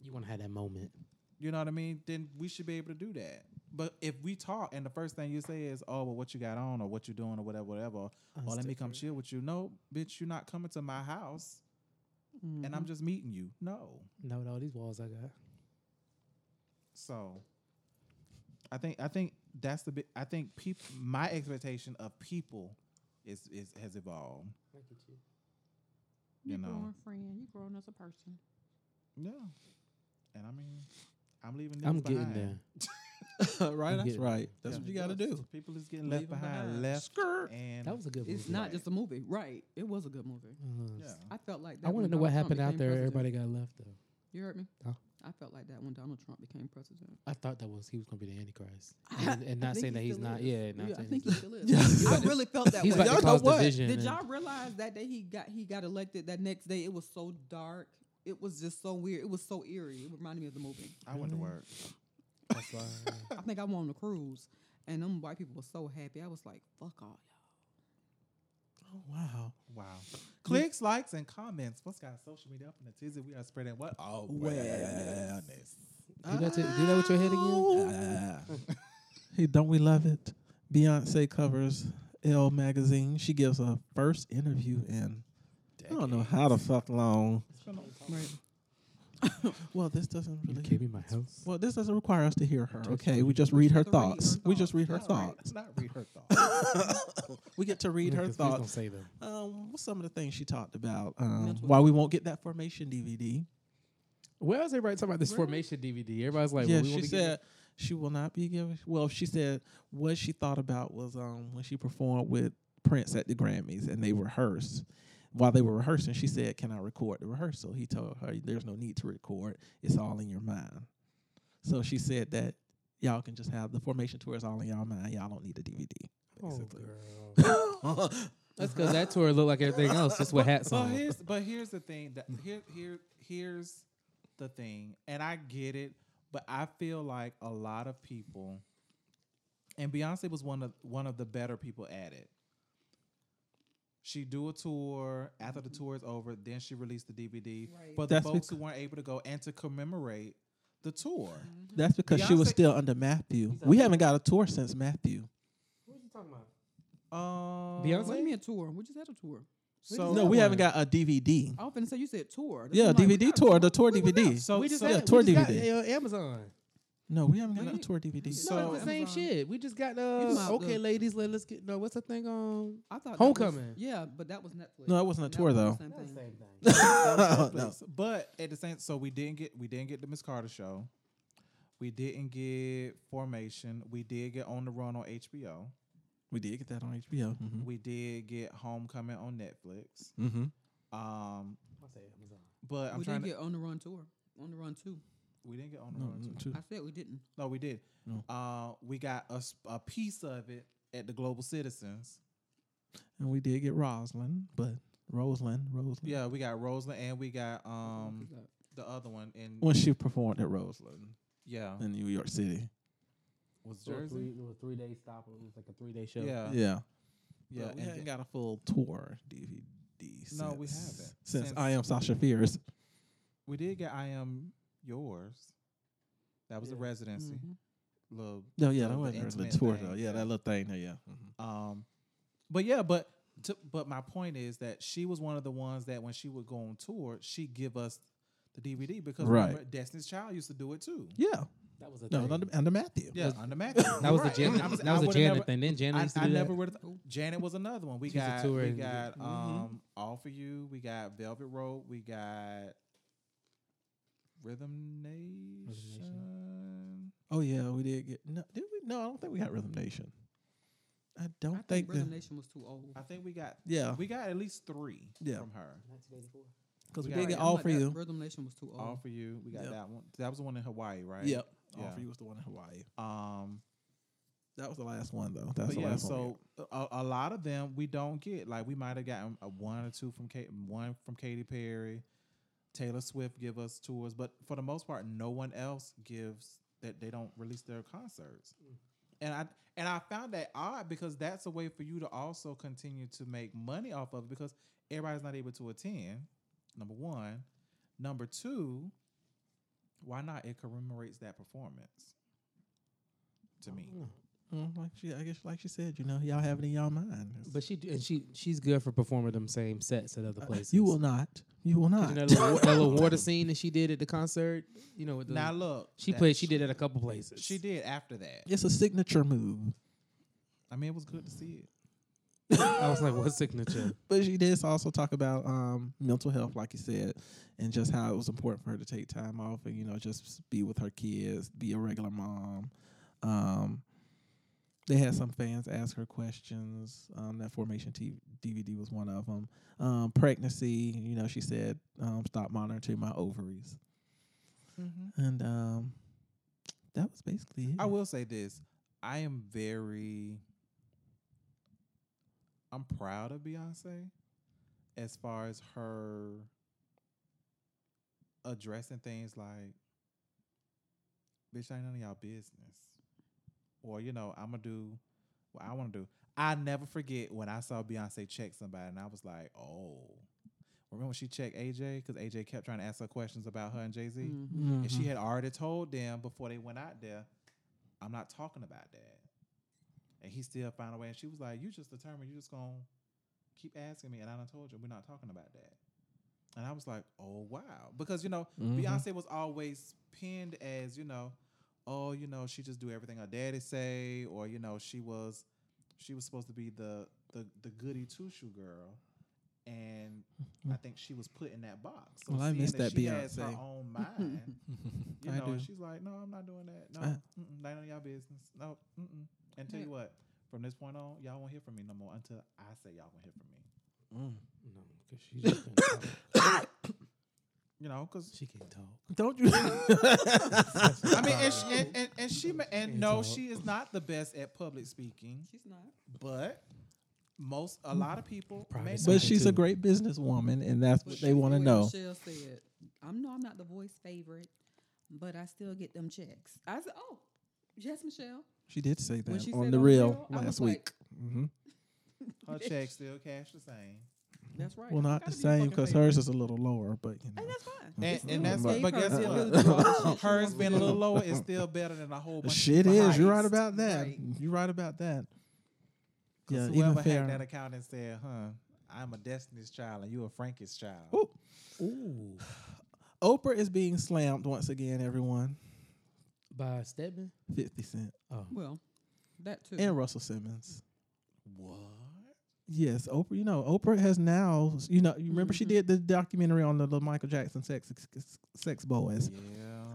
S5: You want to have that moment.
S2: you know what I mean? Then we should be able to do that. But if we talk and the first thing you say is, "Oh, well, what you got on, or what you doing, or whatever, whatever," or let me come chill with you. No, bitch, you're not coming to my house, and I'm just meeting you. No,
S5: Not with all these walls I got.
S2: so I think I think that's the big. I think people. My expectation of people is is has evolved.
S5: Look at you.
S2: You know,
S4: friend. You're growing as a person.
S2: yeah. And I mean, I'm leaving.
S5: I'm
S2: niggas
S5: getting
S2: behind.
S5: there.
S6: <laughs> right? That's
S5: Yeah.
S6: right. That's what you got to do.
S2: People is getting left
S6: Leaving
S2: behind,
S6: behind.
S2: left,
S6: Skirt.
S2: and
S5: That was a good
S4: It's
S5: movie.
S4: not just a movie. Right. It was a good movie.
S2: yeah.
S4: I felt like that.
S5: I want to
S4: when
S5: know what
S4: Donald
S5: happened
S4: Trump
S5: out
S4: became
S5: there.
S4: president.
S5: Everybody got left though.
S4: You heard me?
S5: Huh?
S4: I felt like that when Donald Trump became president.
S5: I thought that was he was gonna be the Antichrist,
S4: <laughs>
S5: and, and not
S4: I think
S5: saying
S4: he
S5: that he's
S4: still
S5: not.
S4: is.
S5: Yeah, not
S4: Yeah, I
S5: saying
S4: think
S5: he's
S4: he
S5: not.
S4: still
S5: <laughs>
S4: is. I really felt that
S5: He's
S4: way.
S5: about to
S6: Y'all know
S5: cause
S6: what?
S5: division.
S4: Did
S5: and-
S4: y'all realize that day he got he got elected? That next day it was so dark. It was just so weird. It was so eerie. It reminded me of the movie.
S2: I went to work.
S5: That's why-
S4: <laughs> I think I went on a cruise, and them white people were so happy. I was like, "Fuck all y'all."
S6: Oh, wow.
S2: Wow. Clicks, likes, and comments. What's got social media up in the tizzy? We are spreading what? Oh, wellness.
S5: Do that, to, do that with your head again?
S6: <laughs> Hey, don't we love it? Beyonce covers Elle magazine. She gives a first interview in I don't know how the fuck long. well, this doesn't
S5: You
S6: really.
S5: gave me my house.
S6: Well, this doesn't require us to hear her. Okay, we just read her
S4: have to read her
S6: thoughts. We just read her
S2: That's right.
S6: thoughts.
S2: Let's not read her thoughts.
S6: We get to read her
S5: Don't
S6: thoughts.
S5: say them.
S6: Um, what's some of the things she talked about? Um,
S4: Mental
S6: why we won't get that formation DVD?
S5: Where is everybody talking about this formation DVD? Everybody's like,
S6: yeah,
S5: well, we
S6: she
S5: wanna get-
S6: said she will not be giving. Well, she said what she thought about was um when she performed with Prince at the Grammys and they rehearsed. While they were rehearsing, she said, "Can I record the rehearsal?" He told her, "There's no need to record. It's all in your mind." So she said that y'all can just have the formation tour is all in y'all mind. Y'all don't need a DVD. Basically.
S5: Oh, girl. That's because that tour looked like everything else, just with
S2: <laughs>
S5: hats
S2: but
S6: Uh-huh.
S5: on.
S2: here's but here's the thing. That here here here's the thing. And I get it, but I feel like a lot of people and Beyonce was one of one of the better people at it. She do a tour. After the tour is over, then she released the DVD
S4: Right.
S2: for the
S6: That's
S2: folks
S6: bec-
S2: who weren't able to go and to commemorate the tour.
S6: That's because she was
S2: Beyonce-
S6: still under Matthew. We haven't got a tour since Matthew.
S5: What are you talking about?
S2: Um,
S4: What do
S5: Beyonce?
S4: you mean a tour? We just had a tour.
S2: So
S6: No, we haven't got a DVD.
S4: I was finna say you said tour. Oh, That's
S6: Yeah,
S4: why I'm like, we
S6: DVD
S4: got a
S6: tour, the tour DVD.
S2: So
S5: We just
S2: so-
S6: Yeah,
S5: had,
S6: tour
S5: we just
S6: DVD.
S5: Got, uh, Amazon.
S6: No, we haven't got a tour DVD.
S5: So no, it's the same
S4: Amazon.
S5: shit. We just got
S4: talking
S5: uh,
S4: about
S5: okay,
S4: the-
S5: ladies. Let, let's get no. What's that thing on?
S4: I thought that was-
S5: Homecoming.
S4: yeah, but that was Netflix.
S6: No, that wasn't a
S4: And
S6: tour,
S4: was the
S6: though.
S4: same thing.
S6: <laughs>
S2: But at the same, so we didn't get we didn't get the Miss Carter show. We didn't get Formation. We did get On the Run on HBO.
S6: We did get that on HBO. Mm-hmm.
S2: We did get Homecoming on Netflix.
S6: Mm-hmm.
S2: Um, but I'm
S4: we
S2: trying
S4: didn't
S2: to.
S4: get on the run tour. On the run too.
S2: we didn't get On the
S6: No,
S2: Run. too.
S6: no, two.
S4: I said we didn't.
S2: No, we did.
S6: No.
S2: Uh, we got a, s- a piece of it at the Global Citizens.
S6: And we did get Roslyn, but Roslyn, Roslyn.
S2: Yeah, we got Roseland and we got um the other one in
S6: When she performed at Roslyn
S2: yeah
S6: in New York City.
S2: was
S5: Three,
S2: Jersey.
S5: it was a three day stop. It was like a three day show.
S2: Yeah, yeah.
S6: Yeah. Yeah.
S2: and
S6: we haven't
S2: th-
S6: got a full tour DVD. Since,
S2: No, we haven't.
S6: Since,
S2: Since-
S6: I am Sasha Fierce.
S2: we did get I am yours. That was a
S4: Mm-hmm.
S2: residency. Little
S6: No, yeah, that
S2: little
S6: wasn't the
S2: intimate
S6: tour
S2: thing.
S6: though. Yeah, that little thing there. Yeah. Mm-hmm.
S2: Um, but yeah, but to, but my point is that she was one of the ones that when she would go on tour, she give us the DVD because
S6: Right.
S2: remember, Destiny's Child used to do it too.
S6: Yeah.
S5: That was a
S6: No,
S5: thing.
S6: under, under Matthew.
S2: Yeah, under Matthew.
S5: That was
S2: Right.
S5: the Janet.
S2: I was- I
S5: that was
S2: would've
S5: a Janet
S2: never-
S5: thing. Then Janet
S2: I,
S5: used to
S2: I
S5: do
S2: never
S5: that.
S2: would have. Janet was another one. We
S5: She's a
S2: got
S5: tour Mm-hmm.
S2: we
S5: and-
S2: got um All for You. We got Velvet Road. We got Rhythm Nation.
S6: Oh yeah, we did get. No, did we? No, I don't think we got Rhythm Nation. I
S4: I
S6: don't
S4: think
S6: think.
S4: Rhythm
S6: that,
S4: Nation was too old.
S2: I think we got
S6: yeah,
S2: we got at least three
S6: Yeah.
S2: from her.
S6: because we
S2: got-
S6: did
S2: Yeah,
S6: get
S4: I'm
S6: All
S4: like,
S6: for
S4: that
S6: You.
S4: Rhythm Nation was too old.
S2: All for You. We got
S6: Yep.
S2: that one. That was the one in Hawaii, right?
S6: Yep. All
S2: Yeah.
S6: for You was the one in Hawaii.
S2: Um.
S6: That was the last one though. That's
S2: but
S6: the
S2: yeah,
S6: last one.
S2: so a, a lot of them we don't get. Like we might have gotten a one or two from Kate, one from Katy Perry, Taylor Swift give us tours, but for the most part, no one else gives that they don't release their concerts.
S5: Mm.
S2: And I and I found that odd because that's a way for you to also continue to make money off of it because everybody's not able to attend. Number one, number two, why not? It commemorates that performance. To me,
S6: Mm, like she, I guess, like she said, you know, y'all have it in y'all mind.
S5: But she d- and she she's good for performing them same sets at other places.
S6: you will not. You will not.
S5: You know, that little, that little water scene that she did at the concert. You know, with the,
S2: now look,
S5: she
S2: that-
S5: played. She did at a couple places.
S2: She did after that.
S6: It's a signature move.
S2: I mean, it was good to see it.
S5: I was like, what signature?
S6: But she did also talk about um, mental health, like you said, and just how it was important for her to take time off and you know just be with her kids, be a regular mom. Um, they had some fans ask her questions. Um, that Formation TV DVD was one of them. Um, pregnancy, you know, she said, um, "Stop monitoring my ovaries," and um, that was basically it.
S2: Mm-hmm. I will say this: I am very, I'm proud of Beyonce as far as her addressing things like, "Bitch, ain't none of y'all business," or you know, I'm gonna do what I want to do. I never forget when I saw Beyonce check somebody, and I was like, "Oh." Remember when she checked AJ because AJ kept trying to ask her questions about her and Jay Z?
S4: Mm-hmm.
S6: Mhm.
S2: and she had already told them before they went out there, "I'm not talking about that." And he still found a way. And she was like, "You just determined. You just gonna keep asking me." And I done told you we're not talking about that. And I was like, "Oh wow," because you know
S6: Mm-hmm.
S2: Beyonce was always pinned as you know, oh you know she just do everything her daddy say, or you know she was she was supposed to be the the the goody two shoe girl. And I think she was put in that box. So
S6: Well, I
S2: seeing
S6: miss that
S2: she has her
S6: Beyonce.
S2: own
S6: <laughs>
S2: mind, you
S6: I
S2: know, and
S6: do.
S2: she's like, no, I'm not doing that. No,
S6: I-
S2: mm-mm, that ain't none of y'all business. No, mm-mm. and tell you what, from this point on, y'all won't hear from me no more until I say y'all won't hear from me.
S5: No, because
S6: Mm.
S5: she just can't talk.
S2: <coughs> You know, because
S5: She can't talk.
S6: Don't you? <laughs>
S2: I mean, and, she, and, and, and she ma- and no,
S5: Can't talk.
S2: she is not the best at public speaking,
S4: She's not.
S2: but most a lot of people, may
S5: Privacy.
S2: not.
S6: but she's a
S5: too.
S6: great businesswoman, and that's what
S4: But
S6: they want to
S4: like
S6: know.
S4: Michelle said, "I'm no, I'm not the voice favorite, but I still get them checks." I said, "Oh, yes, Michelle."
S6: She did say
S4: When
S6: that
S4: she
S6: on
S4: said
S6: the
S4: on
S6: real
S4: Real, I was
S6: last
S4: like,
S6: week. hmm
S2: her check still cash the same.
S4: That's right.
S6: Well,
S4: I
S6: not
S4: gotta
S6: the
S4: be a
S6: same
S4: fucking
S6: because
S4: favorite.
S6: hers is a little lower, but you know.
S4: And that's fine.
S2: And,
S4: It's
S2: and
S4: not
S2: that's
S4: gave
S2: but
S4: her
S2: guess
S4: the
S2: what?
S4: ability <laughs> to do all the shit she
S2: Hers
S4: wants
S2: being a
S4: to do.
S2: little lower is still better than a whole bunch.
S6: Shit
S2: of
S6: is. You're right
S2: heists.
S6: about that.
S4: Right.
S6: You're right about that.
S2: 'Cause
S6: Yeah,
S2: whoever
S6: even
S2: hacked that
S6: fair.
S2: account and said, "Huh, I'm a Destiny's Child and you a Frankie's Child."
S6: Ooh.
S5: Ooh,
S6: Oprah is being slammed once again, everyone.
S5: <laughs> by Stedman.
S6: 50 Cent
S5: Oh,
S4: Well, that too.
S6: and Russell Simmons.
S2: What?
S6: Yes, Oprah, you know, Oprah has now, you know, you remember she
S4: Mm-hmm.
S6: did the documentary on the, little Michael Jackson sex sex boys.
S2: Yeah.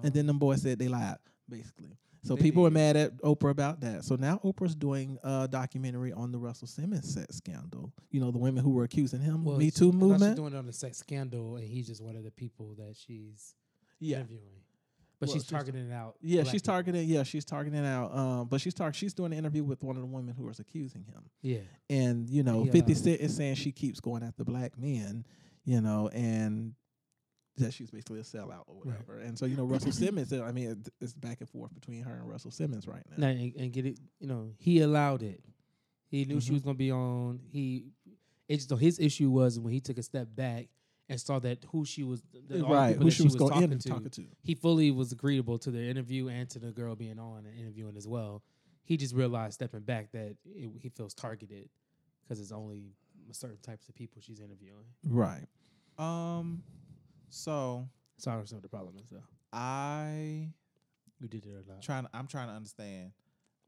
S6: And then them boys said they lied. basically. So
S2: They
S6: people were
S2: did.
S6: mad at Oprah about that. So now Oprah's doing a documentary on the Russell Simmons sex scandal. You know, the women who were accusing him,
S5: Well,
S6: Me
S5: it's-
S6: Too
S5: I thought She's
S6: movement.
S5: doing it on the sex scandal, and he's just one of the people that she's
S6: yeah.
S5: interviewing. But
S6: Well,
S5: she's
S6: she's-
S5: targeting it out.
S6: Yeah,
S5: black
S6: she's
S5: people.
S6: targeting. Yeah, she's targeting out. Um, but she's tar- She's doing an interview with one of the women who was accusing him.
S5: Yeah,
S6: and you know,
S5: Yeah.
S6: Fifty Cent is saying she keeps going after black men, you know, and that she's basically a sellout or
S5: Right.
S6: whatever. And so you know, Russell Simmons. uh, I mean, it- it's back and forth between her and Russell Simmons right now.
S5: Now, and, and get it. You know, he allowed it. He knew she
S6: Mhm.
S5: was gonna be on. He, it's though his issue was when he took a step back and saw that who she was, that all the
S6: right,
S5: people
S6: who
S5: that
S6: she was, going
S5: talking
S6: in and
S5: to,
S6: talking to.
S5: He fully was agreeable to the interview and to the girl being on and interviewing as well. He just realized stepping back that it, he feels targeted because it's only certain types of people she's interviewing.
S6: Right.
S2: Um, so
S5: So I don't understand what the problem is though.
S2: I
S5: You did it or not?
S2: trying. I'm trying to understand.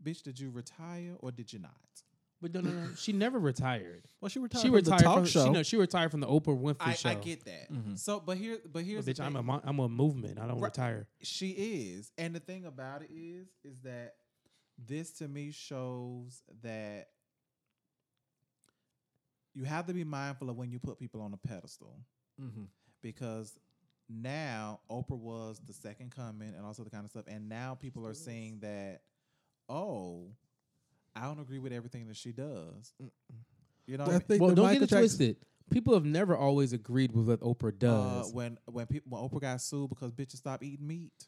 S2: Bitch, did you retire or did you not?
S5: But no, no, no. she never retired.
S6: Well, she retired.
S5: she
S6: from
S5: retired
S6: the talk
S5: from
S6: show.
S5: She, no, she retired from the Oprah Winfrey
S2: I,
S5: show.
S2: I get that.
S6: Mhm.
S2: So, but here, but
S5: Mm-hmm. But
S2: here's the
S5: bitch, I'm
S2: thing.
S5: a mon- I'm a movement. I don't
S2: Right.
S5: retire.
S2: She is. And the thing about it is, is that this to me shows that you have to be mindful of when you put people on a pedestal
S5: Mm-hmm.
S2: because now Oprah was the second coming and also the kind of stuff. And now people are seeing that, oh, I don't agree with everything that she does. You know, what I mean?
S6: I think
S5: well,
S6: that
S5: don't
S6: Michael
S5: get it
S6: Jackson-
S5: twisted. People have never always agreed with what Oprah
S2: uh,
S5: does.
S2: when when people when Oprah got sued because bitches stopped eating meat,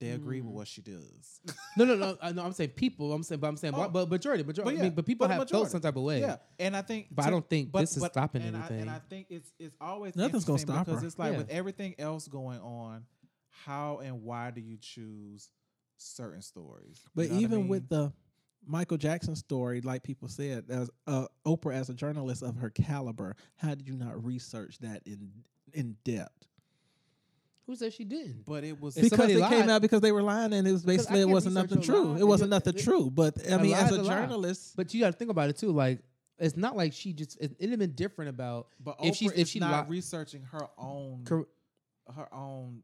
S2: they agree with what she does. <laughs>
S5: no, no, no, I- no. I'm saying people. I'm saying, but I'm saying,
S2: Oh.
S5: but, but majority, majority.
S2: But
S5: I mean,
S2: yeah,
S5: but people
S2: but
S5: have felt
S2: majority.
S5: some type of way.
S2: Yeah, and I think,
S5: But I don't think this is stopping
S2: and I,
S5: anything.
S2: and I think it's it's always
S6: Nothing's gonna
S2: interesting
S6: stop
S2: because
S6: her.
S2: it's like
S5: Yeah.
S2: with everything else going on, how and why do you choose certain stories? You
S6: But
S2: know what I
S6: even
S2: mean?
S6: with the Michael Jackson story, like people said, as uh, Oprah as a journalist of her caliber, how did you not research that in in depth?
S5: Who said she didn't?
S2: but it was
S5: It's-
S6: because
S5: somebody
S6: it came
S5: lied-
S6: out because they were lying and it was basically it
S5: can't
S6: wasn't
S5: research
S6: nothing
S5: a lie.
S6: true.
S5: It
S6: It wasn't
S5: ju-
S6: nothing
S5: it-
S6: true. But I
S5: a
S6: mean,
S5: lie
S6: as
S5: is
S6: a
S5: a lie.
S6: journalist,
S5: But you got to think about it too. Like it's not like she just. It, it'd have been different about.
S2: but Oprah
S5: if she's- if
S2: is
S5: she
S2: not
S5: lied-
S2: researching her own
S5: Cor-
S2: her own.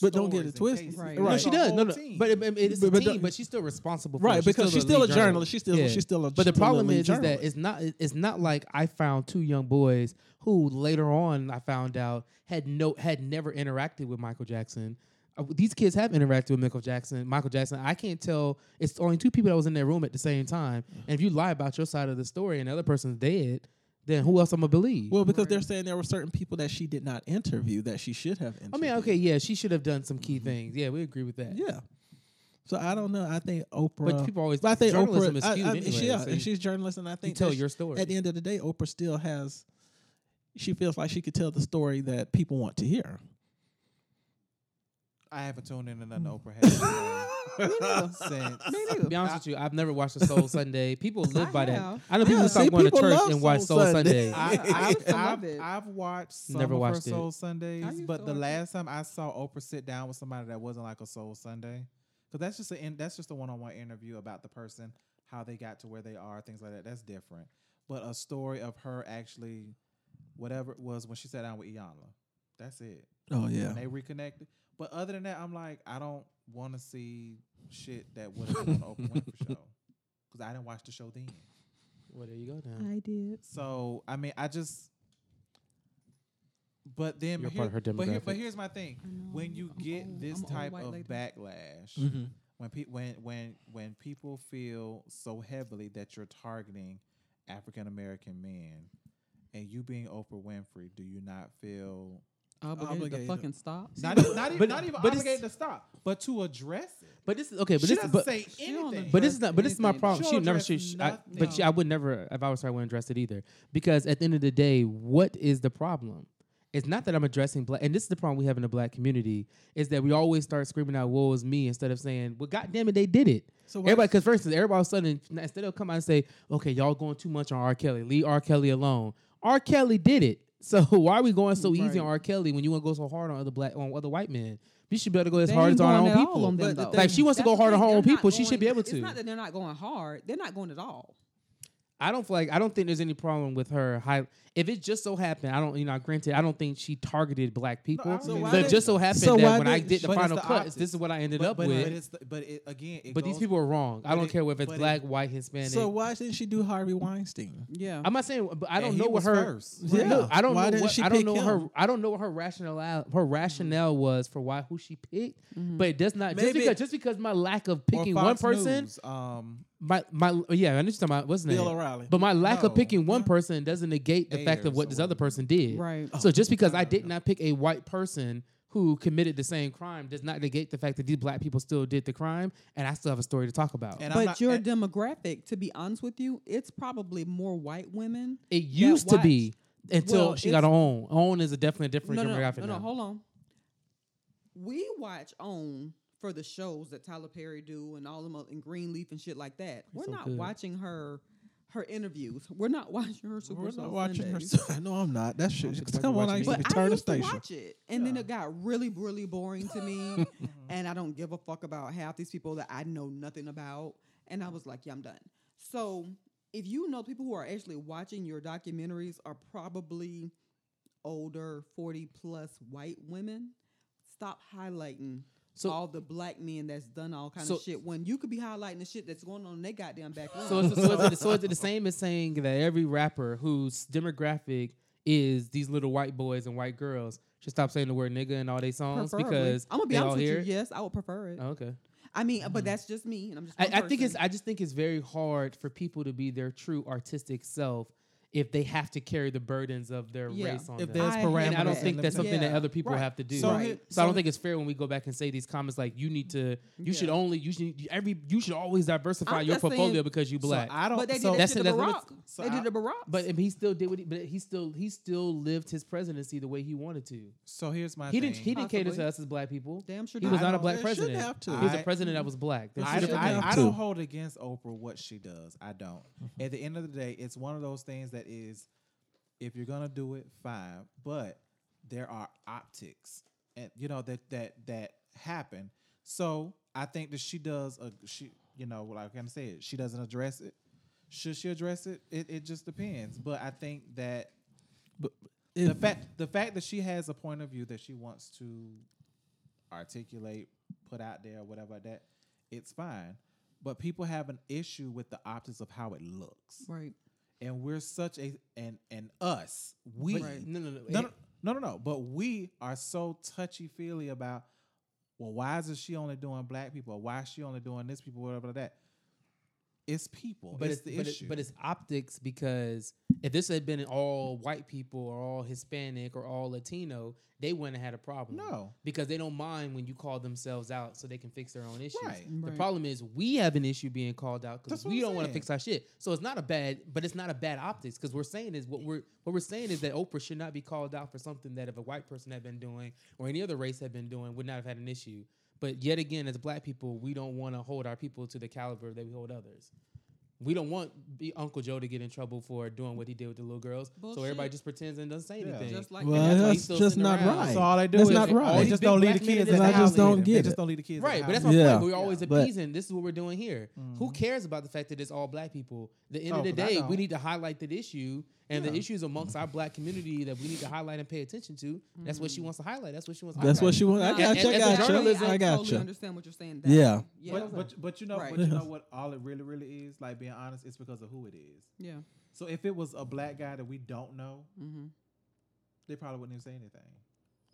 S6: But don't get
S2: stories
S6: it
S2: and
S6: twisted.
S2: cases.
S4: Right.
S2: It's
S4: No,
S5: No,
S2: a
S5: she does.
S2: whole
S5: No, no.
S2: team.
S5: But it, it- it's
S6: But-
S5: a
S6: but
S5: team,
S6: don't-
S5: but she's still responsible. for it.
S6: right? Because she's still a
S5: lead
S6: journalist. She's still
S5: Yeah.
S6: she's still a.
S5: But the
S6: still a
S5: problem
S6: lead
S5: is, is that
S6: journalist.
S5: it's not it- it's not like I found two young boys who later on I found out had no had never interacted with Michael Jackson. Uh, These kids have interacted with Michael Jackson. Michael Jackson. I can't tell. It's only two people that was in their room at the same time. And if you lie about your side of the story and the other person's dead, then who else am I believe?
S6: well because they're saying there were certain people that she did not interview that she should have. Interviewed.
S5: I mean, okay, yeah, she should have done some key things. Yeah, we agree with that.
S6: Mm-hmm. yeah. So I don't know. I think Oprah.
S5: But people always.
S6: But I think
S5: journalism
S6: Oprah.
S5: is
S6: I-
S5: skewed
S6: I-
S5: anyway.
S6: she- yeah,
S5: so
S6: and
S5: you
S6: she's a journalist, and I think
S5: tell
S6: that
S5: your story.
S6: At the end of the day, Oprah still has. She feels like she could tell the story that people want to hear.
S2: I haven't tuned in to
S5: <laughs>
S2: nothing Oprah has said since.
S4: <laughs> <laughs> Me
S5: To
S4: neither.
S5: be honest with you, I've never watched a Soul Sunday. People live
S4: I
S5: by that.
S4: have.
S5: I know people
S6: Yeah,
S5: stop
S6: see,
S5: going
S6: people
S5: to church
S6: love
S5: and watch Soul
S6: Soul
S5: Sunday.
S6: Sunday.
S2: <laughs>
S4: <laughs>
S2: I,
S4: I used
S2: I've,
S4: to
S2: I've,
S4: love it.
S2: I've watched some
S5: Never
S2: of her
S5: watched it.
S2: Soul
S4: I
S2: Sundays,
S4: used
S2: but
S4: to
S2: the
S4: watch it.
S2: last time I saw Oprah sit down with somebody that wasn't like a Soul Sunday, because that's just a, that's just a one on one interview about the person, how they got to where they are, things like that. That's different. But a story of her actually, whatever it was when she sat down with Iyanla, that's it.
S6: Oh yeah.
S2: When they reconnected. But other than that, I'm like, I don't want to see shit that would have been on the Oprah
S5: <laughs>
S2: Winfrey show because I didn't watch the show then.
S5: Well, there you go now.
S4: I did.
S2: So I mean, I just. But then,
S5: You're
S2: but,
S5: part
S2: here-
S5: of her
S2: but, here- but
S5: demographic.
S2: here's my thing:
S4: I know,
S2: when you
S4: I'm
S2: get
S4: old.
S2: this
S4: I'm an old
S2: type
S4: white
S2: of
S4: lady.
S2: backlash,
S5: Mm-hmm.
S2: when pe- when when when people feel so heavily that you're targeting African American men, and you being Oprah Winfrey, do you not feel
S4: Obligated,
S6: Obligated.
S4: to fucking stop.
S2: not even not even,
S5: But-
S2: not even
S5: but it's-
S2: obligated to stop, but to address it?
S5: But this is okay. But
S2: she
S5: this
S2: doesn't
S5: is but,
S2: say
S4: don't
S2: anything.
S5: but this is not. But this is my
S4: Anything.
S5: problem. She
S2: She'll
S5: never. She,
S2: address
S5: she, I,
S2: nothing.
S5: but she, I would never. If I was her, I wouldn't address it either. Because at the end of the day, what is the problem? It's not that I'm addressing black, and this is the problem we have in the black community is that we always start screaming out "woe is me" instead of saying, "Well, goddamn it, they did it."
S6: So why-
S5: everybody, because first, instance, everybody all of a sudden instead of come out and say, "Okay, y'all going too much on R. Kelly, leave R. Kelly alone." R. Kelly did it, <laughs> so why are we going so easy on R. Kelly when you want to go so hard on other black on other white men? You should be able to go as
S4: They
S5: hard
S4: ain't
S5: as on our own
S4: going at all
S5: people.
S4: on them,
S6: But the
S4: though.
S6: thing-
S5: Like she wants to
S4: That's
S5: go
S4: the
S5: hard on
S4: thing.
S5: her own
S4: They're not
S5: people. She should be
S4: going-
S5: able to.
S4: It's not that they're not going hard. They're not going at all.
S5: I don't feel like I don't think there's any problem with her high. If it just so happened, I don't you know. Granted, I don't think she targeted black people.
S2: don't
S5: so
S2: think
S5: but
S2: so.
S5: it just so happened
S6: So why
S5: that when I
S6: did-
S5: did the
S2: but it's
S5: final
S2: the
S5: cut,
S2: optics.
S5: this is what I ended
S2: but,
S5: up
S2: but,
S5: with.
S2: But, it's the, but it, again, it
S5: But
S2: goes,
S5: these people are wrong. I
S2: but
S5: don't
S2: it-
S5: care if it's
S2: but it-
S5: black, white, Hispanic.
S6: So why didn't she do Harvey Weinstein?
S4: Yeah.
S5: I'm not saying, but I
S2: And
S5: don't
S2: he
S5: know what
S2: was
S5: her.
S2: first.
S5: Right, no,
S6: Yeah.
S5: I don't
S6: Why
S5: know
S6: didn't
S5: what
S6: she
S5: I don't
S6: pick
S5: know her.
S6: him?
S5: I don't know what her rationale her rationale was for why who she picked. But it does not just
S6: Maybe-
S5: because just because my lack of
S2: Mm-hmm. Or
S5: picking one
S2: Fox
S5: person,
S2: News, um,
S5: my my yeah, I know you're talking about what's his
S6: Bill
S5: name?
S6: O'Reilly.
S5: But my lack
S2: No.
S5: of picking one person doesn't negate the fact
S2: Ayers
S5: of
S2: or
S5: what this other
S2: whatever. Oh,
S5: person did.
S4: Right.
S6: Uh,
S5: So just because I did not pick a white person who committed the same crime does not negate the fact that these black people still did the crime, and I still have a story to talk about.
S2: and I'm
S4: but
S2: not,
S4: your
S2: and,
S4: demographic, to be honest with you, it's probably more white women.
S5: It used to be until
S4: Well,
S5: she got
S4: it's-
S5: on. On is a definitely a different
S4: No, no, no,
S5: demographic.
S4: no,
S5: now.
S4: no. Hold on. We watch OWN for the shows that Tyler Perry do and all them oth- and Greenleaf and shit like that. We're not watching her her interviews. We're not <laughs> watching her Super
S6: We're
S4: Soul
S6: not watching her.
S4: Sundays.
S6: <laughs> I know I'm not. That shit.
S2: think
S6: Come
S2: we're
S6: on, <laughs> I
S2: watching
S6: used to
S2: it.
S4: But I
S6: return the
S4: used to
S6: station.
S4: watch it, and then it got really, really boring to me, and I don't give a fuck about half these people that I know nothing about, and I was like, yeah, I'm done. So if you know people who are actually watching your documentaries are probably older, forty plus white women, stop highlighting.
S5: So-
S4: all the black men that's done all kind
S5: So-
S4: of shit when you could be highlighting the shit that's going on in their goddamn back room.
S5: So, it's, so, is it, so is it the same as saying that every rapper whose demographic is these little white boys and white girls should stop saying the word nigga in all their songs
S4: Preferably.
S5: because
S4: I'm gonna be
S5: they
S4: honest
S5: all
S4: with
S5: hear
S4: you.
S5: it?
S4: Yes, I would prefer it.
S5: Oh, okay.
S4: I mean, but that's just me, and I'm just.
S5: I,
S4: one
S5: I think it's
S4: person.
S5: I just think it's very hard for people to be their true artistic self if they have to carry the burdens of their
S4: Yeah.
S5: race on
S2: if
S5: them.
S2: there's
S4: I hate
S2: parameters,
S5: And I don't
S4: that.
S5: think that's something that
S4: Yeah.
S5: other people
S2: Right.
S5: have to do.
S2: So
S4: Right.
S2: here-
S5: So I don't
S2: so-
S5: think it's fair when we go back and say these comments like you need to, you should
S4: Yeah.
S5: only, you should every, you should always diversify
S4: I'm
S5: your
S4: just saying-
S5: portfolio because you black.
S2: So I don't.
S4: But they did
S2: so,
S4: that
S5: that's-
S4: to the
S5: that's
S4: Barack.
S5: what it's-
S2: so
S4: they
S2: I-
S4: did the Barack.
S5: But if he still did what he, but he still he still lived his presidency the way he wanted to.
S2: so here's my
S5: He
S2: thing.
S5: didn't he didn't cater to
S4: Possibly.
S5: us as black people.
S4: damn sure
S5: He
S4: did.
S5: was
S2: I
S5: not a
S2: don't-
S5: black
S6: It shouldn't
S5: president.
S6: have to.
S5: He was a
S2: I-
S5: president that was black. There's
S2: I,
S5: two different
S2: I,
S5: things.
S2: I
S6: too. Mm-hmm.
S2: don't hold against Oprah what she does. I don't. At the end of the day, it's one of those things that is, if you're gonna do it, fine. But there are optics, and you know that that that happen. So I think that she does a she. You know, like I'm saying, she doesn't address it. Should she address it? It it just depends. But I think that the
S6: If-
S2: fact the fact that she has a point of view that she wants to articulate, put out there, whatever like that, it's fine. But people have an issue with the optics of how it looks,
S4: right.
S2: and we're such a and and us we
S5: Right. No, no, no.
S2: no, no, no, no, no. But we are so touchy feely about. Well, why is she only doing black people? Why is she only doing this people? Whatever like that. It's people,
S5: But
S2: it's,
S5: it's,
S2: the
S5: but,
S2: issue.
S5: It, but it's optics because if this had been all white people or all Hispanic or all Latino, they wouldn't have had a problem.
S2: No.
S5: because they don't mind when you call themselves out, so they can fix their own issues.
S2: Right.
S5: The
S4: Right.
S5: problem is we have an issue being called out because
S2: That's what
S5: we
S2: I'm
S5: don't want to
S2: saying.
S5: fix our shit. So it's not a bad, but it's not a bad optics because we're saying is what we're what we're saying is that Oprah should not be called out for something that if a white person had been doing or any other race had been doing would not have had an issue. But yet again, as black people, we don't want to hold our people to the caliber that we hold others. We don't want be Uncle Joe to get in trouble for doing what he did with the little girls. So everybody
S4: Bullshit.
S5: just pretends and doesn't say
S2: Yeah.
S5: anything.
S4: Just like
S6: Well,
S4: that.
S5: that's why he's
S6: that's
S5: still
S6: just
S5: sitting
S6: not
S5: around.
S6: right.
S2: So all they do
S6: That's
S2: is
S6: not right.
S2: They just
S5: Big
S2: don't leave
S5: black
S2: the
S5: men
S2: kids
S5: in
S2: at
S5: the
S2: the
S5: house
S2: house.
S6: don't
S2: either.
S6: get
S2: they
S6: it.
S2: just don't leave the kids.
S5: Right,
S2: at
S5: but
S2: the
S5: that's
S2: house.
S5: my
S6: Yeah.
S5: point. We're always
S6: But-
S5: appeasing. this is what we're doing here. Who cares about the fact that it's all black people? The end
S2: Mm-hmm. Oh,
S5: of the
S2: 'cause I
S5: day, we
S2: don't.
S5: need to highlight that issue and the issues amongst our black community that we need to highlight and pay attention to. That's what she
S2: Mm-hmm.
S5: wants to highlight. That's what she wants. to
S6: That's
S5: highlight.
S6: what she wants. I
S4: Nah,
S6: got
S5: as-
S6: you. I
S5: as a
S6: got
S5: journalist,
S6: you. I
S4: I
S6: got
S4: totally
S6: you.
S4: understand what you're saying. That
S6: Yeah.
S4: way. Yeah.
S2: But, but but you know
S4: Right.
S2: but you know what all it really really is like being honest it's because of who it is.
S4: yeah.
S2: So if it was a black guy that we don't know,
S4: Mm-hmm.
S2: they probably wouldn't even say anything.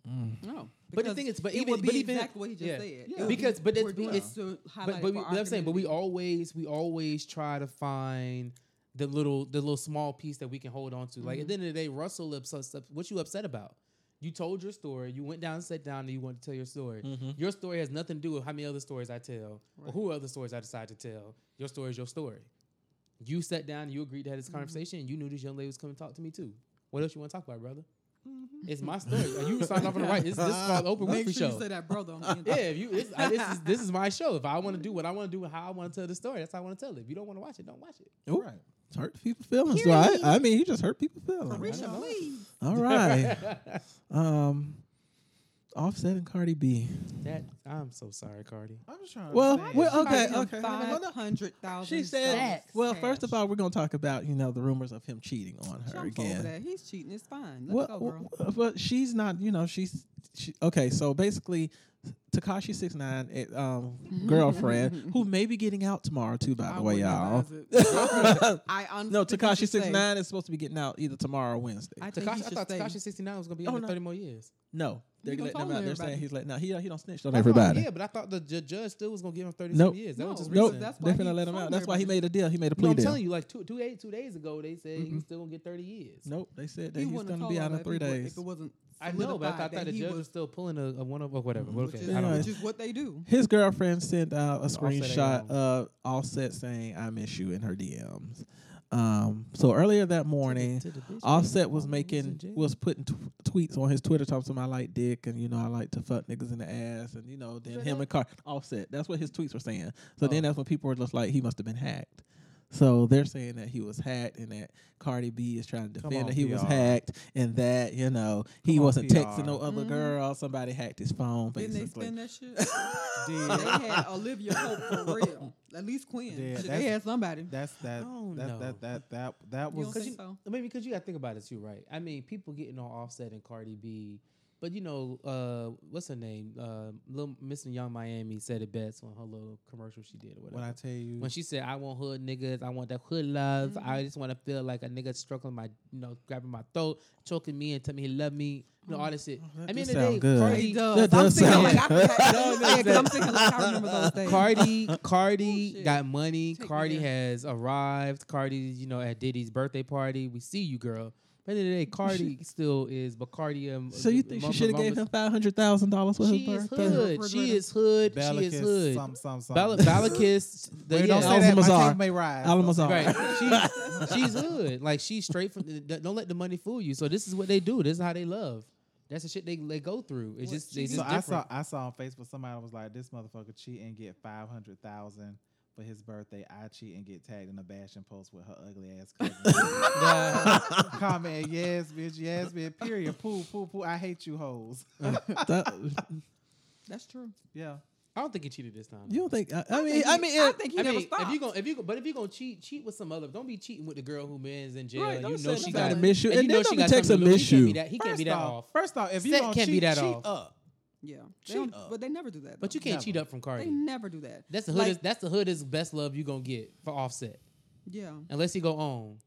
S4: No.
S5: But the
S4: because
S5: thing is, but
S4: it
S5: even,
S4: would be
S5: but even
S4: exactly what he just
S5: yeah.
S4: said.
S2: Yeah.
S4: It would
S5: Because-
S4: be,
S5: but it's-
S4: we're doing
S5: it's-
S4: to
S5: But,
S4: highlight for
S5: but, we,
S4: our
S5: but I'm saying, but we
S4: community.
S5: always we always try to find the little the little small piece that we can hold on to. Like
S4: Mm-hmm.
S5: at the end of the day, Russell, upset, what you upset about? You told your story. You went down, and sat down, and you wanted to tell your story.
S4: Mm-hmm.
S5: Your story has nothing to do with how many other stories I tell or who other stories I decide to tell. Your story is your story. You sat down, you agreed to have this
S4: Mm-hmm.
S5: conversation, and you knew this young lady was coming to talk to me too. What else you want to talk about, brother? It's my story. You signed off on the right. This, this
S4: <laughs>
S5: is called Oprah
S4: Mm-hmm. Make
S5: Winfrey
S4: sure
S5: Show.
S4: you say that, brother. On the end.
S5: Yeah, if you it's, I, this is this <laughs> is my show. If I want to do what I want to do and how I want to tell the story, that's how I want to tell it. If you don't want to watch it, don't watch it.
S6: Oh,
S2: Right.
S6: Hurt people's feelings. So I, I mean, you just hurt people's feelings. <laughs>
S4: Carisha, please.
S6: All right. um, Offset and Cardi B.
S5: <laughs> That I'm so sorry, Cardi.
S2: I'm just trying.
S6: Well,
S2: to
S6: well,
S2: understand.
S6: okay,
S4: Charged him
S6: okay. No, no, no.
S4: 500,000
S6: She said,
S4: dollars.
S6: well, first of all, we're going to talk about, you know, the rumors of him cheating on her
S4: Jump over
S6: again.
S4: that. He's cheating. It's fine. Let's
S6: Well,
S4: go, girl.
S6: well, well, she's not, you know, she's, she, okay, so basically, Takashi 69
S4: <laughs>
S6: um, girlfriend, who may be getting out tomorrow, too, by the way, y'all.
S4: <laughs> I honestly
S6: <laughs> No,
S4: think he
S6: Takashi
S4: should stay.
S6: 69 is supposed to be getting out either tomorrow or Wednesday.
S4: I think
S5: Takashi, I
S4: he should
S5: thought
S4: stay.
S5: Takashi 69 was gonna be
S6: Oh,
S5: under
S6: no.
S5: 30 more years.
S6: No, they're
S4: gonna tell
S6: letting him out. They're
S4: everybody.
S6: saying he's like, no, he, he don't snitch on
S5: I thought-
S6: everybody.
S5: Yeah, but I thought the ju- judge still was gonna give him 30
S6: Nope.
S5: some years. That was just
S4: No,
S6: Nope,
S5: recent.
S4: that's why
S6: definitely
S4: he
S6: let him
S4: told
S6: out. That's why he
S4: everybody.
S6: made a deal. He Mm-hmm. made a
S5: No,
S6: plea
S5: I'm
S6: deal.
S5: telling you, like two two days two days ago, they said he was still gonna get 30 years.
S6: Nope, they said that
S4: He
S6: he was
S4: wouldn't have
S6: going to be
S4: told
S6: out
S4: her
S6: in
S4: if
S6: three
S4: it wa-
S6: days.
S4: If it wasn't
S5: I know, but I thought, I
S4: solidified
S5: thought
S4: that
S5: the
S4: he
S5: judge was,
S4: was,
S5: still pulling a, a one of or whatever.
S6: Mm-hmm. which
S5: Okay,
S6: is-
S5: I don't know.
S4: which is what they do.
S6: His girlfriend sent out a
S5: Offset
S6: screenshot
S5: ain't
S6: of Offset saying, I miss you in her DMs. Um, so earlier that morning,
S5: To the bitch, mama
S6: Offset was
S5: was in
S6: making,
S5: jail.
S6: was putting t- tweets on his Twitter talking about I like dick and, you know, I like to fuck niggas in the ass and, you know, then him and Car Offset. That's what his tweets were saying. So
S5: Oh.
S6: then that's when people were just like, he must have been hacked. So they're saying that he was hacked and that Cardi B is trying to
S2: Come on,
S6: defend that he was
S2: PR.
S6: hacked and that, you know, he
S2: Come on,
S6: wasn't texting
S2: PR.
S6: no
S5: Mm-hmm.
S6: other girl. Somebody hacked his phone,
S4: Didn't they
S6: basically.
S4: spend that shit? they had Olivia Hope for real. At least Quinn.
S2: Yeah,
S4: Shit, they
S2: that's-
S4: had somebody.
S2: That's that.
S5: don't
S2: That,
S5: know.
S2: that that that that
S4: You
S2: was
S4: don't
S5: Cause
S4: think
S5: you,
S4: so?
S5: I mean, because you got to think about it too, right? I mean, people getting on Offset and Cardi B, but you know, uh, what's her name? Uh, Little Miss and Young Miami said it best on her little commercial she did or whatever.
S2: when I tell you.
S5: When she said, "I want hood niggas, I want that hood love,
S4: Mm-hmm.
S5: I just want to feel like a nigga struggling my, you know, grabbing my throat, choking me, and telling me he love me, you know, all this shit." I
S6: does
S5: mean,
S6: sound good.
S4: He
S5: Cardi,
S4: Mm-hmm. does.
S6: That
S4: I'm
S6: does
S4: thinking
S6: sound
S4: like I forgot- yeah, 'cause I'm thinking like I remember
S5: <laughs>
S4: those days.
S5: Cardi, Cardi
S4: Bullshit.
S5: got money.
S4: Take me
S5: Cardi
S4: there.
S5: has arrived. Cardi, you know, at Diddy's birthday party. We see you, girl. But at the end of the <laughs> day, Cardi still is, but Cardi. Um,
S6: So you
S5: uh,
S6: think she
S5: Mumba
S6: should have gave
S5: Lumba's-
S6: him five hundred thousand dollars for
S5: She
S6: his
S5: is
S6: birthday?
S5: hood. She is hood. She is
S2: Bellicus,
S5: hood.
S2: Some, some, some.
S5: Bala- Balakis. <laughs> the-
S2: Wait,
S5: yeah. um,
S2: don't say that. My
S6: Almazar.
S2: tank may rise.
S6: Almazar. <laughs>
S5: Right. <laughs> She's, she's hood. Like she's straight from. th- th- Don't let the money fool you. So this is what they do. This is how they love. That's the shit they, they go through. It's just they just
S2: So I
S5: different.
S2: saw I saw on Facebook somebody was like, "This motherfucker cheat and get five hundred thousand for his birthday. I cheat and get tagged in a bashing post with her ugly ass
S5: <laughs>
S2: cousin." <laughs> Comment, yes, bitch, yes, bitch. Period. Poo, poo, poo. I hate you, hoes. <laughs>
S6: That-
S4: That's true.
S2: yeah.
S5: I don't think he cheated this time.
S6: you don't think? I, I mean,
S4: think
S6: I
S4: he-
S6: mean,
S4: I
S6: it-
S4: think he
S5: I
S4: never
S5: mean, if
S4: stopped.
S5: you going if you go, but if you gonna cheat, cheat with some other. Don't be cheating with the girl who man's in jail.
S6: Right,
S5: and
S6: don't
S5: you
S6: say
S5: know she
S6: nobody
S5: got
S6: miss you.
S5: and
S6: And
S5: you
S6: then
S5: know she
S6: don't
S5: got
S6: text
S5: something to
S6: him
S5: lose.
S6: miss
S5: He can't be that.
S6: you.
S5: He can't be
S2: First
S5: that
S2: off-
S5: off.
S2: First off, if you
S5: Set
S2: don't
S5: can't
S2: cheat,
S5: be that
S2: cheat
S5: off.
S2: up.
S4: Yeah. They
S2: Cheat
S4: don't-
S2: up.
S4: but they never do that.
S5: But
S4: though.
S5: you can't cheat
S2: Never.
S5: up from
S4: They
S5: Cardi.
S4: never do that.
S5: That's the hood.
S4: Like-
S5: is, that's the hood is best love you gonna get for Offset.
S4: Yeah.
S5: Unless he go on.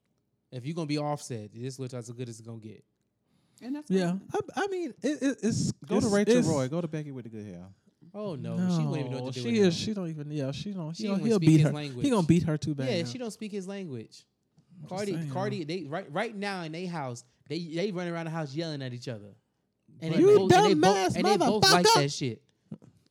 S5: If you gonna be Offset, this looks as good as it's gonna get.
S4: And that's
S6: yeah.
S4: fine.
S6: I, I mean, it, it, it's
S2: Go to
S6: it's-
S2: Rachel
S6: it's-
S2: Roy. Go to Becky with the good hair.
S5: Oh no,
S6: No,
S5: she wouldn't even know what to do.
S6: she
S5: with
S6: is.
S5: him.
S6: She don't even. Yeah, she don't.
S5: She
S6: She don't
S5: don't
S6: he'll
S5: speak
S6: beat
S5: his
S6: her.
S5: language.
S6: He gonna beat her too bad.
S5: yeah,
S6: now.
S5: she don't speak his language.
S6: just
S5: Cardi,
S6: saying,
S5: Cardi, they right right now in their house, they they run around the house yelling at each other. And they
S6: You
S5: both, and they
S6: dumbass
S5: both, and they both like
S6: motherfucker.
S5: that shit.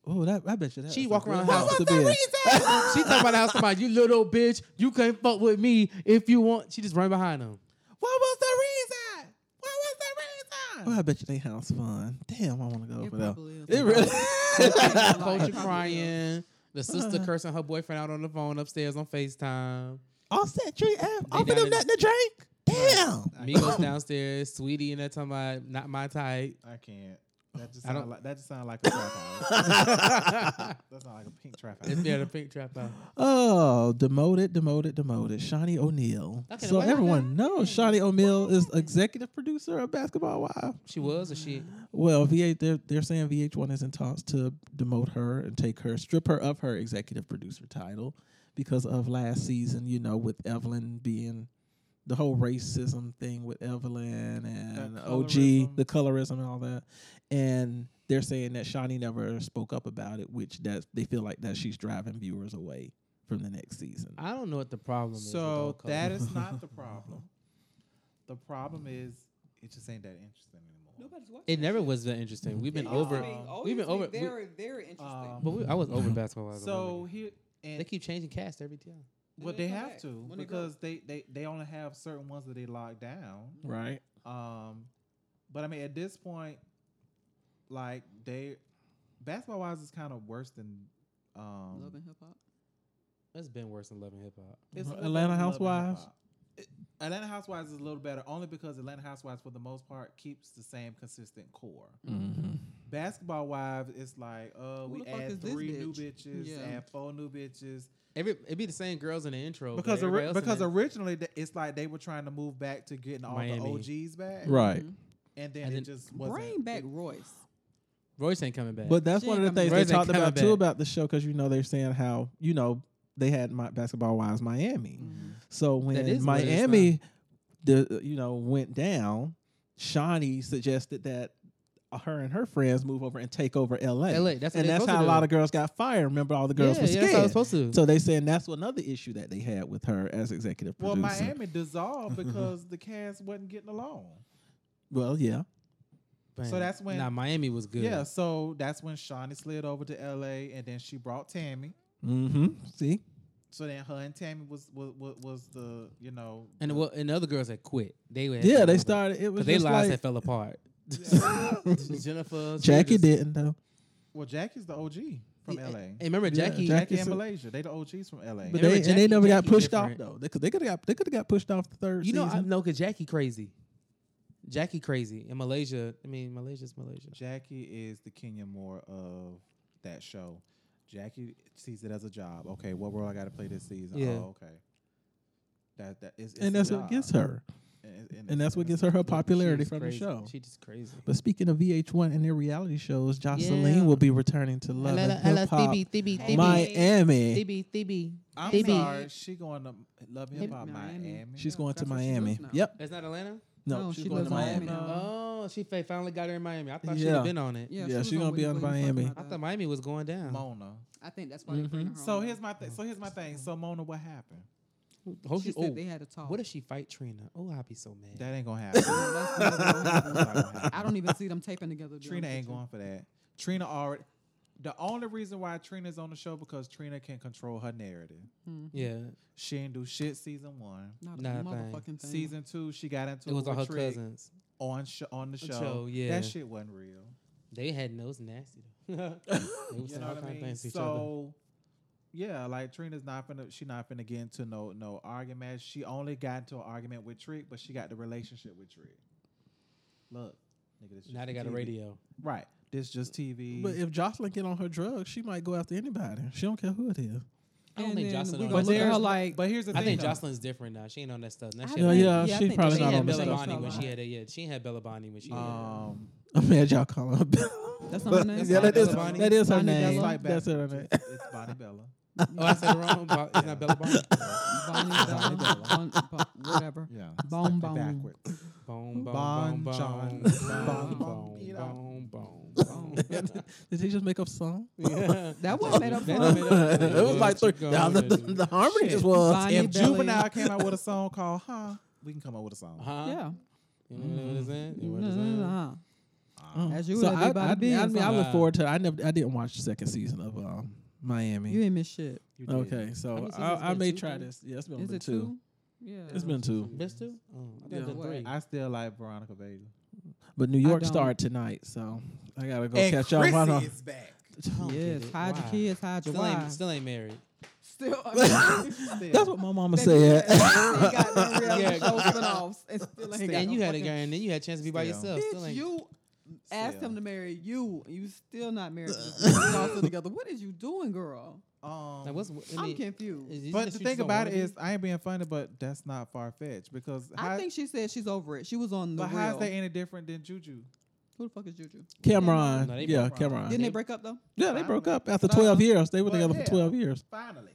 S6: Oh, that I bet you that.
S5: She
S6: was a
S5: walk
S6: good
S5: around
S6: house
S5: house.
S6: to be in.
S5: she talking about how somebody, you little bitch, you can't fuck with me if you want. She just run
S2: <laughs>
S5: behind him.
S2: What was the reason? What was the reason?
S6: Oh, I bet you they house fun. Damn, I want to go
S4: It
S6: over there.
S4: probably <laughs> is.
S6: It <laughs> really.
S5: Culture
S4: Probably
S5: crying. The sister cursing her boyfriend out on the phone upstairs on FaceTime.
S6: Offset tree F. Offer
S5: down
S6: them
S5: in-
S6: nothing to drink. Damn.
S5: Migos downstairs. Sweetie and that talking about not
S2: <laughs>
S5: my type.
S2: I can't. That just
S5: I don't-
S2: sound like that just sound <laughs> like a trap house. that sound like a pink trap house.
S5: It's there the pink trap out.
S6: Oh, demoted, demoted, demoted. Shawnee O'Neal.
S5: Okay,
S6: so
S5: wait,
S6: everyone knows Shawnee O'Neal is executive producer of Basketball Wives.
S5: She was or she?
S6: Well, VH they're they're saying VH1 is in talks to demote her and take her, strip her of her executive producer title because of last season. You know, with Evelyn being the whole racism thing with Evelyn and OG,
S2: colorism.
S6: the colorism and all that, and they're saying that Shawnee never spoke up about it, which that they feel like that she's driving viewers away from the next season.
S5: I don't know what the problem is. with
S2: So
S5: all colors.
S2: that is not the problem. The problem is it just ain't that interesting anymore.
S4: Nobody's watching.
S5: <laughs> It never was that interesting. We've been
S2: It
S5: over.
S2: is being- oh,
S5: we've been over. we-
S4: Very, very interesting.
S2: Um,
S5: but we, I was over basketball. Wives a while
S2: so
S5: ago.
S2: here
S5: they
S2: and
S5: keep changing cast every time.
S2: well
S4: they
S2: they
S4: come
S2: have
S4: back
S2: to
S4: when they grow.
S2: because they, they they only have certain ones that they lock down.
S6: Right.
S2: Um, but I mean, at this point, like they, basketball wise, is kind of worse than um,
S4: Love and hip hop.
S5: That's been worse than Love and Hip Hop.
S2: it's a little
S6: Atlanta
S2: better than Love and
S6: Housewives?
S2: Hip Hop. It- Atlanta Housewives
S6: Mm-hmm.
S2: is a little better, only because Atlanta Housewives, for the most part, keeps the same consistent core. Basketball Wives, it's like, uh, we
S4: the fuck is
S2: add
S4: this
S2: three new
S4: bitch?
S2: bitches,
S4: Yeah.
S2: add four new bitches.
S5: Every it'd be the same girls in the intro but
S2: Because
S5: everybody
S2: ori-
S5: else in
S2: because
S5: it-
S2: originally th- it's like they were trying to move back to getting all
S5: Miami.
S2: the OGs back,
S6: Right.
S2: And then
S5: And
S2: it
S5: then-
S2: just wasn't.
S4: Bring back Royce.
S5: Royce ain't coming back.
S6: But that's
S4: She
S6: one of the
S4: ain't coming
S5: back.
S6: things they talked
S5: Royce ain't
S6: about
S5: coming
S6: too
S5: back.
S6: about the show because you know they're saying how you know they had my basketball wives Miami. So
S5: Mm. That is
S6: when
S5: what it is
S6: Miami, the you know went down, Shawnee suggested that her and her friends move over and take over L.A.
S5: LA, that's what
S6: and
S5: they're
S6: that's
S5: supposed
S6: how
S5: to
S6: a lot
S5: do.
S6: of girls got fired. Remember, all the girls
S5: yeah,
S6: were
S5: yeah,
S6: scared.
S5: that's how it's supposed to.
S6: so they saying that's another issue that they had with her as executive
S2: Well,
S6: producer.
S2: Miami
S5: <laughs>
S2: dissolved because the cast wasn't getting along.
S6: Well, yeah,
S5: Man,
S2: so that's when-
S5: Nah, Miami was good.
S2: Yeah, so that's when Shawnee slid over to LA, and then she brought Tammy.
S6: mm-hmm. see,
S2: So then her and Tammy was was, was, was the you know
S5: and
S2: the-
S5: well, and the other girls had quit. They had to
S6: yeah,
S5: go
S6: they
S5: back.
S6: started. It
S5: 'Cause
S6: was
S5: they
S6: just
S5: lives
S6: like
S5: that fell apart. <laughs> Jennifer, she
S6: Jackie
S5: just-
S6: didn't though.
S2: well Jackie's the OG from LA.
S5: And remember
S6: Yeah,
S2: Jackie
S5: Jackie,
S6: Jack- Jackie's
S2: and
S6: a-
S2: Malaysia, they the OGs from LA.
S6: But
S5: They
S6: they,
S5: were
S6: and they
S5: Jackie-
S6: never
S5: Jackie
S6: got pushed
S5: different.
S6: off though. They could they could have got they could have got pushed off the third.
S5: you know, I
S6: season.
S5: know because Jackie crazy. Jackie crazy in Malaysia. I mean, Malaysia's Malaysia.
S2: Jackie is the Kenya Moore of that show. Jackie sees it as a job. Okay, what role I got to play this season?
S5: Yeah.
S2: Oh, okay. That that is,
S6: and that's what gets her, and that's what gets her her popularity from the show.
S5: She just crazy.
S6: But speaking of VH1 and their reality shows, Jocelyn
S5: Yeah.
S6: will be returning to Love and Hip Hop
S4: Stevie.
S6: Miami.
S5: Thibi, Thibi.
S2: I'm
S5: They be-
S2: sorry, she going to Love Hip
S4: Maybe
S2: Hop
S4: Miami.
S2: Miami.
S6: She's
S4: Yeah,
S6: going to
S4: that's where she lives
S6: Miami.
S4: now.
S6: Yep.
S5: That's not Atlanta.
S6: No,
S4: No,
S6: she's
S4: she
S6: going
S4: lives
S6: to
S4: in
S6: Miami.
S4: Miami now.
S5: Oh, she fa- finally got her in Miami. I thought she'd
S6: Yeah.
S5: have been on it.
S6: Yeah,
S4: was
S6: she gonna
S4: on
S6: be
S4: We
S6: on
S4: Believe Fuck
S6: Miami.
S4: About
S5: I
S4: That.
S5: thought Miami was going down.
S2: Mona.
S4: I think that's why they bring her
S2: So
S4: on.
S2: here's my thing. So here's my thing. So Mona, what happened?
S5: Hope
S4: she
S5: she-
S4: said
S5: oh,
S4: they had a talk.
S5: what if she fight Trina? Oh, I'd be so mad.
S2: That ain't gonna
S4: <laughs>
S2: happen.
S4: That's not gonna
S2: That's
S4: happen.
S2: not gonna happen.
S4: I don't even see them taping together. to be
S2: Trina
S4: honest
S2: ain't
S4: with you.
S2: going for that. Trina already. The only reason why Trina's on the show because Trina can control her narrative.
S5: yeah,
S2: She didn't do shit season one.
S4: Not
S5: Nah,
S4: a
S5: thing.
S4: motherfucking thing.
S2: Season two, she got into
S5: it was
S2: it
S5: on her
S2: with Trick
S5: cousins.
S2: on sh- on the show.
S5: show, yeah.
S2: that shit wasn't real.
S5: They had those nasty. they were saying
S2: You know
S5: all
S2: what I
S5: kind of
S2: mean?
S5: things to each other.
S2: So yeah, like Trina's not finna. She not finna get into no no argument. She only got into an argument with Trick, but she got the relationship with Trick. Look, nigga, this
S5: Now
S2: just
S5: they got a
S2: TV.
S5: radio.
S2: Right, this just TV.
S6: But if Jocelyn get on her drugs, she might go after anybody. She don't care who it is. <laughs>
S5: I don't
S4: And
S5: think
S4: then
S5: Jocelyn
S4: we
S5: on
S4: gonna
S5: that
S4: look at
S5: stuff.
S4: her like.
S2: but here's the
S5: I
S2: thing.
S5: think
S2: though.
S5: Jocelyn's different now. She ain't on that stuff. That
S4: I
S5: shit.
S4: think-
S6: Yeah, yeah,
S4: I
S6: she
S4: think
S6: probably
S4: they
S5: She
S6: not
S4: had
S5: had
S6: on the
S5: Bella
S4: Bella
S6: stuff.
S5: Bonnie when
S4: Bella.
S5: she had a yeah. She had Bella Bonnie when she had.
S2: Um,
S6: I'm mad y'all call her. Bella.
S4: That's not her name.
S6: yeah, that is
S5: Bonnie?
S6: that is her
S4: Bonnie
S6: name.
S4: Bella?
S2: like
S6: That's
S2: Bella.
S6: her name.
S2: It's, it's Bonnie Bella.
S5: Oh, I said it wrong. Bo- It's not Bella Bonnie.
S4: Bonnie Bella, Bon- Bon- whatever.
S2: Yeah.
S4: Bone bone.
S5: Boom,
S2: Bon
S5: boom, boom,
S2: John.
S5: boom,
S2: Bon,
S5: boom,
S2: you
S5: boom,
S4: <laughs>
S5: boom, boom.
S6: <laughs> Did he just make up a song? <laughs>
S4: That wasn't made up
S5: That
S4: for
S5: made
S4: her.
S5: up for
S6: it was like three,
S5: What you gonna
S6: the, the,
S5: do?
S6: the harmony just
S2: Shit.
S6: was.
S4: Bonnie
S2: If
S4: Bella.
S2: Juvenile came out with a song called Huh, we can come up with a song.
S5: Huh?
S4: Yeah.
S5: You know what I'm saying? You know what I'm saying?
S4: Uh-huh.
S2: Uh,
S4: As you
S6: Oh, so
S4: would,
S6: I, I, I
S4: everybody
S6: mean, I, mean, I
S5: Uh,
S6: look forward to. I never, I didn't watch the second season of um, Miami.
S4: You ain't miss shit.
S5: You did.
S6: okay,
S5: How
S6: so
S5: many seasons
S6: I, I
S5: been?
S6: may
S5: Two,
S6: try
S5: three?
S6: this. Yeah, it's been,
S4: Is
S6: been
S4: it
S6: two.
S4: two? Yeah.
S6: It's been two.
S5: Missed two? Oh, I thought
S6: Mm-hmm. Yeah.
S5: it was three.
S2: I still like Veronica Vega.
S6: But New York
S4: don't.
S6: started tonight, so I gotta go catch y'all. Why not? <laughs>
S2: back.
S5: don't get
S4: Yes.
S5: it.
S4: Hide your
S5: Why?
S4: kids. Hide your
S5: Still ain't,
S4: wives.
S5: still ain't married.
S4: Still.
S2: <laughs>
S4: I mean,
S6: That's what my mama said.
S4: still got them reality <laughs>
S5: Yeah.
S4: show spinoffs and still ain't got
S5: And
S4: no
S5: you had a
S4: fucking-
S5: guy, and then you had a chance to be by
S2: Still.
S5: yourself. Still
S4: Bitch,
S5: ain't.
S4: you asked him
S2: Still.
S4: to marry you. and You still not
S2: <laughs>
S4: married. to this man. Y'all still together. What is you doing, girl?
S2: Um,
S5: <laughs> Now, what's, I
S4: I'm
S5: mean,
S4: confused.
S5: is it
S2: but
S5: just
S2: the
S5: you just
S2: thing
S5: don't
S2: about it
S5: wanna be?
S2: is, I ain't being funny, but that's not far fetched because how,
S4: I think she said she's over it. She was on the
S2: but
S4: real.
S2: how is that any different than Juju?
S4: Who the fuck is Juju?
S6: <laughs> Cameron,
S5: No, they
S6: yeah,
S5: broke up.
S6: Cameron.
S4: Didn't they break up though?
S6: yeah, they broke up after
S2: No.
S6: twelve years. They were
S2: Well,
S6: together
S2: yeah.
S6: for twelve years.
S2: Finally.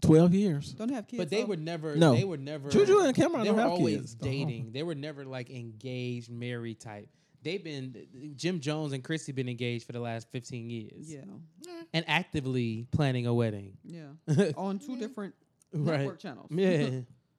S6: Twelve years.
S4: Don't they have kids.
S5: But they
S4: though?
S5: were never.
S6: No.
S5: They were never.
S6: Juju and Cameron
S5: They
S6: don't
S5: were
S6: have
S5: always
S6: kids.
S5: dating. They were never like engaged, married type. They've been Jim Jones and Chrissy been engaged for the last fifteen years.
S4: Yeah,
S5: And actively planning a wedding.
S2: <laughs>
S4: yeah. on two different
S5: Right.
S6: <laughs>
S4: network channels.
S5: <laughs> Yeah.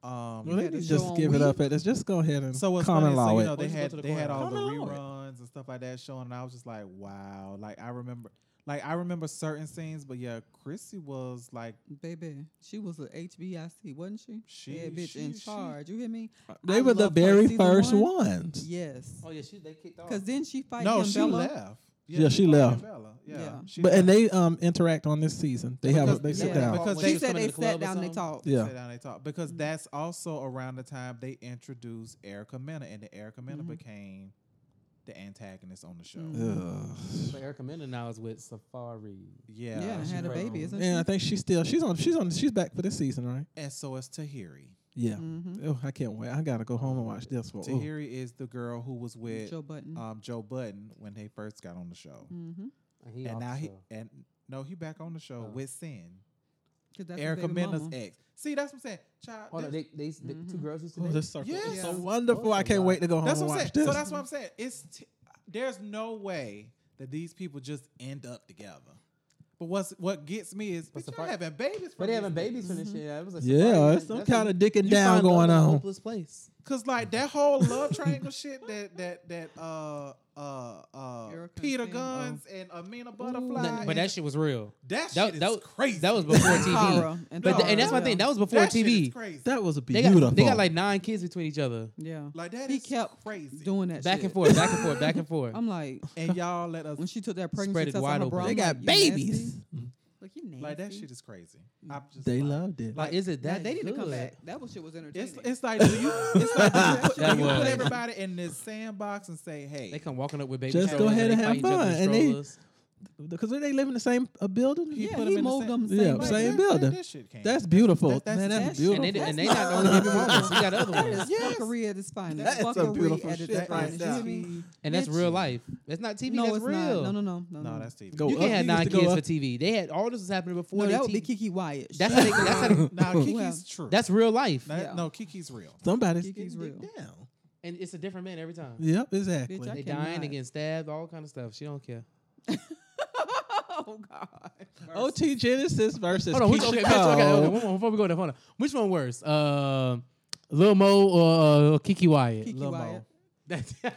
S6: Well,
S2: Um,
S6: they
S4: had a
S6: just
S4: show on
S6: give it
S4: Weed.
S6: up at us. Just go ahead and
S2: so what's
S6: common
S2: funny, so,
S6: law
S2: you
S6: it.
S2: know, they
S5: Why'd you go
S2: had
S5: to the
S2: they had all
S5: courthouse?
S2: the
S6: Common law it.
S2: reruns and stuff like that showing, and I was just like, wow. Like I remember, like I remember certain scenes, but yeah, Chrissy was like
S4: Baby, she was a HBIC, wasn't she?
S2: She-
S4: yeah, bitch in
S2: she- she-
S4: charge. You hear me?
S6: They
S4: I
S6: were the
S4: love her
S6: very
S4: season
S6: first
S4: one.
S6: ones.
S4: Yes,
S5: Oh, yeah, she, they kicked off.
S4: because then she fight
S2: no,
S4: Kim
S2: she
S4: Bella.
S2: left.
S6: Yeah, she
S2: fucking
S6: left.
S2: Bella. Yeah,
S4: Yeah.
S2: she
S6: But
S2: left.
S6: and they um interact on this season. They have a,
S2: Because-
S6: they sit
S4: yeah.
S6: down.
S2: Because
S5: When
S2: they-
S4: she
S5: was
S4: said
S5: coming
S4: they
S5: to the club
S4: sat
S5: or
S4: down and they
S5: something?
S4: talked.
S6: Yeah.
S2: sit down and talk
S4: Mm-hmm.
S2: because that's
S4: Mm-hmm.
S2: also around the time they introduced Erica Mena, and then Erica Mena became the antagonist on the show.
S6: Ugh.
S5: But Erica Mena now is with Safari.
S2: Yeah.
S4: Yeah,
S2: she-
S4: had a
S5: pregnant.
S4: baby, isn't she?
S6: And I think she's still she's on she's on she's back for this season, right?
S2: and so is Tahiri.
S6: Yeah.
S4: Mhm.
S6: Oh, I can't wait. I gotta go home and watch this one. Oh, Ooh.
S2: Tahiri is the girl who was with
S4: Joe Button.
S2: um, Joe Button when they first got on the show,
S4: mm-hmm.
S5: And, he
S2: and
S5: off
S2: now
S5: the
S2: he
S5: show.
S2: and no, he back on the show
S5: Oh.
S2: with Sin,
S4: that's
S2: Erica
S4: his baby
S2: Mena's
S4: mama.
S2: ex. See, that's what I'm saying. Child,
S5: Hold on,
S2: this-
S5: they, they, the two
S4: Mm-hmm.
S5: girls used to
S6: Oh,
S5: date?
S6: this circle is
S2: Yes.
S6: so
S4: Yeah.
S6: wonderful. I
S5: That's a
S6: can't
S5: lot.
S6: wait to go home
S2: that's
S6: and
S2: what I'm
S6: watch
S2: saying.
S6: this.
S2: So that's what I'm saying. It's t- there's no way that these people just end up together. But what's what gets me is
S5: But
S2: but y'all
S5: Safari-
S2: having babies.
S5: But
S2: But
S5: they having babies from this shit. It was a
S6: Mm-hmm. yeah,
S5: Safari.
S6: it's some
S5: That's a-
S6: kind of dicking
S5: you
S6: down
S5: find love in
S6: going
S5: a
S6: on.
S5: Hopeless place.
S2: Cause like that whole love triangle shit that that that uh uh uh
S4: Erica and
S2: Peter
S4: Sam. oh.
S2: Guns and Amina Butterfly.
S5: But- but
S2: and-
S5: that shit was real.
S2: that
S5: that-
S2: shit is
S5: that-
S2: crazy.
S5: That was
S4: <laughs>
S5: before TV.
S4: Horror and
S5: But th-
S4: horror.
S5: and that's my thing. That was before
S2: That shit is
S5: TV.
S2: crazy.
S6: That was a
S5: They
S6: beautiful.
S5: got, they got like nine kids between each other.
S4: yeah.
S2: like that
S4: he
S2: is
S4: kept
S2: crazy.
S4: doing that
S5: Back
S4: shit.
S5: and forth, back and forth, back and forth.
S4: I'm like,
S2: and y'all let us
S4: when she took that
S5: Spread
S4: pregnancy
S5: it
S4: test
S5: wide
S4: on her
S5: open.
S4: bra, I'm
S6: they got
S4: like, "You
S6: babies.
S4: nasty." Like you nasty.
S2: like that shit is crazy. I'm just
S6: They
S2: like,
S6: loved it.
S5: like, is it
S4: Now,
S5: that
S4: they need to come
S5: good?
S4: back. That was shit was entertaining.
S2: It's, it's like do you, it's like, do you put,
S5: That
S2: do you put
S5: was-
S2: everybody in this sandbox and say, hey,
S5: They come walking up with baby.
S6: Just
S5: strollers
S6: go ahead
S5: they
S6: and
S5: fight
S6: have
S5: each other with
S6: fun, and they-
S5: strollers.
S6: because they live in the same uh, building.
S4: yeah,
S2: put
S4: he
S2: him in the
S4: moved
S2: same-
S4: them
S6: Yeah,
S4: same.
S6: I'm saying-
S4: same.
S2: that-
S6: building.
S2: That shit came.
S6: That's beautiful.
S2: That- that's-
S6: Man, that's,
S4: that's-
S6: beautiful.
S5: and they, and they
S4: That's
S5: not
S4: not-
S5: only baby mamas. You got other
S4: <laughs> That
S5: ones,
S4: is fuckery at its <laughs> finest.
S6: That's some
S4: fuckery
S6: beautiful
S4: at
S6: shit
S4: its
S6: right
S4: finest.
S6: there.
S4: You hear me?
S5: and that's real life. That's not TV.
S4: No,
S5: that's
S4: it's
S5: real.
S4: not. No, no, no, no,
S2: no, that's TV.
S6: Go
S5: You
S6: up.
S5: can't have
S6: Used to
S5: nine
S6: go
S5: kids
S6: up.
S5: for TV. They had all this was happening before.
S4: no.
S5: they
S4: That would be
S5: TV.
S4: Kiki Wyatt.
S5: That's how
S4: Shut
S5: they. That's how
S2: <laughs>
S5: they,
S2: Now Kiki's true.
S5: That's real life,
S2: That-
S4: Yeah.
S2: no Kiki's real.
S6: Somebody's
S4: Kiki's
S6: getting
S4: real.
S6: digged down.
S5: and it's a different man every time.
S6: Yep, exactly.
S4: Bitch, I
S5: They
S4: can't-
S5: dying,
S4: cannot.
S5: they getting stabbed, all kind of stuff. She don't care.
S4: Oh God.
S6: OT Genesis versus
S5: Hold on, which,
S6: Keisha
S5: okay, bitch,
S6: Cole.
S5: okay, okay, one more before we go there, hold on. Which one worse, uh, Lil Mo or uh, Kiki <laughs> Wyatt?
S4: Kiki
S5: Lil Mo.
S4: Wyatt.
S5: <laughs> That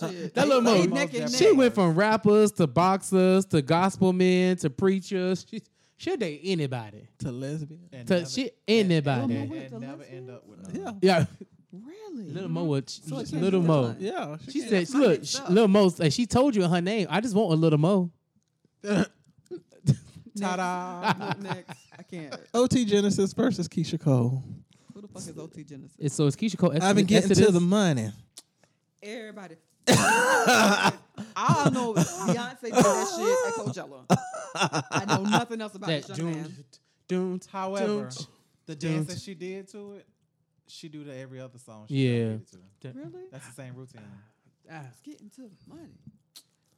S4: Shit.
S5: That little
S4: They
S5: mo-
S4: neck and
S2: Most
S4: neck.
S5: she went from rappers to boxers to gospel men to preachers. She should date anybody.
S6: to lesbian.
S2: And
S5: To
S2: never-
S5: she
S4: Lil Mo
S5: anybody.
S2: and,
S4: with
S2: and
S4: the
S2: never
S4: lesbian?
S2: end up with none.
S6: Yeah.
S5: Yeah, <laughs>
S4: Really?
S5: Little Mo. would-
S4: So it's
S5: Little
S4: not
S5: Mo.
S4: done.
S6: Yeah.
S5: She
S6: can't-
S5: said,
S4: that's
S5: she-
S4: my
S5: "Look,
S4: next
S5: she-
S4: up.
S5: Lil Mo. Like, she told you her name. I just want a Little Mo."
S4: Ta-da.
S5: <laughs>
S4: Next. I can't.
S6: OT Genesis versus Keisha Cole.
S4: Who the fuck is OT Genesis?
S5: It's so it's Keisha Cole.
S6: I've been getting to
S5: Exodus.
S6: the money.
S5: <laughs>
S4: Everybody. I don't know Beyonce did that shit at Coachella. I know nothing else about
S5: that
S4: this young man.
S5: doomed, doomed.
S2: However,
S5: Don't-
S2: the dance
S5: don't.
S2: that she did to it, she do to every other song. She
S5: Yeah.
S2: did to.
S4: Really?
S2: That's the same routine.
S4: It's getting to the money.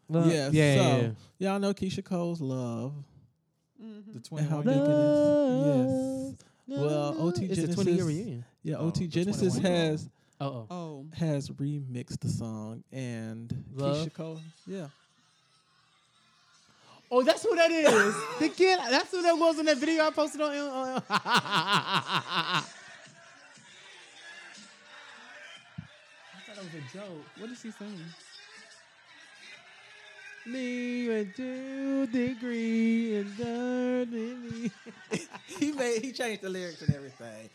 S5: Well,
S6: yeah,
S5: yeah,
S6: so
S5: yeah, yeah.
S6: y'all know Keisha Cole's love.
S2: The
S6: And
S2: twin
S6: how
S2: one.
S6: big it
S2: did-
S6: is. Yes. Well, OT
S5: it's
S6: Genesis.
S5: a 20 year reunion.
S6: Yeah,
S2: No,
S6: OT
S2: the
S6: Genesis
S2: 21 year old.
S6: has
S5: Oh, oh.
S4: Oh,
S6: has remixed the song and
S5: Love?
S6: Keisha Cole.
S5: <laughs>
S6: Yeah.
S5: Oh, that's who that is. the kid. That's who that was in that video I posted on. on- <laughs> on-
S4: what is she saying?
S5: Me a two degree and third in <laughs> me.
S6: he made he changed the lyrics and everything.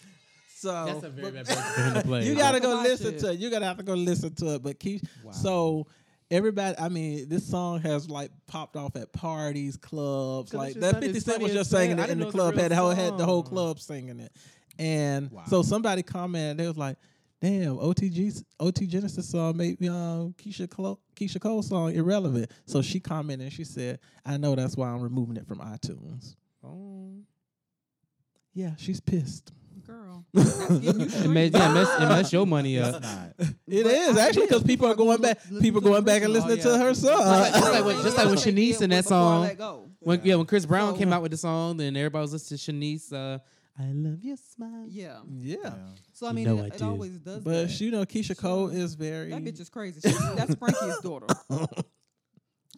S6: So
S5: That's a very
S6: but-
S5: bad version for him to play.
S6: You gotta go
S4: Watch
S6: listen
S4: it.
S6: to it. You gotta have to go listen to it. But Keisha, so everybody, I mean, this song has like popped off at parties, clubs.
S5: Cause
S6: Like
S5: it's
S6: that
S5: funny-
S6: Fifty
S5: it's
S6: Cent was
S5: funny
S6: just
S5: as hell.
S6: singing
S5: I
S6: it in
S5: didn't
S6: the
S5: know it was a real
S6: club. Had the whole had the whole
S5: song.
S6: club singing it, and
S2: Wow.
S6: so somebody commented. They was like. Damn, OTG, OT Genesis song made um, Keisha Cole, Keisha Cole song irrelevant. So she commented and she said, "I know that's why I'm removing it from iTunes." Yeah, she's pissed.
S5: <laughs>
S4: Girl. That's getting you
S5: It mess,
S4: streamed.
S5: yeah, it mess, it mess your money
S2: It's
S5: <laughs> up.
S2: not.
S6: It
S4: But
S6: is
S4: I
S6: actually
S4: think
S6: because people are going back,
S4: listen
S6: people
S4: to the
S6: going back and
S4: original.
S6: listening
S2: Oh,
S6: to
S2: yeah.
S6: her song.
S5: Just like- just like
S4: Same
S5: when-
S4: thing
S5: just like when
S4: they did
S5: Shanice in that
S4: with Before I
S5: song.
S4: Let Go.
S5: When, yeah, when Chris Brown
S4: So-
S5: came out with the song, then everybody was listening to Shanice. Uh, I love your smile.
S4: Yeah.
S6: Yeah,
S2: Yeah.
S4: So I mean,
S5: know I
S4: it, it
S5: do.
S4: always does.
S6: but
S4: that.
S6: she, you know, Keisha Cole is very.
S4: that bitch is <laughs> crazy. She, that's Frankie's
S5: <laughs>
S4: daughter.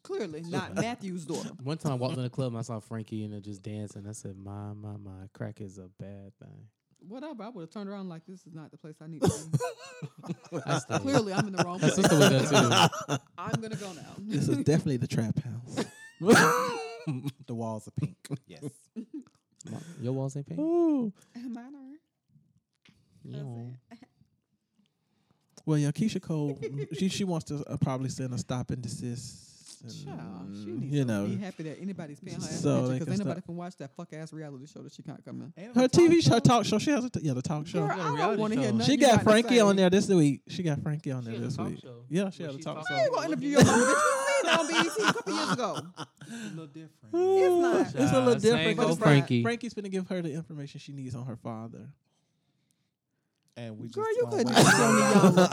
S4: Clearly not Matthew's daughter.
S5: One time I walked in the club and I saw Frankie and just dancing. I said, "My, my, my, crack is a bad thing."
S4: Whatever. I would have turned around like this is not the place I need to be.
S6: <laughs>
S5: I stayed.
S4: Clearly, I'm in the wrong
S5: My
S4: place.
S5: sister was there too.
S4: <laughs> I'm gonna go now.
S6: this is definitely the trap house.
S2: The walls are pink. Yes.
S5: Your walls ain't pink.
S6: <laughs> Ooh.
S4: Am I alright?
S5: No.
S6: mm, Well, yeah, Keisha Cole, she she wants to uh, probably send a stop and desist and
S4: Child, she
S8: Mm,
S4: needs
S6: you
S4: to
S6: know.
S4: be happy that anybody's paying her ass
S6: So
S4: attention
S6: they
S4: because
S6: can
S4: anybody
S6: stop-
S4: can watch that fuck ass reality show that she can't come in.
S2: Ain't
S6: her
S2: it a
S6: TV show,
S2: show?
S6: her talk show. She has a t- yeah, the talk show.
S4: Girl,
S5: got a
S4: I don't
S5: reality
S4: want to hear
S5: show.
S4: nothing.
S6: she
S4: you
S6: got
S4: got to
S6: Frankie
S4: say.
S6: on there this week. She got Frankie on
S5: She
S6: there
S5: had a
S6: this
S5: talk
S6: week.
S5: show.
S6: Yeah, she
S5: Where
S6: had a
S5: she
S6: talk
S5: talked
S6: show.
S4: I ain't gonna interview your mama. Bitch, you seen that on BET a couple years ago.
S2: a little different.
S6: Ooh,
S4: not.
S6: It's a little
S5: Child, same
S6: different.
S4: go
S6: 'cause
S5: Frankie.
S6: Frankie's gonna give her the information she needs on her father.
S2: And we just
S4: Girl, you
S2: don't
S4: could have
S2: want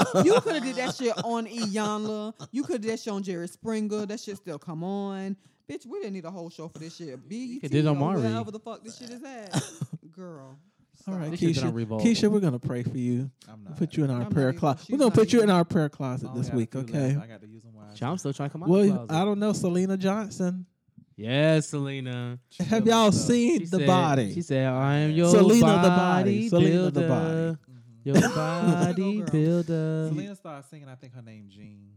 S4: did that
S2: to-
S4: shit on <laughs> Iyanla. You could have did that shit on Iyanla. You could have did that shit on Jerry Springer. That shit still come on. Bitch, we didn't need a whole show for this shit. BET
S9: could did it on
S4: or
S9: Maury.
S4: wherever the fuck this shit is <laughs> at. Girl.
S6: All right,
S5: This shit's been
S6: Keisha.
S5: on Revolt.
S6: Keisha, we're gonna pray for you.
S2: <laughs> I'm
S6: We'll
S2: not.
S6: put you in our
S4: I'm not
S6: prayer
S4: even-
S6: closet.
S4: she's
S6: We're gonna
S4: not
S6: put you in
S4: even-
S6: our prayer
S2: I
S6: closet
S2: only
S6: this
S2: got a
S6: week,
S2: few
S6: okay?
S2: left. I got to use them wisely.
S5: Child, I'm still trying to come out. the
S6: Well,
S5: closet.
S6: I don't know, Selena Johnson.
S5: Yes, Selena.
S2: She
S6: Have
S2: feeling
S6: y'all
S2: stuff.
S6: seen
S5: She
S6: the
S5: said-
S6: body?
S5: She said, "I am your
S6: Selena the
S5: body,
S6: body. Selena the
S5: builder,
S6: body.
S2: Mhm.
S6: <laughs>
S5: your body
S4: girl.
S5: builder."
S2: Selena started singing. I think her name Jean,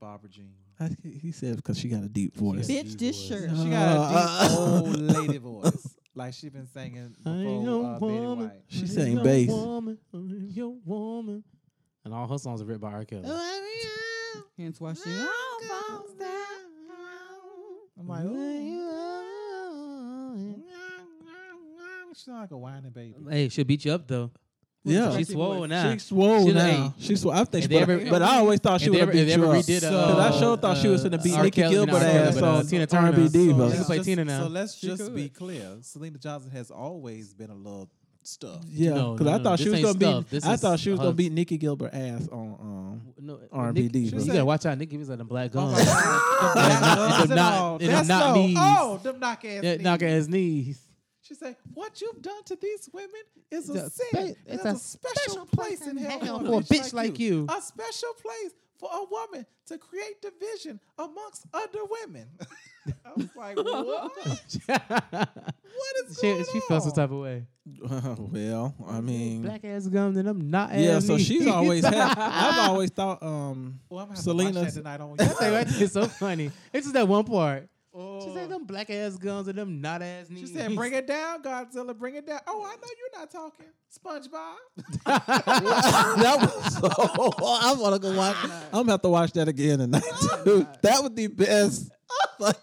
S2: Barbara Jean.
S6: I think he said because she got a deep voice.
S2: Yeah.
S4: Bitch, this
S2: She
S4: shirt.
S2: got a
S6: Uh,
S2: deep old lady voice, like she been singing
S5: I ain't
S2: before
S5: no
S2: uh, Betty
S5: woman.
S2: White.
S6: She
S5: I'm
S6: sang
S5: your
S6: bass.
S5: Woman, I'm your woman. And all her songs are written by R. Kelly.
S4: Hence why she all falls down.
S2: "Oh, I'm like, ooh. She's like a whining baby.
S5: Hey, she'll beat you up though.
S6: Yeah,
S5: She
S4: Tracy
S5: swole
S4: voice.
S5: now.
S6: She swole
S5: She
S6: now.
S5: like-
S6: She swole. I think,
S5: And
S6: she,
S5: they
S6: but,
S5: ever-
S6: but I always thought she
S5: And they
S6: would have
S5: ever,
S6: beat
S5: they
S6: you
S5: ever redid uh,
S6: up. Because I sure thought she was
S5: uh,
S6: gonna beat
S5: R.
S6: Nikki
S5: Kelly,
S6: Gilbert
S5: not Selena,
S6: ass
S5: but, uh,
S6: on
S5: Tina Turner.
S6: R&B
S5: So
S6: Diva.
S5: she can play
S2: just-
S5: Tina now.
S2: So let's
S4: She
S2: just
S4: could.
S2: be clear. Selena Johnson has always been a little stuff.
S6: Yeah,
S5: No,
S6: because
S5: no,
S6: I
S5: no,
S6: thought
S5: this
S6: she was
S5: ain't
S6: gonna
S5: stuff.
S6: beat.
S5: This
S6: I
S5: is
S6: thought she was
S5: her-
S6: gonna beat Nikki Gilbert ass on. Um, <laughs>
S5: No,
S6: R&B
S5: Nicki-
S6: diva.
S5: You gotta watch out. Nicki was at them black
S6: Oh,
S5: guns.
S2: That's
S5: knock- and them knock knees.
S2: Oh, them knock ass
S5: Yeah,
S2: knees.
S5: knock ass knees.
S6: <laughs>
S2: She said, "What you've done to these women is a,
S5: It's a
S2: sin.
S5: spe-
S2: And
S5: it's
S2: There's
S5: a
S2: a special place in hell
S5: for a bitch like you."
S2: A special place for a woman to create division amongst other women." <laughs> I was
S5: <laughs>
S2: like, "What? what
S5: she,
S2: is going
S5: she felt some
S2: on?"
S5: type of way.
S6: well, I mean,
S5: Black ass gum, then I'm not ass.
S6: yeah. So
S5: knees. <laughs>
S6: she's always. Had,
S2: <laughs>
S6: I've always thought. Um,
S2: Well, I'm gonna have to watch
S6: Selena's-
S2: that tonight
S5: <laughs>
S2: on
S5: That thing right there is so funny. It's just that one part. She
S2: Oh.
S5: said them black ass guns and them not ass
S2: She
S5: knees.
S2: said, "Bring it down, Godzilla. Bring it down." Oh, I know you're not talking, SpongeBob.
S6: <laughs> that was so. I'm gonna go watch. I'm gonna have to watch that
S5: <laughs>
S6: again tonight. Too. That was the best. fucking-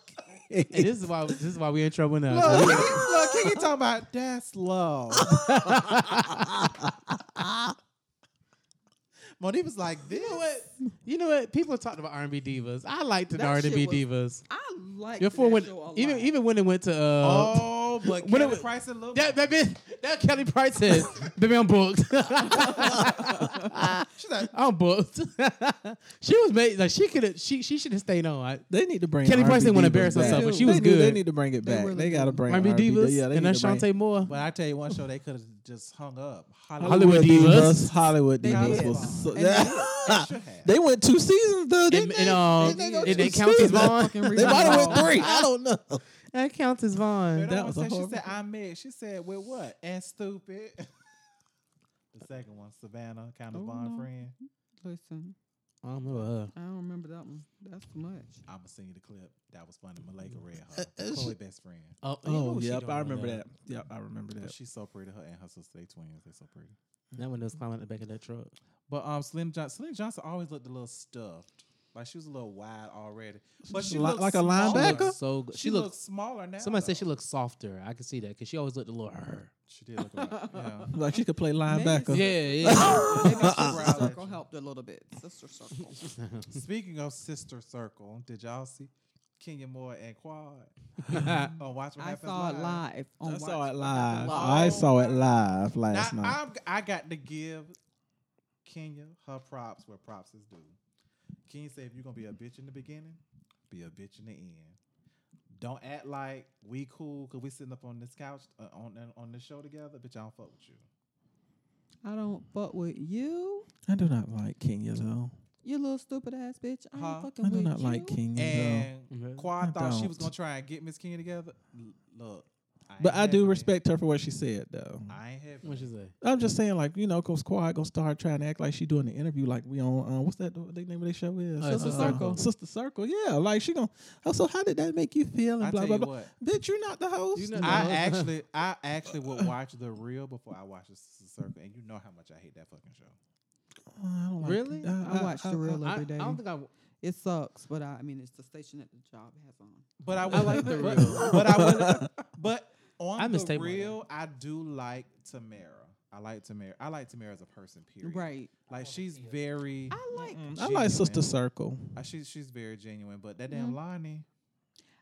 S5: And this is why this is why we in trouble now.
S2: look, <laughs> look, Kiki talking about that's
S5: <laughs>
S2: love. Monique was like, "This."
S5: You know what? People talked about R and B divas. I liked the
S4: That
S5: R and B
S4: shit
S5: divas.
S4: was- I like that
S5: Before when
S4: show a lot.
S5: even even when it went to uh
S2: Oh, but
S5: When it
S2: Kelly
S5: was-
S2: Price and Lil
S5: that that bitch, that Kelly Price said, baby, I'm booked. <laughs>
S2: She's like,
S5: I'm booked. <laughs> she was made like she could have she she should have stayed on. I,
S6: They need to bring.
S5: Kelly Price
S6: R&B
S5: didn't wanna
S6: divas
S5: embarrass
S6: back.
S5: herself, but
S6: They
S5: she was
S6: do- They
S5: good.
S6: need to bring it
S4: They
S6: back.
S4: really
S6: They gotta bring
S5: R&B divas
S6: Yeah, they
S5: and
S6: need to bring-
S5: Ashante Moore.
S2: But I tell you one show they could have just hung up.
S5: Hollywood Divas.
S6: Hollywood
S4: They
S6: Divas.
S4: did.
S6: Was so,
S2: <laughs>
S4: And
S2: They should have.
S6: they went two seasons though.
S5: And,
S6: Didn't
S5: and,
S6: they?
S5: um,
S6: Didn't
S5: and,
S6: go
S5: and
S6: two
S5: Countess
S6: seasons?
S5: Vaughn.
S4: Fucking
S6: They might have went
S4: rewind.
S6: three. I don't know.
S5: That Countess Vaughn.
S2: But
S6: That
S2: that
S6: was
S2: was
S6: a
S2: said, she
S6: horrible-
S2: said, "I'm mad." She said, "With what?" And stupid. <laughs> the second one, Savannah, kind
S4: Oh,
S2: of Bond
S4: no.
S2: friend.
S4: Listen,
S5: I don't remember
S6: uh,
S5: her.
S4: I don't remember that one. That's too much. <laughs>
S2: I'm gonna send you the clip. That was funny. Malika read
S5: <laughs>
S2: her. Chloe best friend.
S5: Oh,
S6: Oh,
S5: yeah,
S6: yep, I remember that. Yep, I remember
S2: But
S6: that.
S2: she's so pretty. Her and her sister, they twins. They so pretty.
S5: That one was climbing at the back of that truck.
S2: But um, Slim Johnson, Slim Johnson always looked a little stuffed. Like she was a little wide already. But she
S6: li-
S2: looked
S6: like a
S2: smaller.
S6: linebacker?
S5: She looks so good.
S2: She,
S5: She
S2: looks,
S5: looks.
S2: smaller now.
S5: Somebody
S2: though.
S5: said she looks softer. I can see that because she always looked a little.
S6: <laughs>
S5: Her.
S2: She did look. Like, yeah.
S6: Like she could play
S5: Yeah, <laughs>
S6: linebacker.
S5: yeah.
S4: Maybe
S2: Uh-uh.
S4: <laughs> sister
S6: <laughs>
S4: circle helped a little <laughs> bit. Sister circle.
S2: Speaking of sister circle, did y'all see Kenya Moore and Quad on Watch What
S4: I
S2: Happens
S4: saw it live. On
S6: I
S4: Watch
S6: saw it
S4: What
S6: live.
S4: Happens
S6: I saw it live
S2: Now,
S6: last night.
S2: I'm, I got to give Kenya her props where props is due. Kenya said, if you're going to be a bitch in the beginning, be a bitch in the end. Don't act like we cool because we sitting up on this couch, uh, on on this show together. Bitch, I don't fuck with you.
S4: I don't fuck with you.
S6: I do not like Kenya though.
S4: You little stupid ass bitch. I
S2: Huh?
S4: ain't fucking
S6: I do
S4: with
S6: not
S4: you.
S6: like Kenya
S2: And
S5: Mhm.
S2: Quad
S6: I
S2: thought she was
S6: don't.
S2: going to try and get Miss Kenya together. L- look.
S6: though. But
S2: ain't
S6: I do
S2: having it.
S6: respect her for what she said though.
S2: I ain't having
S5: What
S2: it.
S5: she say?
S6: I'm just saying, like you know, cause Quad gonna start trying to act like she doing the interview, like we on uh, what's that the name of their show is
S5: Oh, Sister Circle.
S6: Sister Circle, yeah. Like she gonna. Oh, so how did that make you feel? And
S2: I
S6: blah
S2: tell
S6: blah
S2: you
S6: blah. <laughs>
S2: what.
S6: Bitch, you're not the host.
S5: You not the
S6: <laughs>
S2: I
S5: host.
S2: actually, I actually would watch the real before I watch the Sister circle, and you know how much I hate that fucking show.
S6: Oh, I don't like
S5: Really?
S6: I,
S4: I watch The Real
S6: I,
S4: Every
S5: I, I
S4: day.
S5: don't think I.
S4: It sucks, but I, I mean, it's the station that the job has on.
S2: But I, would, <laughs>
S5: like the
S2: but,
S5: real.
S2: But I would, but on
S5: I
S2: the
S5: mistake my
S2: real, I do like Tamara. I like Tamara. I like Tamara as a person. Period.
S4: Right.
S2: Like she's very.
S4: I like.
S2: Mm,
S6: I like Sister
S2: genuine.
S6: Circle.
S2: Uh, She's she's very genuine. But that
S4: Mm-hmm.
S2: damn Lonnie.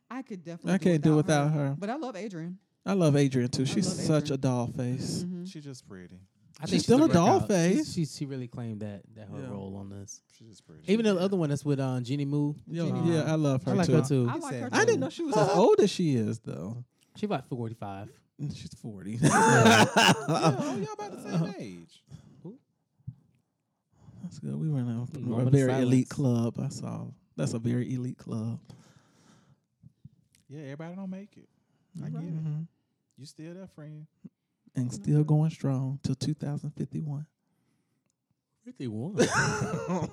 S4: I could definitely.
S6: I can't do without her.
S4: But I love Adrian.
S6: I love Adrian too. She's
S4: love
S6: such
S4: Adrian.
S6: a doll face.
S4: Mhm.
S2: She's just pretty.
S5: I
S6: She's still a
S5: worked out.
S6: dollface.
S5: She's- She, she really claimed that that her
S6: Yeah.
S5: role on this.
S2: She's just pretty.
S10: Even the other one that's with uh, Jeannie Moo.
S6: Yeah,
S5: Genuine.
S6: yeah, I love her
S10: I like
S6: too.
S10: her too.
S4: I
S2: He
S4: like
S2: said
S4: her.
S6: I didn't
S4: too.
S6: know she was as old as she is though.
S5: She about forty five.
S6: She's forty.
S4: <laughs>
S2: Yeah, oh, y'all about the same age.
S6: That's good. We were in a- a,
S5: Moment of
S6: very elite
S5: silence.
S6: club. I saw. That's a very elite club.
S2: Yeah, everybody don't make it. I get it.
S6: Mhm.
S2: You still that friend?
S6: And still going strong till <laughs> 2051.
S5: Fifty <laughs> one.
S2: That's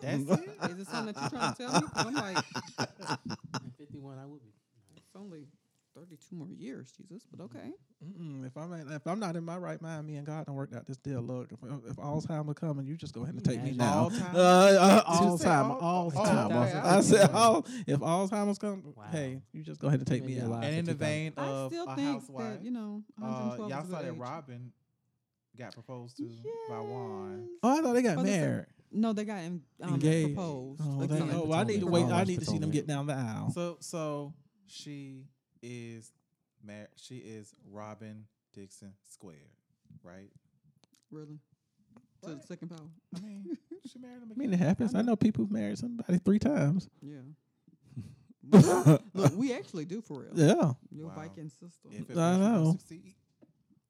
S2: it.
S4: Is it something that you're trying to tell me? 'Cause I'm like,
S5: Fifty one. I would be.
S4: it's only 32 more years, Jesus. But okay.
S6: Mm-mm. If I'm at- if I'm not in my right mind, me and God don't work out this deal. Look, if, if Alzheimer coming, you just go ahead and take me
S5: Imagine.
S6: now.
S2: Alzheimer?
S6: <laughs> Uh, uh,
S2: Did you say
S6: Alzheimer,
S2: al-
S6: Alzheimer.
S5: oh, okay.
S6: I said, all, if Alzheimer's come,
S5: Wow.
S6: hey, you just go ahead and take me
S5: Yeah.
S6: out.
S2: And in the vein
S6: Uh,
S4: I
S2: of
S4: still
S2: a
S4: think
S2: housewife,
S4: that you know,
S2: uh,
S4: 112
S2: y'all
S4: is a
S2: saw
S4: good
S2: that
S4: age.
S2: Robin got proposed to by Juan.
S4: Yes.
S6: Oh, I thought they got
S4: Oh, listen,
S6: married,
S4: No, they got en- um,
S6: engaged.
S4: proposed.
S6: Oh, they-
S4: again.
S6: oh, well, I need to
S10: Potomac.
S6: wait.
S10: Oh,
S6: I
S10: watch
S6: need to see them
S10: Potomac.
S6: get down the aisle.
S2: So so she is mar- she is Robin Dixon Squared, right?
S4: Really? To the second power.
S2: I
S6: <laughs>
S2: mean, she married him
S6: I mean,
S2: again.
S6: it happens. I know people who've married somebody three times. <laughs>
S4: Yeah. Well, <laughs> Look, we actually do for real.
S6: Yeah,
S4: Your
S2: Wow.
S4: Viking system.
S2: If it was, she
S6: I
S2: gonna
S6: know.
S2: succeed,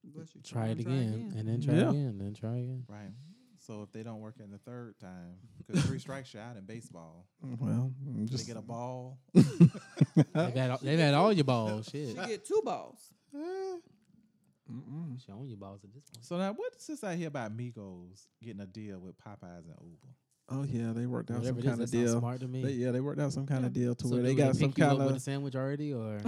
S4: Bless you.
S5: Try it
S4: And
S5: again, and then try
S6: Yeah.
S5: it again, and then try again.
S2: Right. So if they don't work in the third time, because
S6: <laughs>
S2: three strikes you out in baseball,
S6: well, mm,
S2: just
S6: just
S2: they get a
S6: <laughs>
S2: ball.
S5: They've had, all- they've had all your balls. Shit.
S4: She get two balls.
S5: She own your balls at this point.
S2: Eh. So now what's this I hear about Migos getting a deal with Popeyes and Uber?
S6: oh yeah, they worked out
S5: Whatever it is,
S6: some kind
S5: that sounds
S6: of deal.
S5: smart to me.
S6: They, yeah, they worked out some kind of deal to
S5: So
S6: where
S5: do
S6: they got some
S5: pick you up
S6: kind
S5: with a
S6: <laughs> of.
S5: sandwich already, <laughs> or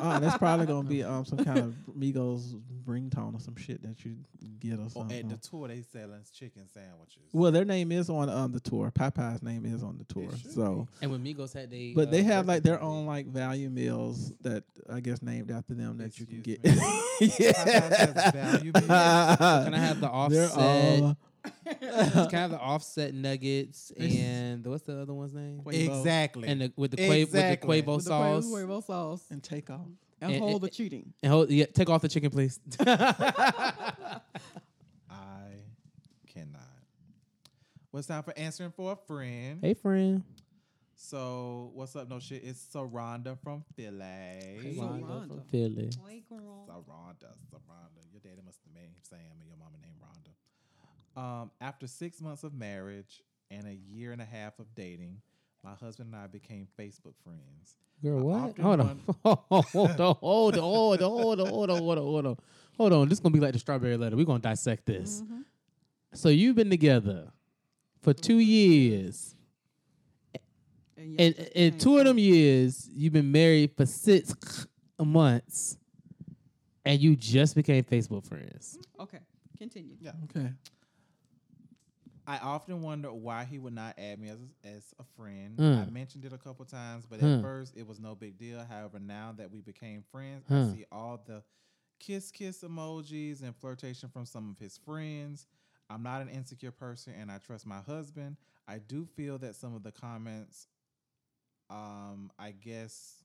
S6: Uh,
S5: <laughs>
S6: that's probably gonna be um some kind of Migos ringtone or some shit that you get or
S2: Or
S6: something.
S2: at the tour they selling chicken sandwiches.
S6: Uh-huh. well, their name is on um the tour. Popeye's name is on the tour.
S2: should
S6: So,
S5: and when Migos had they,
S6: but they
S5: uh,
S6: have like
S5: birthday <laughs>
S6: their
S5: party,
S6: own like value meals that I guess named after them that you can
S2: Excuse
S6: get. <laughs>
S2: Popeyes has value, man.
S5: Can I have the
S6: They're
S5: offset?
S6: all <laughs>
S5: Can I have the offset nuggets
S6: It's-
S5: and the, what's the other one's name?
S2: Exactly.
S5: And the, with the Quavo,
S2: Exactly.
S5: with the Quavo
S4: With the
S5: sauce.
S4: Quavo- Quavo sauce.
S6: and take off.
S4: And
S5: and-
S4: hold
S5: and-
S4: the cheating.
S5: And hold, yeah, take off the chicken, please.
S2: I cannot. Well, it's time for answering for a friend.
S5: hey, friend.
S2: So, what's up? No shit. It's Saranda from Philly.
S4: Saranda.
S5: Wanda from Philly.
S2: Saranda, Saranda. Your daddy must have named Sam and your mama named Rhonda. Um, after six months of marriage and a year and a half of dating, my husband and I became Facebook friends.
S5: Girl, what?
S2: often
S5: Hold on. hold on. <laughs> Hold on. Hold on. Hold on. Hold on. Hold on. Hold on. Hold on. This is going to be like the strawberry letter. We're going to dissect this. So you've been together for two years. And,
S4: And, yes,
S5: and
S4: thank
S5: two of
S4: you.
S5: them years, you've been married for six months. And you just became Facebook friends.
S4: Okay, continue.
S2: Yeah.
S6: Okay.
S2: I often wonder why he would not add me as, as a friend. I
S5: Huh.
S2: mentioned it a couple times, but
S5: Huh.
S2: at first it was no big deal. However, now that we became friends, I
S5: Huh.
S2: see all the kiss kiss emojis and flirtation from some of his friends. I'm not an insecure person and I trust my husband. I do feel that some of the comments um I guess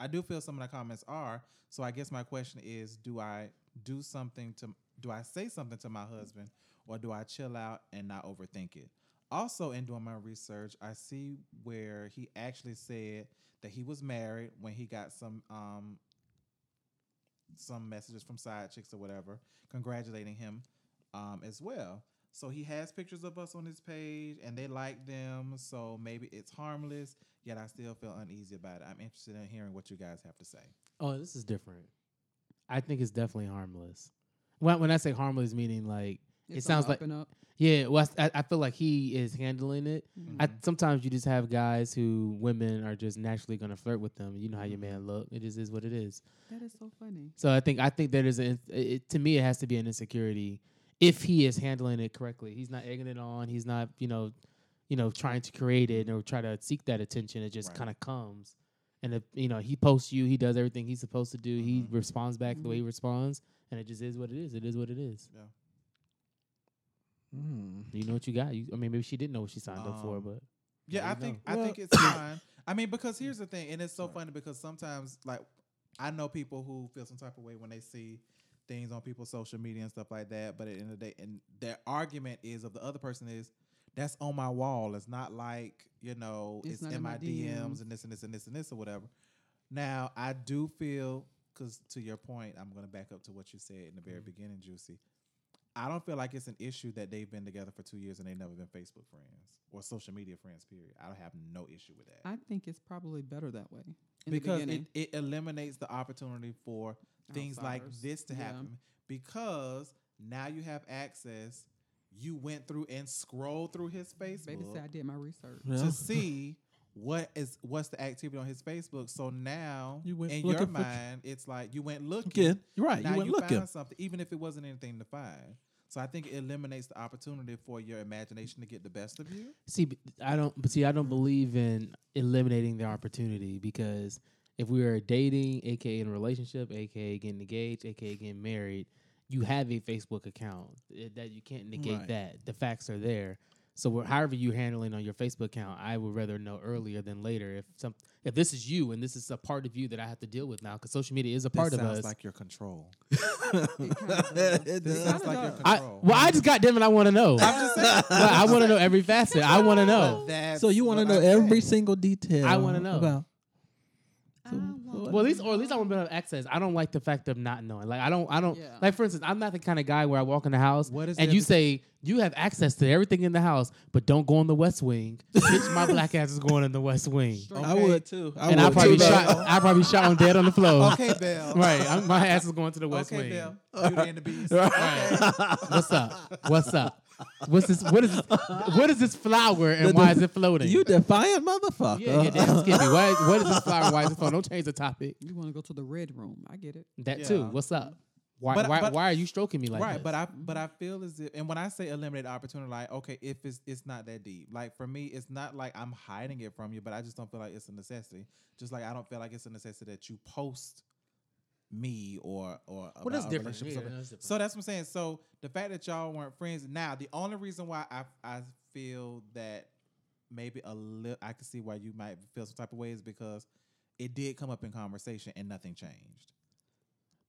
S2: I do feel some of the comments are. So I guess my question is do I do something to do I say something to my husband or do I chill out and not overthink it? Also, in doing my research, I see where he actually said that he was married when he got some um some messages from side chicks or whatever congratulating him um as well. So he has pictures of us on his page and they like them, so maybe it's harmless, yet I still feel uneasy about it. I'm interested in hearing what you guys have to say.
S5: Oh, this is different. I think it's definitely harmless. When, when I say harmless, meaning like, It
S4: It's
S5: sounds
S4: on the
S5: like-
S4: up and up.
S5: yeah, well, I, I feel like he is handling it. I,
S2: Mm-hmm.
S5: sometimes you just have guys who women are just naturally going to flirt with them. You know how your
S2: Mm-hmm.
S5: man look. It just is what it is.
S4: That is so funny.
S5: So I think I think that is an, it, to me it has to be an insecurity if he is handling it correctly. He's not egging it on. He's not you know you know, trying to create it or try to seek that attention. It just
S2: Right.
S5: kind of comes. And if you know, he posts you, he does everything he's supposed to do. He
S2: Mm-hmm.
S5: responds back the way he responds, and it just is what it is. It is what it is.
S6: Mm.
S5: You know what you got. You, I mean, maybe she didn't know what she signed up for,
S2: Um,
S5: but
S2: Yeah,
S5: There
S2: I
S5: you
S2: think
S5: go.
S2: I
S5: Well-
S2: think it's fine. I mean, because here's the thing, and it's so funny because sometimes, like, I know people who feel some type of way when they see things on people's social media and stuff like that. But at the end of the day, and their argument is of the other person is that's on my wall. It's not like you know
S4: It's
S2: it's,
S4: not
S2: in my DMs.
S4: DMs.
S2: and this and this and this and this or whatever. Now I do feel because to your point, I'm going to back up to what you said in the very
S4: Mm-hmm.
S2: beginning, Juicy. I don't feel like it's an issue that they've been together for two years and they've never been Facebook friends or social media friends. Period. I don't have no issue with that
S4: I think it's probably better that way. In
S2: because
S4: the
S2: it,
S4: beginning.
S2: it eliminates the opportunity for things like
S4: Outsiders.
S2: this to
S4: Yeah.
S2: happen because now you have access. You went through and scrolled through his
S4: Baby
S2: Facebook
S4: said I did my research.
S6: Yeah.
S2: to see what is what's the activity on his Facebook. So now
S6: You went
S2: in
S6: looking
S2: your
S6: for tr-
S2: mind, it's like you went looking.
S6: Again, you're right.
S2: Now
S6: Uh, you
S2: you,
S6: went looking.
S2: found something, even if it wasn't anything to find. So I think it eliminates the opportunity for your imagination to get the best of you.
S5: See, but I don't. But see, I don't believe in eliminating the opportunity because if we are dating, aka in a relationship, aka getting engaged, aka getting married, you have a Facebook account Eh, that you can't negate.
S6: Right.
S5: That the facts are there. So wh- however you handling on your Facebook account, I would rather know earlier than later. If some, if this is you and this is a part of you that I have to deal with now, because social media is a part
S2: this
S5: of
S2: sounds
S5: us.
S2: like your control.
S4: It kinda does.
S2: This <laughs>
S4: It
S2: sounds
S4: kinda
S2: like your
S4: does.
S5: I,
S2: control.
S5: well, I just got them and I want to
S2: <laughs>
S5: know.
S2: I'm just saying.
S5: Well, I want to know every facet. I want
S2: <laughs>
S5: to know.
S6: So you want to know every single detail.
S5: I wanna know.
S6: about.
S4: I
S6: So-
S4: want
S6: so
S4: to
S5: Well, at least, or at least I want to have access. I don't like the fact of not knowing. Like I don't, I don't.
S4: Yeah.
S5: Like for instance, I'm not the kind of guy where I walk in the house
S2: What is
S5: and
S2: there
S5: you
S2: to-
S5: say you have access to everything in the house, but don't go in the
S2: <laughs>
S5: West Wing. Bitch, my black ass is going in the West Wing,
S6: I would too. I
S5: and I
S6: would
S5: probably
S6: too, though.
S5: shot.
S6: <laughs>
S5: I probably shot on dead on the floor.
S2: Okay, Bell.
S5: Right, I'm, my ass is going to the West
S2: Okay,
S5: Wing. <laughs>
S2: Bell. Beauty and the Beast. Okay.
S5: What's up? What's up? What's this? What is? What is this flower and why is it floating?
S6: You defiant motherfucker.
S5: yeah, yeah,
S6: <laughs>
S5: damn skippy. Why, what is this flower? Why is it floating? Don't change the topic.
S4: You want to go to the red room. I get it.
S5: That
S2: Yeah.
S5: too. What's up? Why,
S2: But-
S5: why,
S2: but-
S5: why are you stroking me like
S2: right,
S5: this?
S2: but I but I feel as if, and when I say eliminate opportunity, like okay, if it's it's not that deep. Like for me, it's not like I'm hiding it from you, but I just don't feel like it's a necessity. Just like I don't feel like it's a necessity that you post me or or
S5: Well,
S2: about
S5: that's
S2: our
S5: different.
S2: relationship or
S5: Yeah,
S2: something.
S5: that's different.
S2: So that's what I'm saying. So the fact that y'all weren't friends now, the only reason why I I feel that maybe a little I can see why you might feel some type of way is because it did come up in conversation and nothing changed.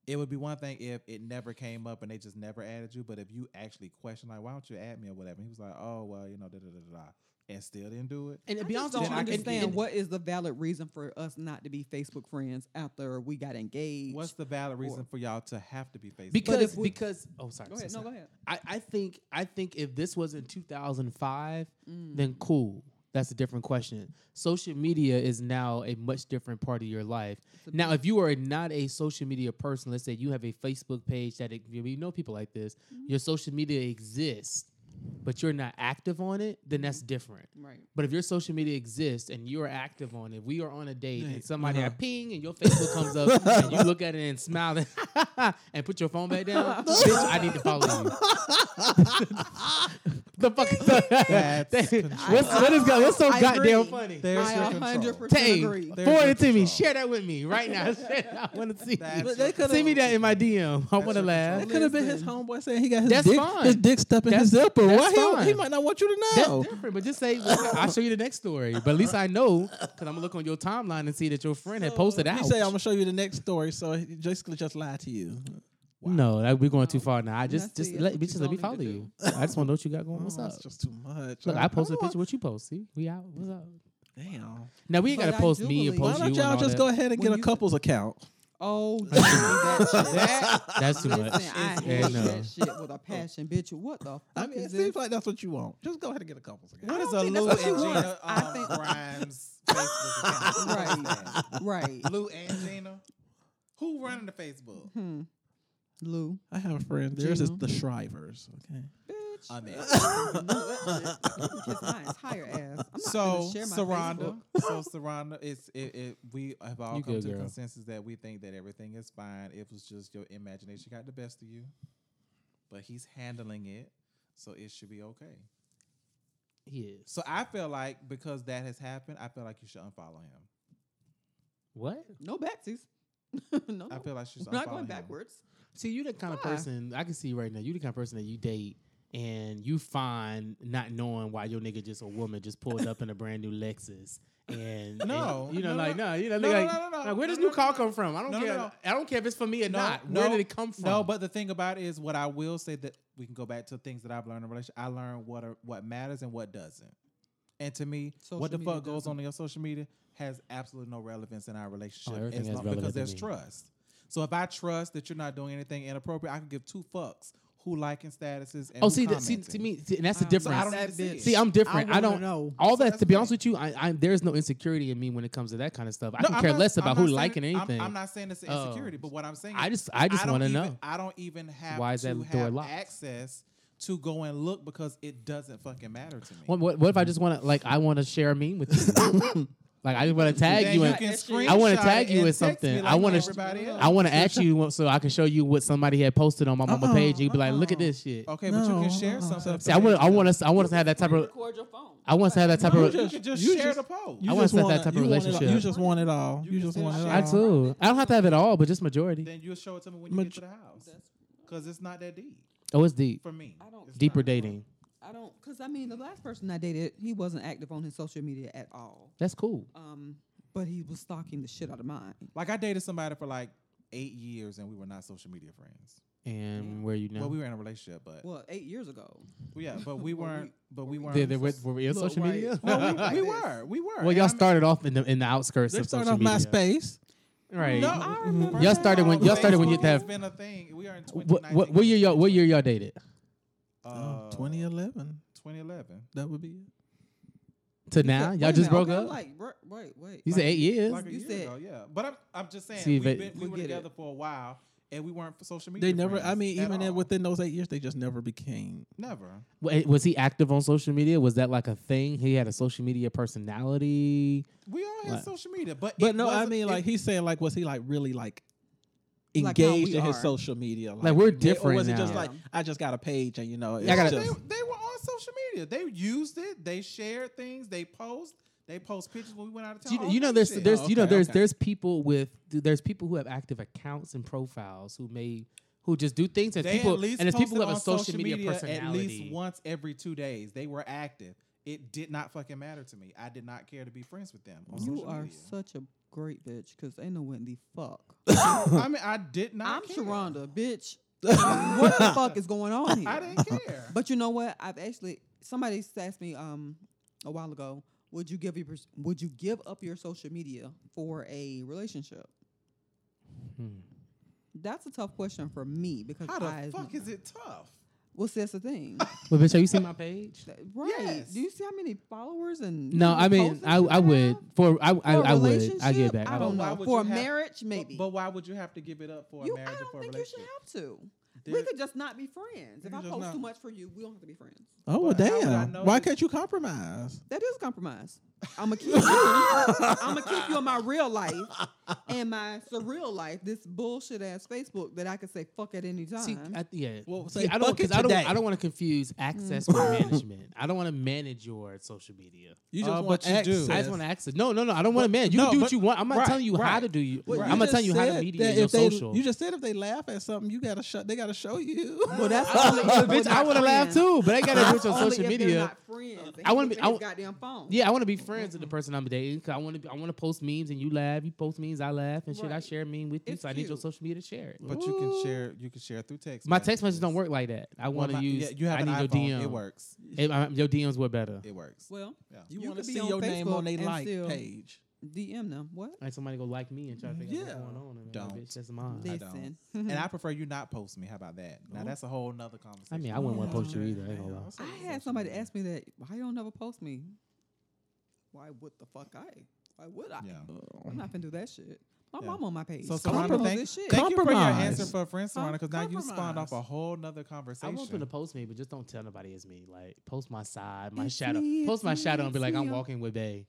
S2: It would be one thing if it never came up and they just never added you, but if you actually question like, why don't you add me or whatever, he was like, oh well, you know, da da da da, da," and still didn't do it.
S5: And to
S4: I
S5: be honest,
S4: just don't
S5: with you, and-
S4: understand
S5: and-
S4: what is the valid reason for us not to be Facebook friends after we got engaged.
S2: What's the valid reason for y'all to have to be Facebook?
S4: But
S5: because
S4: if we-
S5: because oh sorry.
S4: go ahead. No,
S5: sorry,
S4: go
S5: sorry.
S4: ahead.
S5: I, I think I think if this was in 2005,
S4: Mm.
S5: then cool. That's a different question. Social media is now a much different part of your life.
S4: a
S5: Now, if you are not a social media person, let's say you have a Facebook page that it, you know people like this,
S4: Mm-hmm.
S5: your social media exists, but you're not active on it, then that's
S4: Mm-hmm.
S5: different.
S4: Mm, Right.
S5: But if your social media exists and you're active on it, we are on a date
S6: Yeah,
S5: and somebody
S6: uh-huh.
S5: I ping and your Facebook comes up and you look at it and smile and, <laughs> and put your phone back
S2: <laughs>
S5: down, bitch, I need to follow you. <laughs> the fuck is <laughs> that?
S2: That's
S5: what's, what is go- what's so
S4: I
S5: goddamn
S4: agree.
S5: funny?
S2: There's
S4: I
S2: your
S4: a hundred
S2: control.
S4: percent
S5: Dang,
S4: agree.
S2: There's
S5: forward
S2: your
S5: it to me.
S2: control.
S5: Share that with me
S2: <laughs>
S5: right now. Shit, I want to see.
S2: That's
S6: But they coulda-
S5: Send me that in my DM. I
S2: That's
S5: want to
S2: your
S5: laugh.
S6: That could have been his
S4: Listen.
S6: homeboy saying he got his
S5: That's
S6: dick,
S5: fine.
S6: his dick stuck in his
S5: That's-
S6: zipper.
S5: that's
S6: Why he, he
S5: fine.
S6: might not want you to
S5: <laughs> That's
S6: know?
S5: different, but just say I'll show you the next story. But at least I know because I'm gonna look on your timeline and see that your friend had posted out.
S6: He say I'm gonna show you the next story, so he basically just lied to you.
S5: No, that we're going too far now. I just
S4: Now, see,
S5: just
S4: that's
S5: let
S4: what
S5: me
S4: you
S5: just let me
S4: don't
S5: follow
S4: need to
S5: you. <laughs> I just want to know what you got going. What's
S6: Oh,
S5: up?
S6: That's just too much.
S5: Look, I posted a
S6: don't
S5: picture. What you post? See, we out. What's up?
S6: want- Damn.
S5: Now we ain't
S4: But
S5: gotta
S4: I
S5: post
S4: do
S5: me and
S4: believe-
S5: post you.
S6: Why don't
S5: and
S6: y'all
S5: all
S6: just
S5: that.
S6: go ahead and
S4: When
S6: get a
S4: you-
S6: couple's account?
S4: Oh, Jimmy, that
S5: <laughs>
S4: shit.
S5: That's too much. uh,
S4: Listen, I
S5: Yeah,
S4: hate
S5: no.
S4: that shit with a passion, bitch. What the fuck
S6: I mean, it
S4: is this?
S6: seems like that's what you want. Just go ahead and get a couple's account.
S2: What
S4: I
S2: is
S4: don't
S2: a
S4: think that's
S2: Lou
S4: what
S2: and
S4: she wants.
S2: Gina
S4: I
S2: um,
S4: think-
S2: Grimes
S4: <laughs>
S2: Facebook account? What is
S4: Right.
S2: that?
S5: <laughs>
S4: right,
S2: Lou and Gina? Who running the Facebook?
S4: Hmm. Lou.
S6: I have a friend. Theirs is
S4: Gino.
S6: the Shrivers. Okay.
S4: Bitch,
S2: I'm
S4: <laughs>
S2: in.
S4: no, that shit. You can kiss my entire ass. I'm not
S2: So
S4: gonna share my
S2: Saranda,
S4: Facebook.
S2: so Saranda, it's it, it. We have all
S5: You
S2: come
S5: good,
S2: to a
S5: girl.
S2: consensus that we think that everything is fine. It was just your imagination got the best of you, but he's handling it, so it should be okay.
S5: He is.
S2: So I feel like because that has happened, I feel like you should unfollow him.
S5: What?
S4: No backsies. <laughs> no,
S2: I
S4: no.
S2: feel like she's
S4: We're not
S2: unfollowing
S4: going
S2: him.
S4: backwards.
S5: See, you the kind of
S4: Why?
S5: person I can see right now. You the kind of person that you date and you find not knowing why your nigga just a woman just pulled up in a brand new Lexus. And
S2: No,
S5: and, you know,
S2: no,
S5: like
S2: no.
S5: no, you know,
S2: No,
S5: like,
S2: no, no, no, no.
S5: like, where does
S2: No,
S5: new
S2: no, no.
S5: car come from? I don't
S2: No, no,
S5: care.
S2: no.
S5: I don't care if it's for me or
S2: No,
S5: not. where
S2: no,
S5: did it come from?
S2: No, but the thing about it is what I will say that we can go back to things that I've learned in a relationship. I learned what are, what matters and what doesn't. And to me,
S4: Social
S2: what the
S4: media
S2: fuck goes
S4: doesn't.
S2: on in your social media has absolutely no relevance in our relationship
S5: Oh,
S11: everything
S2: as
S11: has
S2: long-
S11: relevant
S2: because
S11: to
S2: there's
S11: me.
S2: trust. So if I trust that you're not doing anything inappropriate, I can give two fucks who liking statuses and
S5: oh,
S2: who
S5: see, that, see, to
S2: commenting. Um,
S5: me, see, and that's the
S4: Wow. So
S5: difference.
S2: So I don't
S4: That
S2: need to see
S4: bitch.
S2: it.
S5: See, I'm different. I,
S4: wanna
S5: don't
S4: know.
S2: So
S5: All that,
S2: that's
S5: to
S2: the
S5: be honest
S2: thing.
S5: with you, I, I there's no insecurity in me when it comes to that kind of stuff. I
S2: No,
S5: don't
S2: I'm
S5: care
S2: not-
S5: less
S2: I'm
S5: about
S2: not
S5: who
S2: saying
S5: liking
S2: it- I'm-
S5: anything.
S2: I'm, not saying it's an
S5: Oh.
S2: insecurity, but what I'm saying,
S5: I
S2: is
S5: just- I just
S2: don't
S5: wanna
S2: even-
S5: know.
S2: I don't even have
S5: Why is
S2: to
S5: that door
S2: have
S5: locked?
S2: access to go and look because it doesn't fucking matter to me.
S5: what, what, what if I just want to like I want to share a meme with
S2: <laughs>
S5: you? like I want to tag
S2: Then
S5: you.
S2: you
S5: and,
S2: can
S5: I want to
S2: screenshot
S5: tag
S2: it
S5: you
S2: and
S5: with
S2: text me
S5: something.
S2: like
S5: I want to.
S2: everybody else. <laughs>
S5: I want to ask you what- so I can show you what somebody had posted on my mama
S6: Uh-uh,
S5: page. You'd be like, look at
S6: uh-uh.
S5: this shit.
S2: Okay, but you
S6: No,
S2: can share
S6: uh-uh.
S2: something.
S5: See, I want. I want us. I want us to have that type of.
S4: Record your phone.
S5: I want us to have that type
S2: You <laughs>
S5: of.
S2: just, you just
S6: You
S2: share
S6: just-
S2: the post.
S5: I wanna
S6: just
S5: set that type of
S6: you want it all-
S5: relationship.
S6: you just want it all. You,
S2: You
S6: just
S2: can
S6: want it
S2: still
S6: all.
S2: share.
S5: Absolutely. I don't have to have it all, but just majority.
S2: Then you'll show it to me when you
S6: Maj-
S2: get to the house because it's not that deep
S5: Oh, it's deep.
S2: for me.
S4: I don't-
S2: It's
S5: Deeper
S2: not.
S5: dating.
S4: I don't, because I mean, the last person I dated, he wasn't active on his social media at all.
S5: That's cool.
S4: Um, but he was stalking the shit out of mine.
S2: Like I dated somebody for like eight years and we were not social media friends.
S5: And where you now?
S2: Well, we were in a relationship, but
S4: Well, eight years ago.
S2: well, yeah, but we weren't. But we weren't.
S5: They- they went- were we on
S4: Look,
S5: social <laughs>
S4: right.
S5: media?
S2: Well, we,
S4: Like
S2: we
S4: this.
S2: were. We were.
S5: Well,
S2: And
S5: y'all
S2: I mean-
S5: started off in the in the outskirts
S6: They
S5: of
S6: start
S5: social
S6: off
S5: media.
S6: MySpace.
S5: right?
S2: No, I remember.
S5: Mm-hmm. Y'all started when- y'all started when you
S2: Facebook
S5: had-
S2: has been a thing. We are in
S5: what, what, what year y'all? What year y'all dated?
S6: Oh,
S2: Uh,
S6: 2011.
S2: 2011.
S6: That would be it.
S5: To now?
S4: Wait
S5: Y'all
S4: a
S5: just
S4: minute,
S5: broke
S4: okay,
S5: up?
S4: Like, wait, wait, wait.
S5: you
S4: like,
S5: said eight years.
S2: Like a
S4: You
S2: year
S4: said-
S2: ago, yeah. But I'm, I'm just saying,
S5: See,
S2: we've
S5: they-
S2: been, we
S4: We
S2: were
S4: get it.
S2: together for a while, and we weren't social media.
S6: They never. I
S2: friends
S6: mean,
S2: at
S6: even
S2: all.
S6: in, within those eight years, they just never became.
S2: never.
S5: Wa- eh, Was he active on social media? Was that like a thing? He had a social media personality.
S2: We all had
S5: Like-
S2: social media, but
S6: But
S2: it
S6: no, I
S2: wasn't-
S6: mean,
S2: it-
S6: like he's saying, like was he like really like
S4: Like how we
S6: engaged in his
S4: are.
S6: social media? Like,
S5: we're
S6: did- or
S5: different
S6: Was it just
S4: now.
S6: like I just got a page and you know?
S5: Yeah, I
S6: it's
S5: gotta-
S2: they,
S6: just-
S2: they were on social media. They used it. They shared things. They post. They post pictures when we went out of town.
S5: You,
S2: all
S5: you know,
S2: that
S5: there's
S2: shit.
S5: there's
S6: Oh,
S5: you know
S6: okay,
S5: there's
S6: okay.
S5: there's people with there's people who have active accounts and profiles who may who just do things and
S2: They
S5: people
S2: at least
S5: and there's
S2: posted
S5: people who have a
S2: on
S5: social media,
S2: at
S5: personality.
S2: least once every two days. They were active. It did not fucking matter to me. I did not care to be friends with them. On
S4: You
S2: social
S4: are
S2: media.
S4: such a great bitch because ain't no Wendy
S2: <laughs>
S4: fuck.
S2: <coughs> I mean, I did not.
S4: I'm
S2: care.
S4: Sharonda,
S2: <laughs>
S4: bitch. what the fuck is going on here?
S2: I didn't care.
S4: But you know what? I've actually somebody s- asked me um a while ago, would you give your pers- would you give up your social media for a relationship?
S5: Hmm.
S4: That's a tough question for me because
S2: How
S4: I
S2: the fuck is it tough?
S4: Well, see, that's the thing,
S5: But bitch, have you seen my page?
S4: That- right?
S2: Yes.
S4: Do you see how many followers and
S5: No, I mean
S4: posts
S5: I
S4: you
S5: I would
S4: have?
S5: for I I,
S4: For a
S5: I would I get
S4: relationship?
S5: that.
S4: I
S2: But
S4: don't
S2: why
S4: know.
S2: would
S4: For
S2: you
S4: a
S2: have-
S4: marriage,
S2: But-
S4: maybe.
S2: But, why would you have to give it up for
S4: you,
S2: a marriage or
S4: I don't
S2: for a
S4: think you should
S2: relationship?
S4: have to. we
S2: There-
S4: could just not be friends. If
S2: You
S4: I
S2: just
S4: post
S2: not-
S4: too much for you, we don't have to be friends.
S6: oh well,
S2: But how would I
S6: damn.
S2: know
S6: Why
S2: that-
S6: can't you compromise?
S4: That is compromise. I'm
S2: <laughs>
S4: gonna keep you. I'm gonna keep you in my real life and my surreal life. This bullshit ass Facebook that I could say fuck at any time.
S5: See, I, yeah. Well,
S6: say
S5: I don't
S6: fuck it
S5: because I don't
S6: today.
S5: I don't want to confuse access with management. I don't want to manage your social media.
S6: You
S2: Uh, but you do.
S5: I just want to access. No, no, no. I don't want to manage. You
S6: no,
S5: can do
S6: but-
S5: what you want. I'm not
S6: right,
S5: telling you how
S6: right.
S5: to do you.
S6: Well,
S5: I'm not
S6: just
S5: telling you how to
S6: said
S5: media
S6: that
S5: your
S6: if they-
S5: social.
S6: You just said if they laugh at something, you gotta show. They gotta show you.
S4: well, that's
S5: Only-
S4: only-
S5: <laughs> bitch, <laughs>
S4: we're
S5: I
S4: not
S5: would have laughed
S4: friends.
S5: too, but I got to do
S4: That's
S5: it
S6: <laughs>
S5: on
S4: only
S5: social
S4: if they're
S5: media.
S4: Not friends.
S5: I wanna be- I
S4: on
S5: wa-
S4: goddamn phone.
S5: Yeah, I want to be friends with the person I'm dating. 'cause I want to. I want to post memes, and you laugh. You post memes, I laugh, and shit. I
S4: Right.
S5: share a meme with you,
S4: It's
S5: so I need your
S4: cute.
S5: social media to share it.
S2: But you can share. You can share through text.
S5: My text messages don't work like that. I
S2: Well,
S5: want to
S2: my-
S5: use.
S2: yeah, you have
S5: I
S2: an
S5: need your
S2: iPhone.
S5: DM.
S2: It works.
S5: If I- your DMs were better.
S2: It works.
S4: Well,
S2: Yeah.
S6: You,
S4: You
S6: want to
S4: could be
S6: see
S4: on
S6: your name
S4: Facebook
S6: on their
S4: and
S6: like
S4: still-
S6: page.
S4: DM them. What?
S5: Like somebody go like me and try to figure
S6: Yeah.
S5: out what's going on. And
S2: Don't.
S5: Bitch, that's mine.
S2: They-
S4: Listen. <laughs>
S2: and I prefer you not post me. How about that? Now that's a whole nother conversation. Mm-hmm.
S5: I mean, I wouldn't want to
S4: Yeah.
S5: post you either. I ain't gonna lie.
S4: Mm-hmm. I had somebody ask me that. Why you don't never post me? Why would the fuck I? Why would I?
S2: Yeah.
S4: I'm not gonna do that shit. My
S2: Yeah.
S4: mom on my page.
S2: So
S4: I don't
S2: Sarana,
S4: post
S2: thank,
S4: this shit.
S2: thank you for your
S6: Compromise.
S2: answer for a friend, Sarana, because now you spawned off
S6: Compromise.
S2: a whole nother
S5: I
S2: conversation.
S5: want them to post me, but just don't tell nobody it's me. Like post my side, my
S4: It's
S5: shadow.
S4: me,
S5: post
S4: it's
S5: my
S4: me,
S5: shadow and be
S4: it's
S5: like,
S4: me,
S5: I'm
S4: I'm-
S5: walking with <laughs> Bay.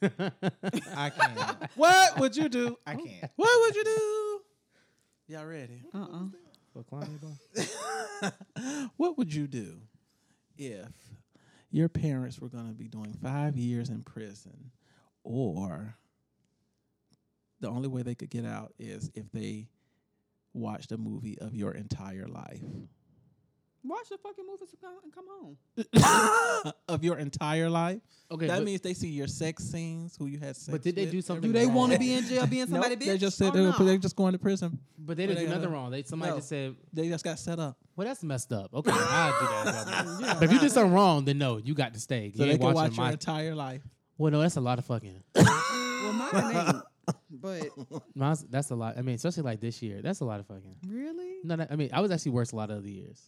S2: I
S5: <laughs>
S2: can't. what would you do? I can't.
S6: What would you do? Y'all ready? <laughs>
S4: Uh uh
S5: Well, Kwame, bro.
S6: what would you do if your parents were going to be doing five years in prison, or the only way they could get out is if they watched a movie of your entire life. <laughs>
S4: Watch the fucking movies and come- and come home.
S6: of your entire life?
S5: Okay,
S6: that
S5: but-
S6: means they see your sex scenes, who you had sex
S5: But did they
S6: with,
S5: do something?
S4: Do they
S5: wrong?
S4: want to be in jail
S6: <laughs>
S4: being somebody bitch?
S6: They just said
S4: or
S6: they were-
S4: no?
S6: they're just going to prison.
S5: But they didn't
S6: But
S5: do
S6: they
S5: nothing
S6: gotta-
S5: wrong. They somebody
S6: No.
S5: just said,
S6: They just got set up.
S5: "Well, that's messed up." Okay, I'll do that. brother. but if you did something wrong, then no, you got to stay.
S6: So
S5: you
S6: they
S5: ain't
S6: can
S5: watching
S6: watch your
S5: my.
S6: entire life.
S5: well, no, that's a lot of fucking.
S4: Well, mine
S2: <laughs>
S4: ain't. But
S5: Mine's, that's a lot. I mean, especially like this year, that's a lot of fucking.
S4: really,
S5: No, no, I mean, I was actually worse a lot of other years.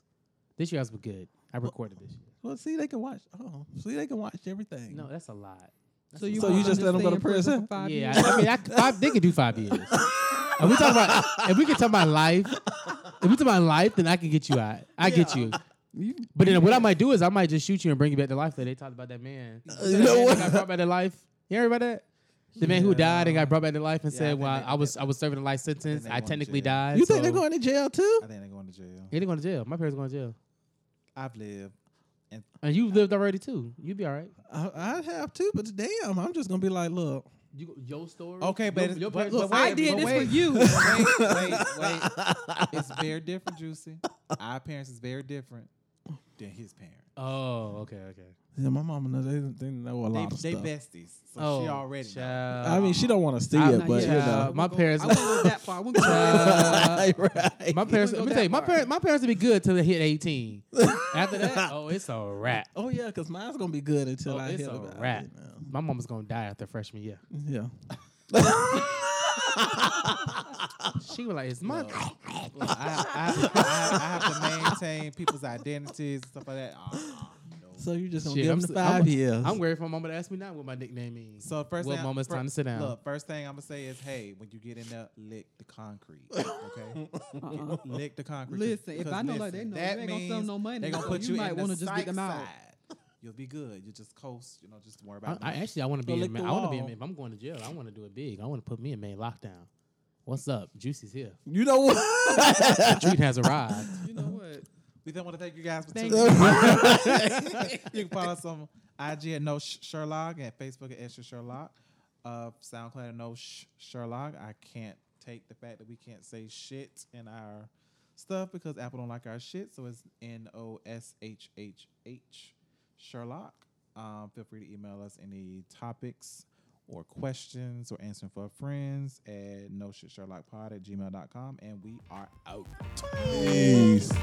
S5: This year I was good. I recorded this year.
S6: Well, see, they can watch. Oh, see, they can watch everything.
S5: No, that's a lot. That's
S4: so
S5: a
S4: you
S6: So
S5: lot.
S6: you
S4: want
S6: just
S4: them
S6: let 'em
S4: stay
S6: go to
S4: in
S6: prison?
S4: for five
S5: yeah,
S4: years?
S5: I, I mean, <laughs> I, five, they could do five years. If we talk about if we can talk about life, if we talk about life, then I can get you out. I get you. But then what I might do is I might just shoot you and bring you back to life. That they talked about that <laughs> man.
S12: you
S5: That
S12: know
S5: man
S12: what?
S5: that Got brought back to life. You heard about that? The man who died and got brought back to life and
S2: Yeah, I
S5: said,
S2: think
S5: "Well,
S2: they-
S5: I was I was serving a life sentence.
S2: they
S5: I
S2: want
S5: technically
S2: jail.
S5: died."
S6: You think they're
S5: so-
S6: going to jail too?
S2: I think they're going to jail.
S5: Yeah, they're going to jail. My parents going to jail,
S2: I've lived.
S5: <laughs>
S2: And
S5: and you lived already too. You'd be all right.
S6: I, I'd have to, but damn, I'm just gonna be like, look,
S5: You, your story.
S2: Okay, but
S5: your,
S2: it's-
S5: your
S2: but
S5: parents.
S2: look,
S4: I
S2: Wait,
S4: did
S2: but
S4: this
S2: wait. <laughs>
S4: for you.
S2: wait, wait, wait. It's very different, Juicy. Our parents is very different than his parents.
S5: oh, okay, okay.
S6: yeah, my mama knows they, they know a
S2: They,
S6: lot of
S2: they
S6: stuff.
S2: besties, so
S5: oh,
S2: she already. know.
S5: Child.
S6: I
S5: <laughs>
S6: mean, she don't want to see
S5: uh, I'm
S6: it,
S5: not
S6: but
S5: yet.
S6: you
S5: Uh,
S6: know,
S5: my parents-
S4: I wouldn't go that far. I wouldn't go
S6: <laughs>
S4: that far.
S5: Uh,
S6: right?
S5: my parents.
S4: go
S5: Let me
S4: that
S5: tell you, my
S4: far.
S5: parents. My parents would be good till they hit eighteen. After that, oh, it's a wrap.
S6: Oh yeah, because mine's gonna be good until
S5: Oh,
S6: I
S5: it's
S6: hear
S5: a
S6: about
S5: wrap.
S6: it. man.
S5: My mama's gonna die after freshman year.
S6: Yeah,
S5: She was like, "It's my."
S2: Look, I, I, I, I have to maintain people's identities and stuff like that. Aw, no.
S6: so you just gonna
S5: Shit,
S6: give
S5: I'm
S6: them the
S5: s-
S6: 5
S5: I'm-
S6: years.
S5: I'm worried for my mama to ask me now what my nickname means.
S2: So first,
S5: Well,
S2: thing,
S5: Mama, it's
S2: fir-
S5: time to sit down.
S2: Look, first thing I'm gonna say is, hey, when you get in there, lick the concrete, okay?
S4: Uh-uh.
S2: lick the concrete.
S4: Listen,
S2: 'Cause-
S4: if
S2: 'cause
S4: I know like they
S2: listen,
S4: know, you ain't gonna sell
S2: means
S4: no money,
S2: They gonna
S4: so
S2: put
S4: you
S2: you,
S4: might
S2: in
S4: wanna
S2: the
S4: just get
S2: psych
S4: them out.
S2: side. You'll be good. You just coast. You know, just worry
S5: I,
S2: about.
S5: I
S2: nothing.
S5: actually I want to be
S2: Go
S5: in
S2: lick
S5: Maine.
S2: the
S5: I want to be in
S2: wall.
S5: Maine. If I'm going to jail, I want to do it big. I want to put me in Maine lockdown. What's up? Juicy's here.
S6: you
S5: <laughs>
S6: know what?
S5: The treat has arrived.
S4: You
S2: <laughs>
S4: know what?
S2: We then want to thank you guys for
S4: Thank
S2: tuning in. <laughs> you can follow us on IG at No Sh- Sherlock and Facebook at Extra Sherlock, uh, SoundCloud at No Sh- Sherlock. I can't take the fact that we can't say shit in our stuff because Apple don't like our shit, so it's N O S H H H Sherlock. Um, feel free to email us any topics or questions or answering for friends at no shit sherlock pod at gmail.com and we are out peace